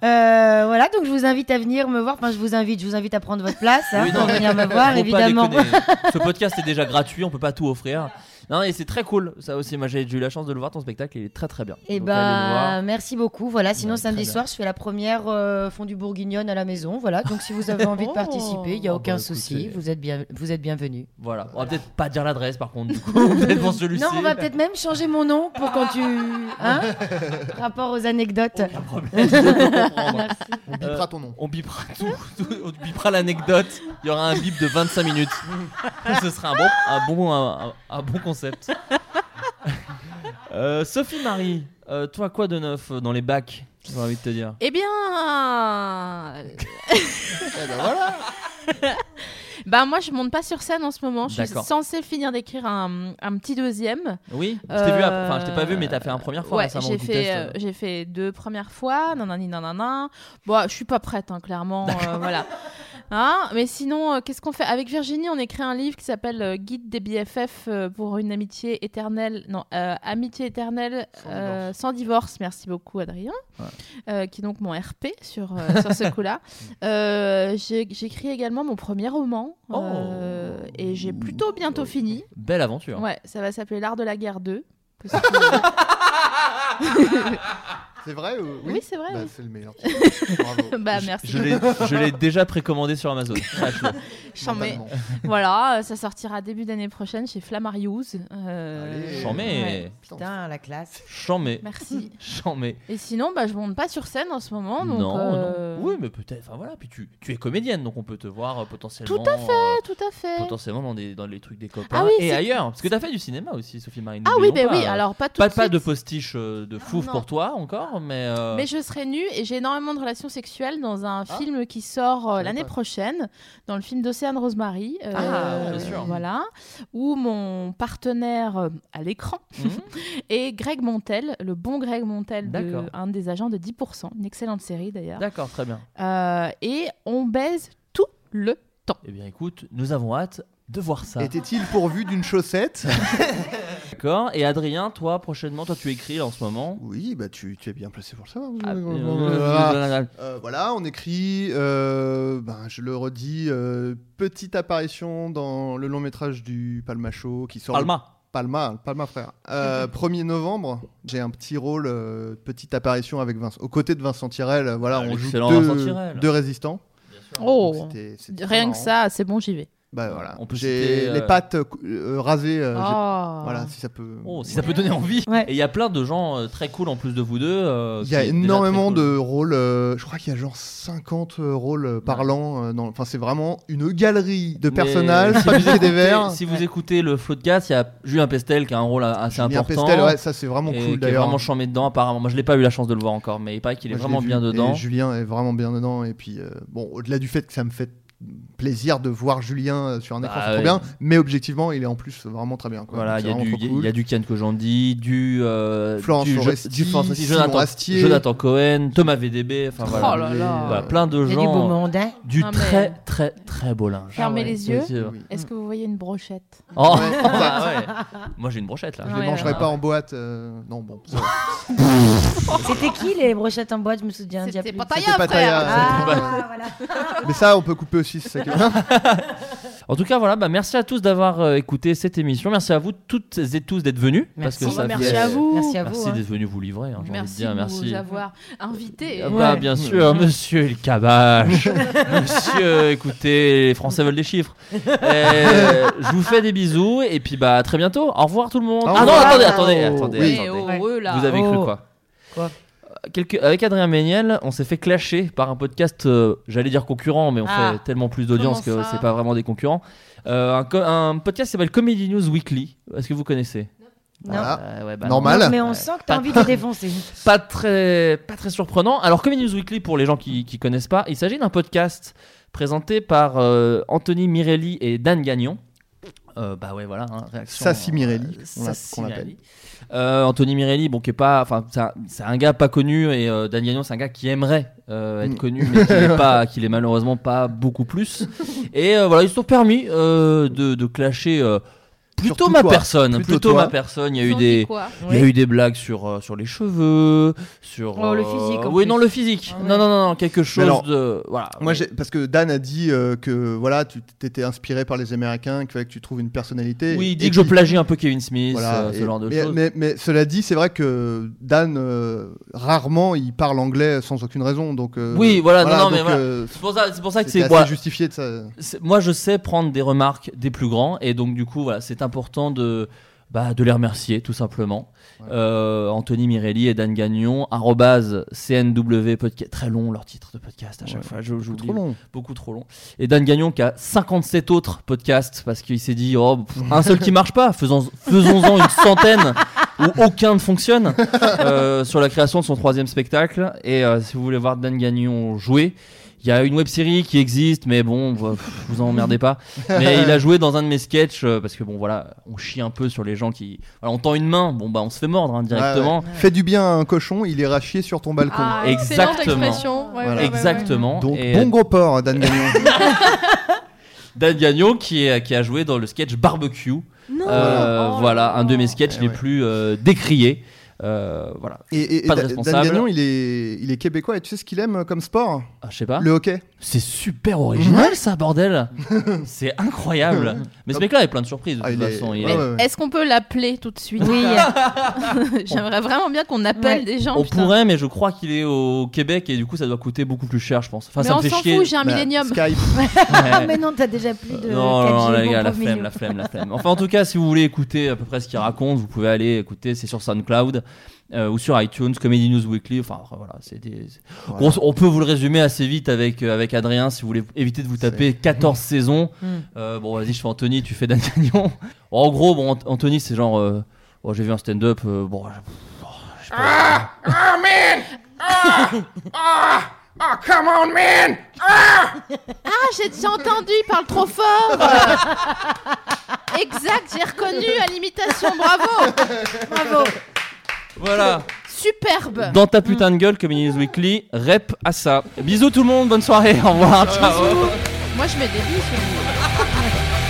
[SPEAKER 5] voilà, donc je vous invite à venir me voir. Enfin, je vous invite, je vous invite à prendre votre place, hein,
[SPEAKER 2] Oui, non,
[SPEAKER 5] pour
[SPEAKER 2] mais- *laughs*
[SPEAKER 5] venir me
[SPEAKER 2] Faut
[SPEAKER 5] voir,
[SPEAKER 2] pas
[SPEAKER 5] évidemment. *laughs*
[SPEAKER 4] *laughs*
[SPEAKER 2] déconner. Ce podcast est déjà gratuit, on peut pas tout offrir. Non, et c'est très cool. Ça aussi, moi j'ai j'ai eu la chance de le voir, ton spectacle, il est très très bien.
[SPEAKER 4] Eh
[SPEAKER 5] Et
[SPEAKER 2] Donc, allez
[SPEAKER 4] ben,
[SPEAKER 2] le voir.
[SPEAKER 5] bah, merci beaucoup. Voilà, sinon
[SPEAKER 2] Ouais,
[SPEAKER 5] samedi
[SPEAKER 2] très
[SPEAKER 5] soir, je fais la première euh, fondue bourguignonne à la maison. Voilà, donc si vous avez envie de participer, il n'y a
[SPEAKER 2] Oh,
[SPEAKER 5] aucun
[SPEAKER 2] bah,
[SPEAKER 5] souci.
[SPEAKER 2] écoutez.
[SPEAKER 5] Vous êtes bien, vous êtes bienvenue.
[SPEAKER 2] Voilà, on va peut-être pas dire l'adresse par contre, du coup, *laughs* peut-être pour celui-ci.
[SPEAKER 5] Non,
[SPEAKER 2] *laughs*
[SPEAKER 5] on va peut-être même changer mon nom pour quand tu, hein, rapport aux anecdotes.
[SPEAKER 2] Pas de problème, je peux comprendre.
[SPEAKER 3] On
[SPEAKER 2] Euh.
[SPEAKER 3] bipera ton nom.
[SPEAKER 2] On bipera tout, tout- on bipera l'anecdote. Il y aura un bip de 25 minutes. Ce sera un bon, un bon, un, un- un bon concept. Euh, Sophie Marie, euh, toi quoi de neuf euh, dans les bacs J'ai envie de te dire.
[SPEAKER 4] Eh bien,
[SPEAKER 3] Eh ben voilà.
[SPEAKER 4] bah moi je monte pas sur scène en ce moment. Je suis
[SPEAKER 2] D'accord.
[SPEAKER 4] censée finir d'écrire un, un petit deuxième.
[SPEAKER 2] Oui, je t'ai vu. à-
[SPEAKER 4] Euh,
[SPEAKER 2] Enfin, je t'ai pas vu, mais t'as fait un première fois
[SPEAKER 4] Ouais,
[SPEAKER 2] récemment.
[SPEAKER 4] j'ai
[SPEAKER 2] du
[SPEAKER 4] fait,
[SPEAKER 2] test.
[SPEAKER 4] euh, j'ai fait deux premières fois. Nanani nanana. Bon, je suis pas prête, hein, clairement. euh, voilà. Hein mais sinon, euh, qu'est-ce qu'on fait Avec Virginie, on écrit un livre qui s'appelle euh, Guide des BFF euh, pour une amitié éternelle. Non, euh, Amitié éternelle euh, sans divorce. Merci beaucoup, Adrien.
[SPEAKER 2] Ouais.
[SPEAKER 4] Euh, qui est donc mon RP sur,
[SPEAKER 2] *laughs*
[SPEAKER 4] euh, sur ce coup-là. Euh, j'ai- J'écris également mon premier roman. euh,
[SPEAKER 2] Oh.
[SPEAKER 4] et j'ai plutôt bientôt fini.
[SPEAKER 2] Belle aventure.
[SPEAKER 4] Ouais, ça va s'appeler L'Art de la guerre 2. parce que-
[SPEAKER 2] *laughs*
[SPEAKER 4] *laughs*
[SPEAKER 3] C'est vrai ou...
[SPEAKER 4] Oui, c'est vrai,
[SPEAKER 3] Bah,
[SPEAKER 4] oui.
[SPEAKER 3] c'est le
[SPEAKER 4] *laughs*
[SPEAKER 3] meilleur. Bravo.
[SPEAKER 4] bah
[SPEAKER 2] Je-
[SPEAKER 4] merci.
[SPEAKER 2] Je l'ai- je l'ai déjà précommandé sur Amazon. Sache-le.
[SPEAKER 4] J'en mets-
[SPEAKER 3] Mentalement.
[SPEAKER 4] *laughs* voilà, euh, ça sortira début d'année prochaine chez Flammarius. Euh,
[SPEAKER 3] Allez.
[SPEAKER 2] J'en mets.
[SPEAKER 4] ouais.
[SPEAKER 3] Putain.
[SPEAKER 5] Putain, la classe.
[SPEAKER 2] J'en mets.
[SPEAKER 4] Merci.
[SPEAKER 2] J'en mets.
[SPEAKER 4] Et sinon, bah, je monte pas sur scène en ce moment. Donc,
[SPEAKER 2] non,
[SPEAKER 4] euh,
[SPEAKER 2] non. Oui, mais peut-être. Enfin voilà. Puis tu, tu es comédienne, donc on peut te voir euh, potentiellement.
[SPEAKER 4] Tout à
[SPEAKER 2] fait.
[SPEAKER 4] Tout à fait.
[SPEAKER 2] potentiellement dans, des, dans les trucs des copains
[SPEAKER 4] Ah oui,
[SPEAKER 2] et
[SPEAKER 4] c'est-
[SPEAKER 2] ailleurs. Parce que t'as fait du cinéma aussi, Sophie Marine.
[SPEAKER 4] Ah oui,
[SPEAKER 2] n'oublions
[SPEAKER 4] bah
[SPEAKER 2] pas. euh,
[SPEAKER 4] oui, alors pas tout
[SPEAKER 2] Pas,
[SPEAKER 4] de
[SPEAKER 2] pas
[SPEAKER 4] suite,
[SPEAKER 2] de postiche euh, de fouf
[SPEAKER 4] non.
[SPEAKER 2] pour toi encore, mais. euh,
[SPEAKER 4] Mais je serai nue et j'ai énormément de relations sexuelles dans un film qui sort euh,
[SPEAKER 3] savais
[SPEAKER 4] l'année
[SPEAKER 3] Ah. pas.
[SPEAKER 4] prochaine, dans le film d'Océane Rosemary. euh,
[SPEAKER 2] Ah, bien sûr.
[SPEAKER 4] Voilà. Où mon partenaire euh, à l'écran
[SPEAKER 2] mhm.
[SPEAKER 4] *laughs* est Greg Montel, le bon Greg Montel, de-
[SPEAKER 2] D'accord.
[SPEAKER 4] un des agents de 10%. Une excellente série d'ailleurs.
[SPEAKER 2] D'accord, très bien.
[SPEAKER 4] Euh, et on baise tout le temps.
[SPEAKER 2] Eh bien, écoute, nous avons hâte de voir ça.
[SPEAKER 3] Était-il pourvu d'une chaussette
[SPEAKER 2] D'accord. Et Adrien, toi, prochainement, toi, tu écris là, en ce moment.
[SPEAKER 3] Oui, bah tu, tu es bien placé pour le savoir.
[SPEAKER 2] Ah,
[SPEAKER 3] Voilà.
[SPEAKER 2] euh,
[SPEAKER 3] Euh, voilà, on écrit, euh, ben, je le redis, euh, petite apparition dans le long métrage du Palma Show qui
[SPEAKER 2] euh,
[SPEAKER 3] sort. le-
[SPEAKER 2] Palma.
[SPEAKER 3] Palma, Palma frère.
[SPEAKER 4] *laughs*
[SPEAKER 3] Euh, 1er novembre, j'ai un petit rôle, euh, petite apparition avec Vincent, aux côtés de Vincent Tirel. euh, Voilà,
[SPEAKER 2] Ah,
[SPEAKER 3] on joue
[SPEAKER 2] l'excellent Vincent
[SPEAKER 3] deux,
[SPEAKER 2] Tirel.
[SPEAKER 3] deux résistants.
[SPEAKER 4] Oh,
[SPEAKER 3] Donc, c'était- c'était très
[SPEAKER 4] rien que
[SPEAKER 3] marrant.
[SPEAKER 4] ça, c'est bon, j'y vais.
[SPEAKER 3] Bah, voilà.
[SPEAKER 2] On peut
[SPEAKER 3] J'ai
[SPEAKER 2] citer, euh,
[SPEAKER 3] les pattes euh, cou- euh, rasées. euh, j'ai-
[SPEAKER 4] Ah.
[SPEAKER 3] Voilà, si ça peut.
[SPEAKER 2] Oh, si ça peut donner envie.
[SPEAKER 5] Ouais.
[SPEAKER 2] Et il y a plein de gens euh, très cool en plus de vous deux. euh,
[SPEAKER 3] Il
[SPEAKER 2] qui
[SPEAKER 3] y a
[SPEAKER 2] est déjà
[SPEAKER 3] énormément
[SPEAKER 2] très cool.
[SPEAKER 3] de rôles. euh, je crois qu'il y a genre 50 euh, rôles euh, parlants. euh, dans- Enfin, c'est vraiment une galerie de
[SPEAKER 2] Mais
[SPEAKER 3] personnages,
[SPEAKER 2] si vous
[SPEAKER 3] pas piqué des
[SPEAKER 2] écoutez-
[SPEAKER 3] verres.
[SPEAKER 2] Si vous écoutez le flot de gaz, il y a Julien Pestel qui a un rôle a- assez
[SPEAKER 3] Julien
[SPEAKER 2] important.
[SPEAKER 3] Pestel, ouais, ça c'est vraiment
[SPEAKER 2] et
[SPEAKER 3] cool
[SPEAKER 2] qui est
[SPEAKER 3] d'ailleurs.
[SPEAKER 2] vraiment chambé dedans apparemment. Moi je l'ai pas eu la chance de le voir encore mais il paraît qu'il est
[SPEAKER 3] Moi, je l'ai
[SPEAKER 2] vraiment
[SPEAKER 3] vu,
[SPEAKER 2] bien
[SPEAKER 3] et
[SPEAKER 2] dedans.
[SPEAKER 3] Julien est vraiment bien dedans. Et puis, euh, bon, au-delà du fait que ça me fait plaisir de voir Julien euh, sur un écran,
[SPEAKER 2] Bah,
[SPEAKER 3] c'est trop
[SPEAKER 2] ouais.
[SPEAKER 3] bien. Mais objectivement, il est en plus vraiment très bien. quoi.
[SPEAKER 2] Voilà,
[SPEAKER 3] Donc,
[SPEAKER 2] il
[SPEAKER 3] c'est
[SPEAKER 2] y, a du-
[SPEAKER 3] vraiment trop
[SPEAKER 2] il y a-
[SPEAKER 3] cool.
[SPEAKER 2] il y a du Ken Kojandi, du, euh,
[SPEAKER 3] Florence
[SPEAKER 2] du, Jo-
[SPEAKER 3] Foresti,
[SPEAKER 2] du Florence Foresti,
[SPEAKER 3] Simon
[SPEAKER 2] Jonathan,
[SPEAKER 3] Astier.
[SPEAKER 2] Jonathan Cohen, Thomas VDB, enfin voilà.
[SPEAKER 4] Oh là là.
[SPEAKER 2] Voilà, plein de
[SPEAKER 5] Il y a du beau
[SPEAKER 2] gens,
[SPEAKER 5] monde, hein.
[SPEAKER 2] du,
[SPEAKER 4] Ah, mais-
[SPEAKER 2] très très très beau linge. Ah
[SPEAKER 4] Fermez les yeux.
[SPEAKER 2] C'est sûr.
[SPEAKER 3] Oui.
[SPEAKER 4] Est-ce que vous voyez une brochette
[SPEAKER 2] Oh, *laughs*
[SPEAKER 3] Ouais, exact.
[SPEAKER 2] bah ouais. Moi j'ai une brochette là.
[SPEAKER 3] Je
[SPEAKER 4] Ah
[SPEAKER 3] les
[SPEAKER 4] ouais,
[SPEAKER 3] mangerai
[SPEAKER 4] ouais.
[SPEAKER 3] pas en boîte. euh, Non, bon. ça va.
[SPEAKER 5] C'était qui les brochettes en boîte Je me souviens d'il y a
[SPEAKER 4] C'était
[SPEAKER 5] plus.
[SPEAKER 4] Pattaya,
[SPEAKER 3] C'était Pattaya,
[SPEAKER 4] frère.
[SPEAKER 5] Ah,
[SPEAKER 2] Bah-
[SPEAKER 5] voilà.
[SPEAKER 4] *laughs*
[SPEAKER 3] Mais ça, on peut couper aussi. *laughs* c'est ça qui est bien.
[SPEAKER 2] En tout cas, voilà, bah, merci à tous d'avoir euh, écouté cette émission. Merci à vous toutes et tous d'être venus. Parce que
[SPEAKER 5] Merci.
[SPEAKER 2] ça
[SPEAKER 4] Merci
[SPEAKER 2] fait- euh,
[SPEAKER 4] à vous.
[SPEAKER 5] Merci à vous.
[SPEAKER 2] Merci
[SPEAKER 5] hein.
[SPEAKER 2] d'être venus vous livrer. hein, j'ai envie de
[SPEAKER 4] Merci
[SPEAKER 2] dire,
[SPEAKER 4] de
[SPEAKER 2] merci.
[SPEAKER 4] nous avoir invités.
[SPEAKER 2] Ah bah, bien sûr, monsieur le
[SPEAKER 5] *laughs*
[SPEAKER 2] cabage. monsieur, écoutez, les Français veulent des chiffres. Euh,
[SPEAKER 5] *laughs*
[SPEAKER 2] je vous fais des bisous et puis bah à très bientôt. Au revoir tout le monde.
[SPEAKER 3] Au
[SPEAKER 2] ah non,
[SPEAKER 3] revoir.
[SPEAKER 2] attendez, attendez,
[SPEAKER 3] Oh,
[SPEAKER 2] attendez.
[SPEAKER 3] oui.
[SPEAKER 4] Eh,
[SPEAKER 2] attendez.
[SPEAKER 4] oh, eux, là.
[SPEAKER 2] Vous avez cru
[SPEAKER 5] Oh.
[SPEAKER 2] quoi
[SPEAKER 5] Quoi
[SPEAKER 2] Euh, quelque- Avec Adrien Méniel, on s'est fait clasher par un podcast, euh, j'allais dire concurrent, mais on
[SPEAKER 5] Ah.
[SPEAKER 2] fait tellement plus d'audience
[SPEAKER 4] Comment
[SPEAKER 2] que
[SPEAKER 4] ça
[SPEAKER 2] c'est pas vraiment des concurrents. Euh, un, co- un podcast qui s'appelle Comedy News Weekly. Est-ce que vous connaissez
[SPEAKER 5] Non.
[SPEAKER 3] Voilà.
[SPEAKER 2] Euh, ouais, bah, non.
[SPEAKER 3] Normal.
[SPEAKER 5] Mais on sent que t'as envie de te défoncer.
[SPEAKER 2] pas très, pas très surprenant. Alors, Comedy News Weekly, pour les gens qui ne connaissent pas, il s'agit d'un podcast présenté par euh, Anthony Mirelli et Dan Gagnon. Euh, bah ouais, voilà. hein, réaction,
[SPEAKER 3] Sassi Mirelli,
[SPEAKER 2] euh,
[SPEAKER 3] on l'a-
[SPEAKER 2] Sassi
[SPEAKER 3] qu'on l'appelle.
[SPEAKER 2] Mirelli. Euh, Anthony Mirelli, bon, qui est pas. Enfin, c'est un- c'est un gars pas connu et euh, Dan Gagnon, c'est un gars qui aimerait euh, être
[SPEAKER 3] Mm.
[SPEAKER 2] connu, mais qui l'est pas- qui l'est malheureusement pas beaucoup plus. Et euh, voilà, ils se sont permis euh, de, de clasher euh, plutôt
[SPEAKER 3] Surtout
[SPEAKER 2] ma
[SPEAKER 3] toi.
[SPEAKER 2] personne.
[SPEAKER 3] Plutôt
[SPEAKER 2] Plutôt,
[SPEAKER 3] toi.
[SPEAKER 2] ma personne. Il y a
[SPEAKER 4] Ils
[SPEAKER 2] eu
[SPEAKER 4] ont dit
[SPEAKER 2] des.
[SPEAKER 4] quoi
[SPEAKER 2] Il y a eu des blagues sur, euh, sur les cheveux, sur.
[SPEAKER 5] Oh, le
[SPEAKER 2] euh,
[SPEAKER 5] physique, en
[SPEAKER 2] Oui,
[SPEAKER 5] plus.
[SPEAKER 2] non, le physique.
[SPEAKER 5] Ah ouais.
[SPEAKER 2] Non, non, non, non, quelque chose
[SPEAKER 3] alors,
[SPEAKER 2] de. Voilà.
[SPEAKER 3] Moi, j'ai- parce que Dan a dit euh, que voilà, tu t'étais inspiré par les Américains, qu'il fallait que tu trouves une personnalité.
[SPEAKER 2] Oui, il dit
[SPEAKER 3] Et
[SPEAKER 2] que je
[SPEAKER 3] qu'il-
[SPEAKER 2] plagie un peu Kevin Smith,
[SPEAKER 3] Voilà,
[SPEAKER 2] euh, ce
[SPEAKER 3] et-
[SPEAKER 2] genre de
[SPEAKER 3] mais,
[SPEAKER 2] choses.
[SPEAKER 3] mais- mais cela dit, c'est vrai que Dan, euh, rarement, il parle anglais sans aucune raison. Donc, euh,
[SPEAKER 2] Oui, voilà, non, non, mais
[SPEAKER 3] donc,
[SPEAKER 2] voilà.
[SPEAKER 3] euh,
[SPEAKER 2] C'est pour ça, c'est pour ça que
[SPEAKER 3] c'était
[SPEAKER 2] c'est.
[SPEAKER 3] assez
[SPEAKER 2] voilà,
[SPEAKER 3] justifié de ça.
[SPEAKER 2] c'est- moi, je sais prendre des remarques des plus grands, et donc du coup, voilà, c'est important de, bah, de les remercier, tout simplement.
[SPEAKER 3] Ouais.
[SPEAKER 2] Euh, Anthony Mirelli et Dan Gagnon, arrobase CNW podcast, très long leur titre de podcast à chaque
[SPEAKER 3] Ouais,
[SPEAKER 2] fois, je, j'oublie.
[SPEAKER 3] Trop long.
[SPEAKER 2] beaucoup trop long. Et Dan Gagnon qui a 57 autres podcasts parce qu'il s'est dit oh, pff, un seul qui marche pas, faisons, faisons-en une centaine où aucun ne fonctionne euh, sur la création de son troisième spectacle. Et euh, si vous voulez voir Dan Gagnon jouer, il y a une web série qui existe, mais bon, vous- pff, vous en emmerdez pas. Mais il a joué dans un de mes sketchs euh, parce que bon voilà, on chie un peu sur les gens qui. Voilà, on tend une main, bon bah on se fait mordre hein, directement.
[SPEAKER 3] Ouais, ouais. Fais du bien à un cochon, il ira chier sur ton balcon.
[SPEAKER 6] Ah,
[SPEAKER 2] Exactement.
[SPEAKER 6] excellente expression. Ouais,
[SPEAKER 3] Voilà.
[SPEAKER 6] ouais, ouais, ouais.
[SPEAKER 2] Exactement.
[SPEAKER 3] Donc,
[SPEAKER 2] Ah. Et,
[SPEAKER 3] bon gros porc, Dan Gagnon.
[SPEAKER 2] *laughs* Dan Gagnon qui, est- qui a joué dans le sketch Barbecue.
[SPEAKER 6] Non.
[SPEAKER 2] Euh,
[SPEAKER 6] Oh.
[SPEAKER 2] voilà, un de mes sketchs
[SPEAKER 3] Eh
[SPEAKER 2] les
[SPEAKER 3] ouais.
[SPEAKER 2] plus euh, décriés. Euh, voilà,
[SPEAKER 3] et et- et
[SPEAKER 2] Pas de
[SPEAKER 3] Dan- Dan
[SPEAKER 2] responsable.
[SPEAKER 3] Gagnon, il est, il est québécois. Et tu sais ce qu'il aime comme sport
[SPEAKER 2] Ah, je sais pas.
[SPEAKER 3] Le hockey.
[SPEAKER 2] C'est super original ça,
[SPEAKER 3] *laughs*
[SPEAKER 2] bordel. c'est incroyable. Mais ce
[SPEAKER 3] Hop.
[SPEAKER 2] mec-là est plein de surprises. De
[SPEAKER 3] Ah,
[SPEAKER 2] toute
[SPEAKER 3] il est-
[SPEAKER 2] façon, il
[SPEAKER 3] ouais,
[SPEAKER 2] est-
[SPEAKER 3] ouais, ouais.
[SPEAKER 4] Est-ce qu'on peut l'appeler tout de suite
[SPEAKER 5] Oui,
[SPEAKER 4] *laughs* J'aimerais vraiment bien qu'on appelle
[SPEAKER 5] Ouais.
[SPEAKER 4] des gens.
[SPEAKER 2] On
[SPEAKER 4] Oh, putain.
[SPEAKER 2] pourrait, mais je crois qu'il est au Québec et du coup ça doit coûter beaucoup plus cher, je pense. Enfin,
[SPEAKER 4] mais
[SPEAKER 2] ça me
[SPEAKER 4] on
[SPEAKER 2] fait
[SPEAKER 4] s'en
[SPEAKER 2] chier.
[SPEAKER 4] fout, j'ai un
[SPEAKER 3] Bah,
[SPEAKER 4] millénium.
[SPEAKER 3] Skype.
[SPEAKER 5] Ah,
[SPEAKER 2] Ouais.
[SPEAKER 5] mais non, t'as déjà plus de.
[SPEAKER 2] non, non,
[SPEAKER 5] 4G,
[SPEAKER 2] les
[SPEAKER 5] mon
[SPEAKER 2] gars, la
[SPEAKER 5] pauvre
[SPEAKER 2] flemme,
[SPEAKER 5] mignon.
[SPEAKER 2] la flemme, la flemme. Enfin, en tout cas, si vous voulez écouter à peu près ce qu'il raconte, vous pouvez aller écouter, c'est sur SoundCloud euh, ou sur iTunes, Comedy News Weekly. Enfin, après, voilà, c'est des. c'est-
[SPEAKER 3] Voilà.
[SPEAKER 2] On, on peut vous le résumer assez vite avec, euh, avec Adrien si vous voulez éviter de vous taper 14 saisons.
[SPEAKER 5] Mm.
[SPEAKER 2] Euh, bon, vas-y, je fais Anthony, tu fais Dan Gagnon. *laughs* en gros, bon, Ant- Anthony, c'est genre. euh, bon, j'ai vu un stand-up, euh, bon. je- oh, je sais pas.
[SPEAKER 4] Ah, j'ai j'ai entendu, il parle
[SPEAKER 2] *laughs*
[SPEAKER 4] trop fort. Euh, exact, j'ai reconnu à l'imitation. Bravo, bravo,
[SPEAKER 2] Voilà.
[SPEAKER 4] superbe.
[SPEAKER 2] Dans ta putain de gueule, Comedy News Weekly, rep à ça. Bisous tout le monde, bonne soirée, *laughs* au revoir. ciao.
[SPEAKER 4] Moi, je mets des hein. billes sur vous.